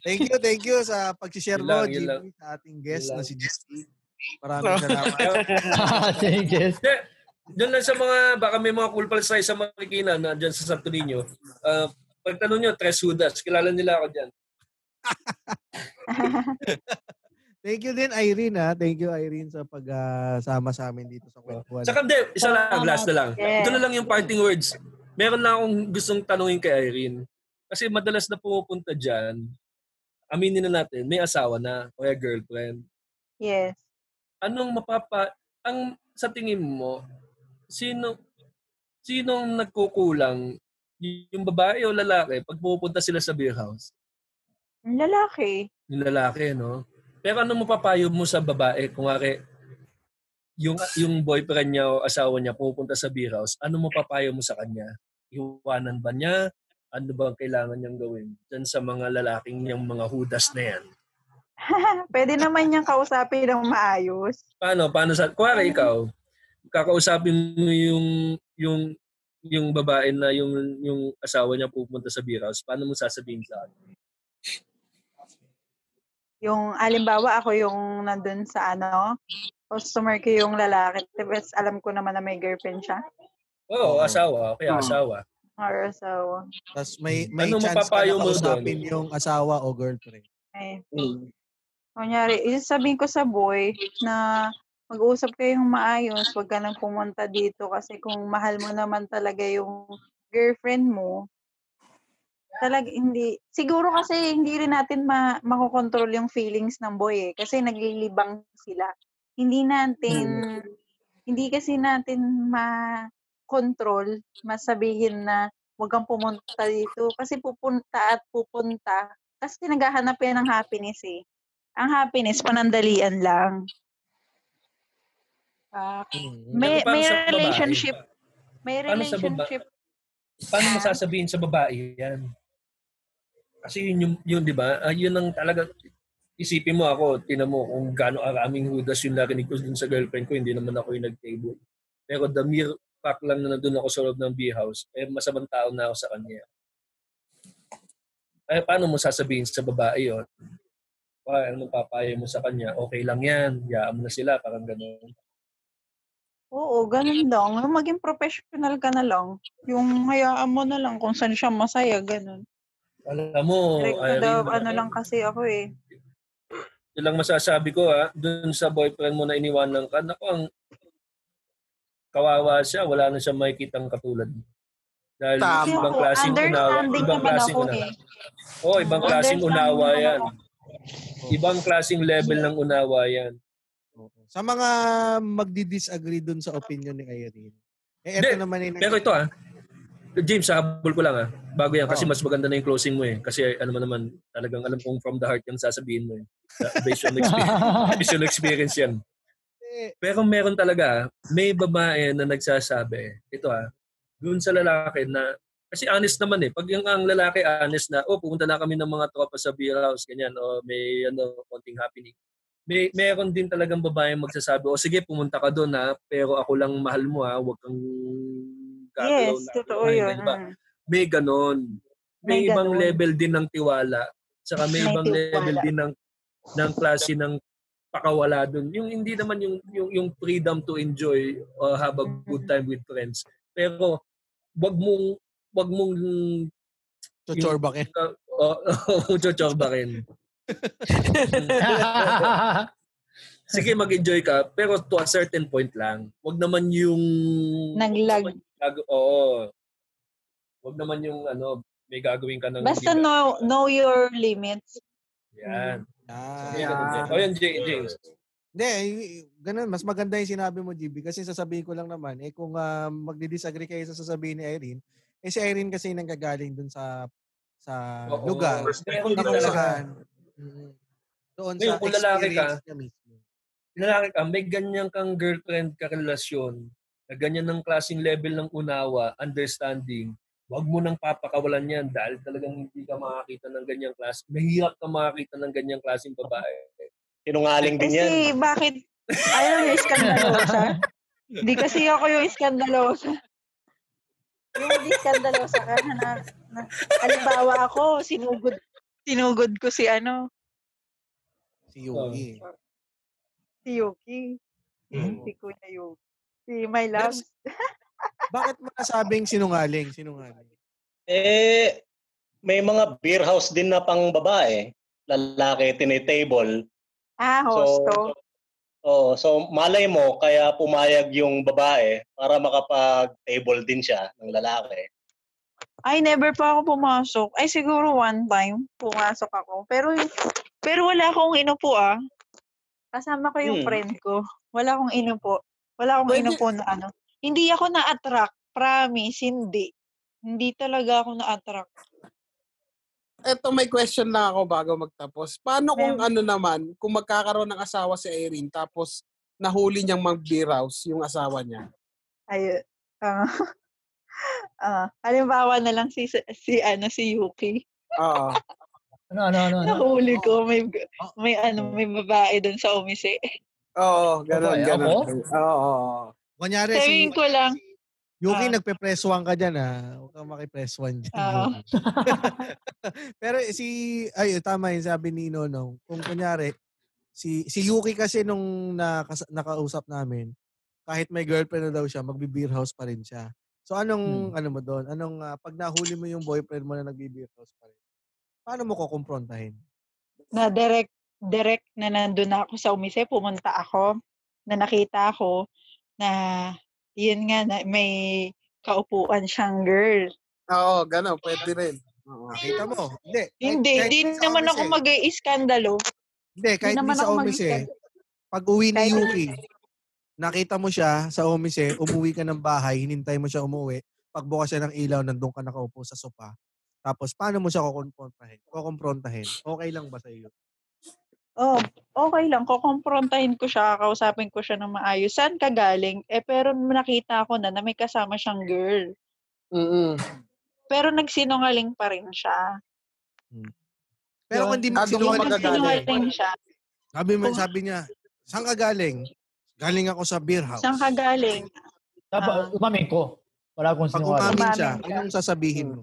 Speaker 1: Thank you, thank you sa pag-share
Speaker 8: Yun
Speaker 1: mo,
Speaker 8: lang, yun lang.
Speaker 1: Jimmy, sa ating guest
Speaker 8: Yun
Speaker 1: na
Speaker 8: lang.
Speaker 1: si Jesse. Maraming salamat.
Speaker 4: Sige, Jess.
Speaker 8: Hindi, doon lang sa mga, baka may mga cool pals tayo sa Marikina na dyan sa Santo Niño. Ah, pagtanong nyo, Tres Judas, kilala nila ako dyan.
Speaker 1: Thank you din, Irene. Ha? Thank you, Irene, sa pagsama sa amin dito sa kwentuhan.
Speaker 8: Saka hindi, isa lang, last na lang.
Speaker 5: Yes.
Speaker 8: Ito na lang yung parting words. Meron na akong gustong tanungin kay Irene. Kasi madalas na pumupunta dyan, aminin na natin, may asawa na o kaya girlfriend.
Speaker 7: Yes.
Speaker 8: Anong mapapa... Ang sa tingin mo, sino sinong nagkukulang Y- yung babae o lalaki pag pupunta sila sa beer house?
Speaker 7: Ang Lalaki.
Speaker 8: Yung lalaki, no? Pero anong mapapayo mo sa babae? Kung ari, yung, yung boyfriend niya o asawa niya pupunta sa beer house, ano mapapayo mo sa kanya? Iwanan ba niya? Ano ba ang kailangan niyang gawin? Diyan sa mga lalaking niyang mga hudas na yan.
Speaker 5: Pwede naman niyang kausapin ng maayos.
Speaker 8: Paano? Paano sa... Kuwari ikaw, kakausapin mo yung yung yung babae na yung yung asawa niya pupunta sa beer house, paano mo sasabihin sa akin?
Speaker 5: Yung, alimbawa, ako yung nandun sa ano, customer ko yung lalaki. Tapos alam ko naman na may girlfriend siya.
Speaker 8: Oo, asawa. Kaya asawa.
Speaker 5: Or so,
Speaker 1: Tapos may, may
Speaker 8: Ano
Speaker 1: chance ka
Speaker 8: mapapayo
Speaker 1: na
Speaker 8: mo doon?
Speaker 1: kausapin yung asawa o girlfriend.
Speaker 5: eh. Kunyari, isasabihin ko sa boy na mag-usap kayong maayos, huwag ka nang pumunta dito kasi kung mahal mo naman talaga yung girlfriend mo, talag hindi, siguro kasi hindi rin natin ma- makokontrol yung feelings ng boy eh, kasi naglilibang sila. Hindi natin, hindi kasi natin ma-control, masabihin na huwag kang pumunta dito kasi pupunta at pupunta kasi naghahanap yan ng happiness eh. Ang happiness, panandalian lang. Ah, may,
Speaker 8: Pero Mm, Ano, paano
Speaker 5: may
Speaker 8: sa babae?
Speaker 5: relationship. May
Speaker 8: Paano sa babae?
Speaker 5: relationship.
Speaker 8: Paano mo sasabihin sa babae yan? Kasi yun, yun, yun di ba? Ah, yun ang talaga, isipin mo ako, tinan mo kung gaano araming hudas yung narinig ko dun sa girlfriend ko, hindi naman ako yung nag-table. Pero the mere fact lang na nandun ako sa loob ng beer house, eh masamang tao na ako sa kanya. Eh, paano mo sasabihin sa babae yun? Pa, anong papayo mo sa kanya? Okay lang yan, yaan mo na sila, parang gano'n.
Speaker 5: Oo, ganun lang. Yung maging professional ka na lang. Yung hayaan mo na lang kung saan siya masaya, ganun.
Speaker 8: Alam mo,
Speaker 5: Direct to the,
Speaker 8: Irene,
Speaker 5: ano lang kasi ako eh.
Speaker 8: yun lang masasabi ko ha, dun sa boyfriend mo na iniwanan ka, naku, ang kawawa siya, wala na siya makikita ang katulad mo. Dahil
Speaker 5: Kasi
Speaker 8: ibang
Speaker 5: ako,
Speaker 8: klaseng unawa,
Speaker 5: understanding
Speaker 8: ibang
Speaker 5: naman
Speaker 8: klaseng
Speaker 5: ako
Speaker 8: unawa.
Speaker 5: eh.
Speaker 8: Oo, ibang klaseng
Speaker 5: Understanding
Speaker 8: unawa
Speaker 5: naman
Speaker 8: yan.
Speaker 5: ako.
Speaker 8: Ibang klaseng level ng unawa yan.
Speaker 1: Sa mga magdi-disagree dun sa opinion ni Irene. Eh, eto
Speaker 8: Hindi,
Speaker 1: naman yung
Speaker 8: Pero ito ah, James, habol ko lang ah. Bago yan, kasi mas maganda na yung closing mo eh. Kasi ano man naman, talagang alam kong from the heart yung sasabihin mo eh. Sa- Based on experience, based on experience yan. Pero meron talaga, ah, may babae na nagsasabi, ito ah, dun sa lalaki na, kasi honest naman eh, pag yung ang lalaki honest na, oh, pupunta lang kami ng mga tropa sa beer house, ganyan, o may ano, konting happening. May, meron din talagang babae magsasabi, o sige, pumunta ka doon ha, pero ako lang mahal mo ha, huwag kang gagalaw
Speaker 5: Yes,
Speaker 8: na.
Speaker 5: totoo
Speaker 8: kumain na
Speaker 5: yun.
Speaker 8: iba."
Speaker 5: mm.
Speaker 8: May ganon. May,
Speaker 5: May
Speaker 8: ibang
Speaker 5: ganon.
Speaker 8: level din ng tiwala. Saka may,
Speaker 5: May
Speaker 8: ibang level
Speaker 5: tiwala.
Speaker 8: din ng ng klase ng pakawala doon. Yung hindi naman yung yung yung freedom to enjoy or have a good time with friends. Pero wag mong wag mong
Speaker 1: Chochorba ka.
Speaker 8: Uh, oh, chochorba rin. Sige, mag-enjoy ka, pero to a certain point lang. Wag naman yung...
Speaker 5: Naglag.
Speaker 8: Nag- Oo. Wag naman yung ano, may gagawin ka ng...
Speaker 5: Basta
Speaker 8: hindi-
Speaker 5: know, know your limits.
Speaker 8: Yan.
Speaker 1: Ah,
Speaker 8: Yeah. Yeah. O yan, Oh, J- James.
Speaker 1: Hindi, y- y- ganun. Mas maganda yung sinabi mo, GB. Kasi sasabihin ko lang naman, eh kung ah, magdi-disagree kayo sa sasabihin ni Irene, eh si Irene kasi yung nanggagaling dun sa sa
Speaker 8: Oo.
Speaker 1: lugar
Speaker 8: Meron
Speaker 1: na
Speaker 8: din
Speaker 1: kung
Speaker 8: talaga.
Speaker 1: saan mm, doon
Speaker 8: Ngayon,
Speaker 1: sa
Speaker 8: kung lalaki ka,
Speaker 1: experience niya mismo.
Speaker 8: lalaki ka, ah, may ganyan kang girlfriend karelasyon, na ganyan ng klaseng level ng unawa, understanding, wag mo nang papakawalan yan dahil talagang hindi ka makakita ng ganyang klase. Mahirap ka makakita ng ganyang klaseng babae.
Speaker 11: Sinungaling din yan.
Speaker 5: Kasi bakit ayaw niya iskandalosa? Hindi kasi ako yung iskandalosa. Yung hindi iskandalosa ka na, na, na halimbawa ako, sinugod, sinugod ko si ano,
Speaker 1: Si Yuki.
Speaker 5: si Yuki.
Speaker 11: Mm.
Speaker 5: Si Kuya Yuki. Si My
Speaker 1: Pero
Speaker 5: Love.
Speaker 1: bakit mo nasabing sinungaling? Sinungaling.
Speaker 11: Eh, may mga beer house din na pang babae. Lalaki, tinitable.
Speaker 5: Ah,
Speaker 11: So,
Speaker 5: hosto.
Speaker 11: oh, so malay mo, kaya pumayag yung babae para makapag-table din siya ng lalaki.
Speaker 5: Ay, never pa ako pumasok. Ay, siguro one time pumasok ako. Pero pero wala akong inupo ah. Kasama ko yung
Speaker 11: Hmm.
Speaker 5: friend ko. Wala akong inupo. Wala akong
Speaker 1: Pwede-
Speaker 5: inupo na ano. Hindi ako na-attract. Promise, hindi. Hindi talaga ako na-attract.
Speaker 3: Eto, may question lang ako bago magtapos. Paano kung
Speaker 5: Ma'am.
Speaker 3: ano naman, kung magkakaroon ng asawa si Irene tapos nahuli niyang mag-beer house yung asawa niya?
Speaker 5: Ay, ah, ah, halimbawa na lang si, si, ano, si Yuki.
Speaker 3: Oo.
Speaker 4: Ano, ano, ano? ano?
Speaker 5: Nahuli ko, may, may ano, may babae doon sa umise.
Speaker 12: Oo, ganun,
Speaker 4: Babae,
Speaker 12: ganun.
Speaker 4: ako?
Speaker 12: Oo, oo, oo.
Speaker 1: Kunyari, si
Speaker 5: Sabihin ko lang,
Speaker 1: Yuki,
Speaker 5: Ah.
Speaker 1: nagpe-press 1 ka dyan, ha? Huwag kang makipress 1 dyan.
Speaker 5: Oo.
Speaker 1: Yuki. Pero si, ay, tama yung sabi ni Nonong. Kung kunyari, si, si Yuki kasi nung nakas- nakausap namin, kahit may girlfriend na daw siya, magbe-beer house pa rin siya. So anong,
Speaker 5: Hmm.
Speaker 1: ano mo doon? Anong, ah, pag nahuli mo yung boyfriend mo na nagbe-beer house pa rin, paano mo kukumprontahin?
Speaker 5: na direct direct na nandun na ako sa umise, pumunta ako, na nakita ko na yun nga, na, may kaupuan siyang girl.
Speaker 12: Oo, ganun, pwede rin. Oo.
Speaker 1: Nakita mo? Hindi. Kahit-
Speaker 5: Hindi,
Speaker 1: kahit
Speaker 5: di
Speaker 1: sa
Speaker 5: naman
Speaker 1: office
Speaker 5: ako
Speaker 1: eh.
Speaker 5: mag-iskandalo.
Speaker 1: Hindi, kahit
Speaker 5: naman
Speaker 1: hindi sa
Speaker 5: ako
Speaker 1: office eh.
Speaker 5: mag-iskandalo.
Speaker 1: Pag uwi ni
Speaker 5: Kahit-
Speaker 1: Yuki, nakita mo siya sa office eh, umuwi ka ng bahay, hinintay mo siya umuwi. Pagbukas siya ng ilaw, nandun ka nakaupo sa sopa. Tapos, paano mo siya kukumprontahin? Kukumprontahin. Okay lang ba sa iyo?
Speaker 5: Oh, okay lang. Kukomprontahin ko siya, kakausapin ko siya ng maayos. Saan ka galing? Eh, pero nakita ko na na may kasama siyang girl.
Speaker 12: Mm-mm.
Speaker 5: Pero nagsinungaling pa rin siya.
Speaker 1: Pero kung di
Speaker 12: Yun. Ah, doon ka
Speaker 1: magsinungaling,
Speaker 12: magagaling.
Speaker 5: Nagsinungaling siya.
Speaker 1: sabi, mo,
Speaker 5: Kung-
Speaker 1: sabi niya, saan ka galing? Galing ako sa beer house.
Speaker 5: Saan ka galing?
Speaker 4: Dapat umamin ko. Wala akong
Speaker 1: Pag
Speaker 4: sinungaling.
Speaker 1: umamin siya,
Speaker 5: Umamin siya.
Speaker 1: anong sasabihin mo?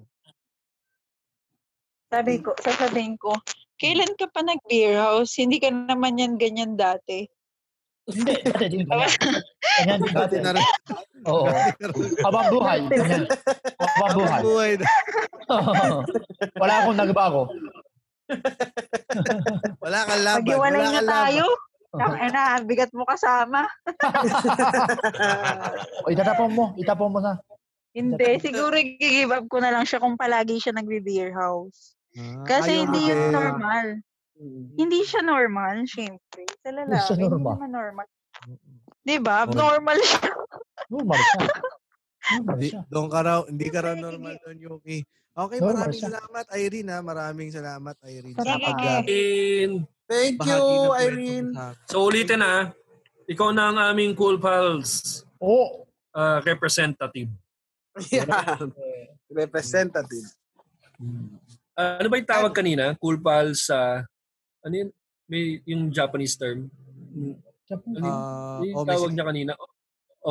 Speaker 7: Sabi ko,
Speaker 5: sasabihin ko, kailan ka pa nag-beer house? Hindi ka naman yan ganyan dati.
Speaker 4: Hindi, dati din kanya. Ganyan din dati.
Speaker 1: Dati na rin.
Speaker 4: Oo. Habang buhay, ganyan. Habang
Speaker 1: Habang
Speaker 4: buhay.
Speaker 1: buhay na.
Speaker 4: Wala akong nagbago.
Speaker 1: Wala kang laban.
Speaker 5: Maghiwalay
Speaker 1: Wala
Speaker 5: na
Speaker 1: kang laban. Oh.
Speaker 5: tayo. Ang ina, bigat mo kasama.
Speaker 4: o, itatapon mo. Itapon mo na.
Speaker 5: Hindi, siguro i-give up ko na lang siya kung palagi siya nagbe-beer house.
Speaker 1: Ah, Mm-hmm.
Speaker 5: Kasi
Speaker 1: ayaw mo
Speaker 5: hindi yun
Speaker 1: din.
Speaker 5: normal. Hindi siya normal, syempre. Sa
Speaker 4: Hindi siya
Speaker 5: lalaki, hindi
Speaker 4: normal.
Speaker 5: naman normal.
Speaker 1: Mm-hmm.
Speaker 5: Di ba?
Speaker 1: Oo.
Speaker 5: Normal siya.
Speaker 4: Normal siya. Normal
Speaker 1: Di,
Speaker 4: siya.
Speaker 1: doon ka raw, hindi ka raw
Speaker 5: Kasi
Speaker 1: normal
Speaker 5: nagigi-
Speaker 1: doon, Yuki. Okay,
Speaker 4: Normal
Speaker 1: maraming
Speaker 4: siya.
Speaker 1: salamat, Irene. Ha? Maraming salamat, Irene, sa
Speaker 5: Sige.
Speaker 1: pag
Speaker 8: In,
Speaker 12: Thank you,
Speaker 1: bahagi ng kwento mo
Speaker 12: Irene.
Speaker 1: sa amin.
Speaker 8: so ulitin na, ikaw na ang aming Cool Pals
Speaker 4: Oo.
Speaker 8: ah, representative.
Speaker 12: Yan. Representative.
Speaker 8: Ah, ano ba yung tawag kanina? Cool Pals sa, ano yun? May, yung Japanese term? Mm,
Speaker 4: Siya po.
Speaker 8: Ano yun?
Speaker 1: Ah,
Speaker 8: yung
Speaker 1: Omise.
Speaker 8: tawag niya kanina? Oh, O-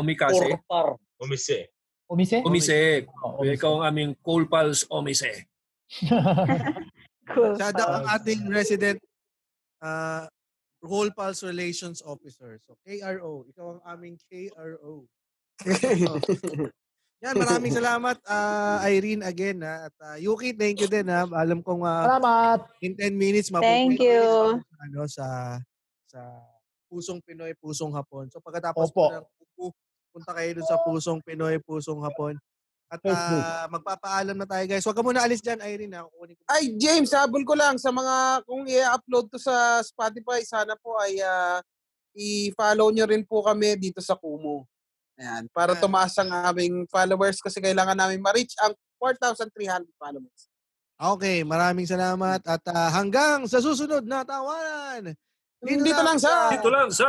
Speaker 8: Omikase?
Speaker 11: Kurpar.
Speaker 2: Umise.
Speaker 4: Umise?
Speaker 8: Omise.
Speaker 4: Oo, umise.
Speaker 8: Kaya ikaw ang aming Cool Pals Omise.
Speaker 5: Cool.
Speaker 1: Siya daw ang
Speaker 4: Ayos.
Speaker 1: ating resident uh, Role Pulse Relations Officer. So, KRO. Ikaw ang aming KRO. Yan, maraming salamat, ah, Irene, again. Ha? At ah, Yuki, thank you din. Ha? Alam kong ah,
Speaker 4: Salamat.
Speaker 1: in 10 minutes
Speaker 7: Thank
Speaker 1: mapupunta
Speaker 7: you.
Speaker 1: tayo sa, ano sa sa pusong Pinoy pusong Hapon. So pagkatapos po
Speaker 4: Opo.
Speaker 1: ng upo, punta kayo dun sa pusong Pinoy pusong Hapon. At ah,
Speaker 4: Facebook.
Speaker 1: magpapaalam na tayo guys. Huwag ka muna alis diyan Irene. Ha? Kukunin ko.
Speaker 12: Ay, James, habol ko lang sa mga, kung i-upload to sa Spotify, sana po ay ah, i-follow nyo rin po kami dito sa Kumu. Ayan, para
Speaker 1: Ayan.
Speaker 12: tumaas ang aming followers kasi kailangan namin ma-reach ang 4,300 followers.
Speaker 1: Okay, maraming salamat at ah, hanggang sa susunod na tawanan.
Speaker 12: Dito, lang sa...
Speaker 8: Dito lang sa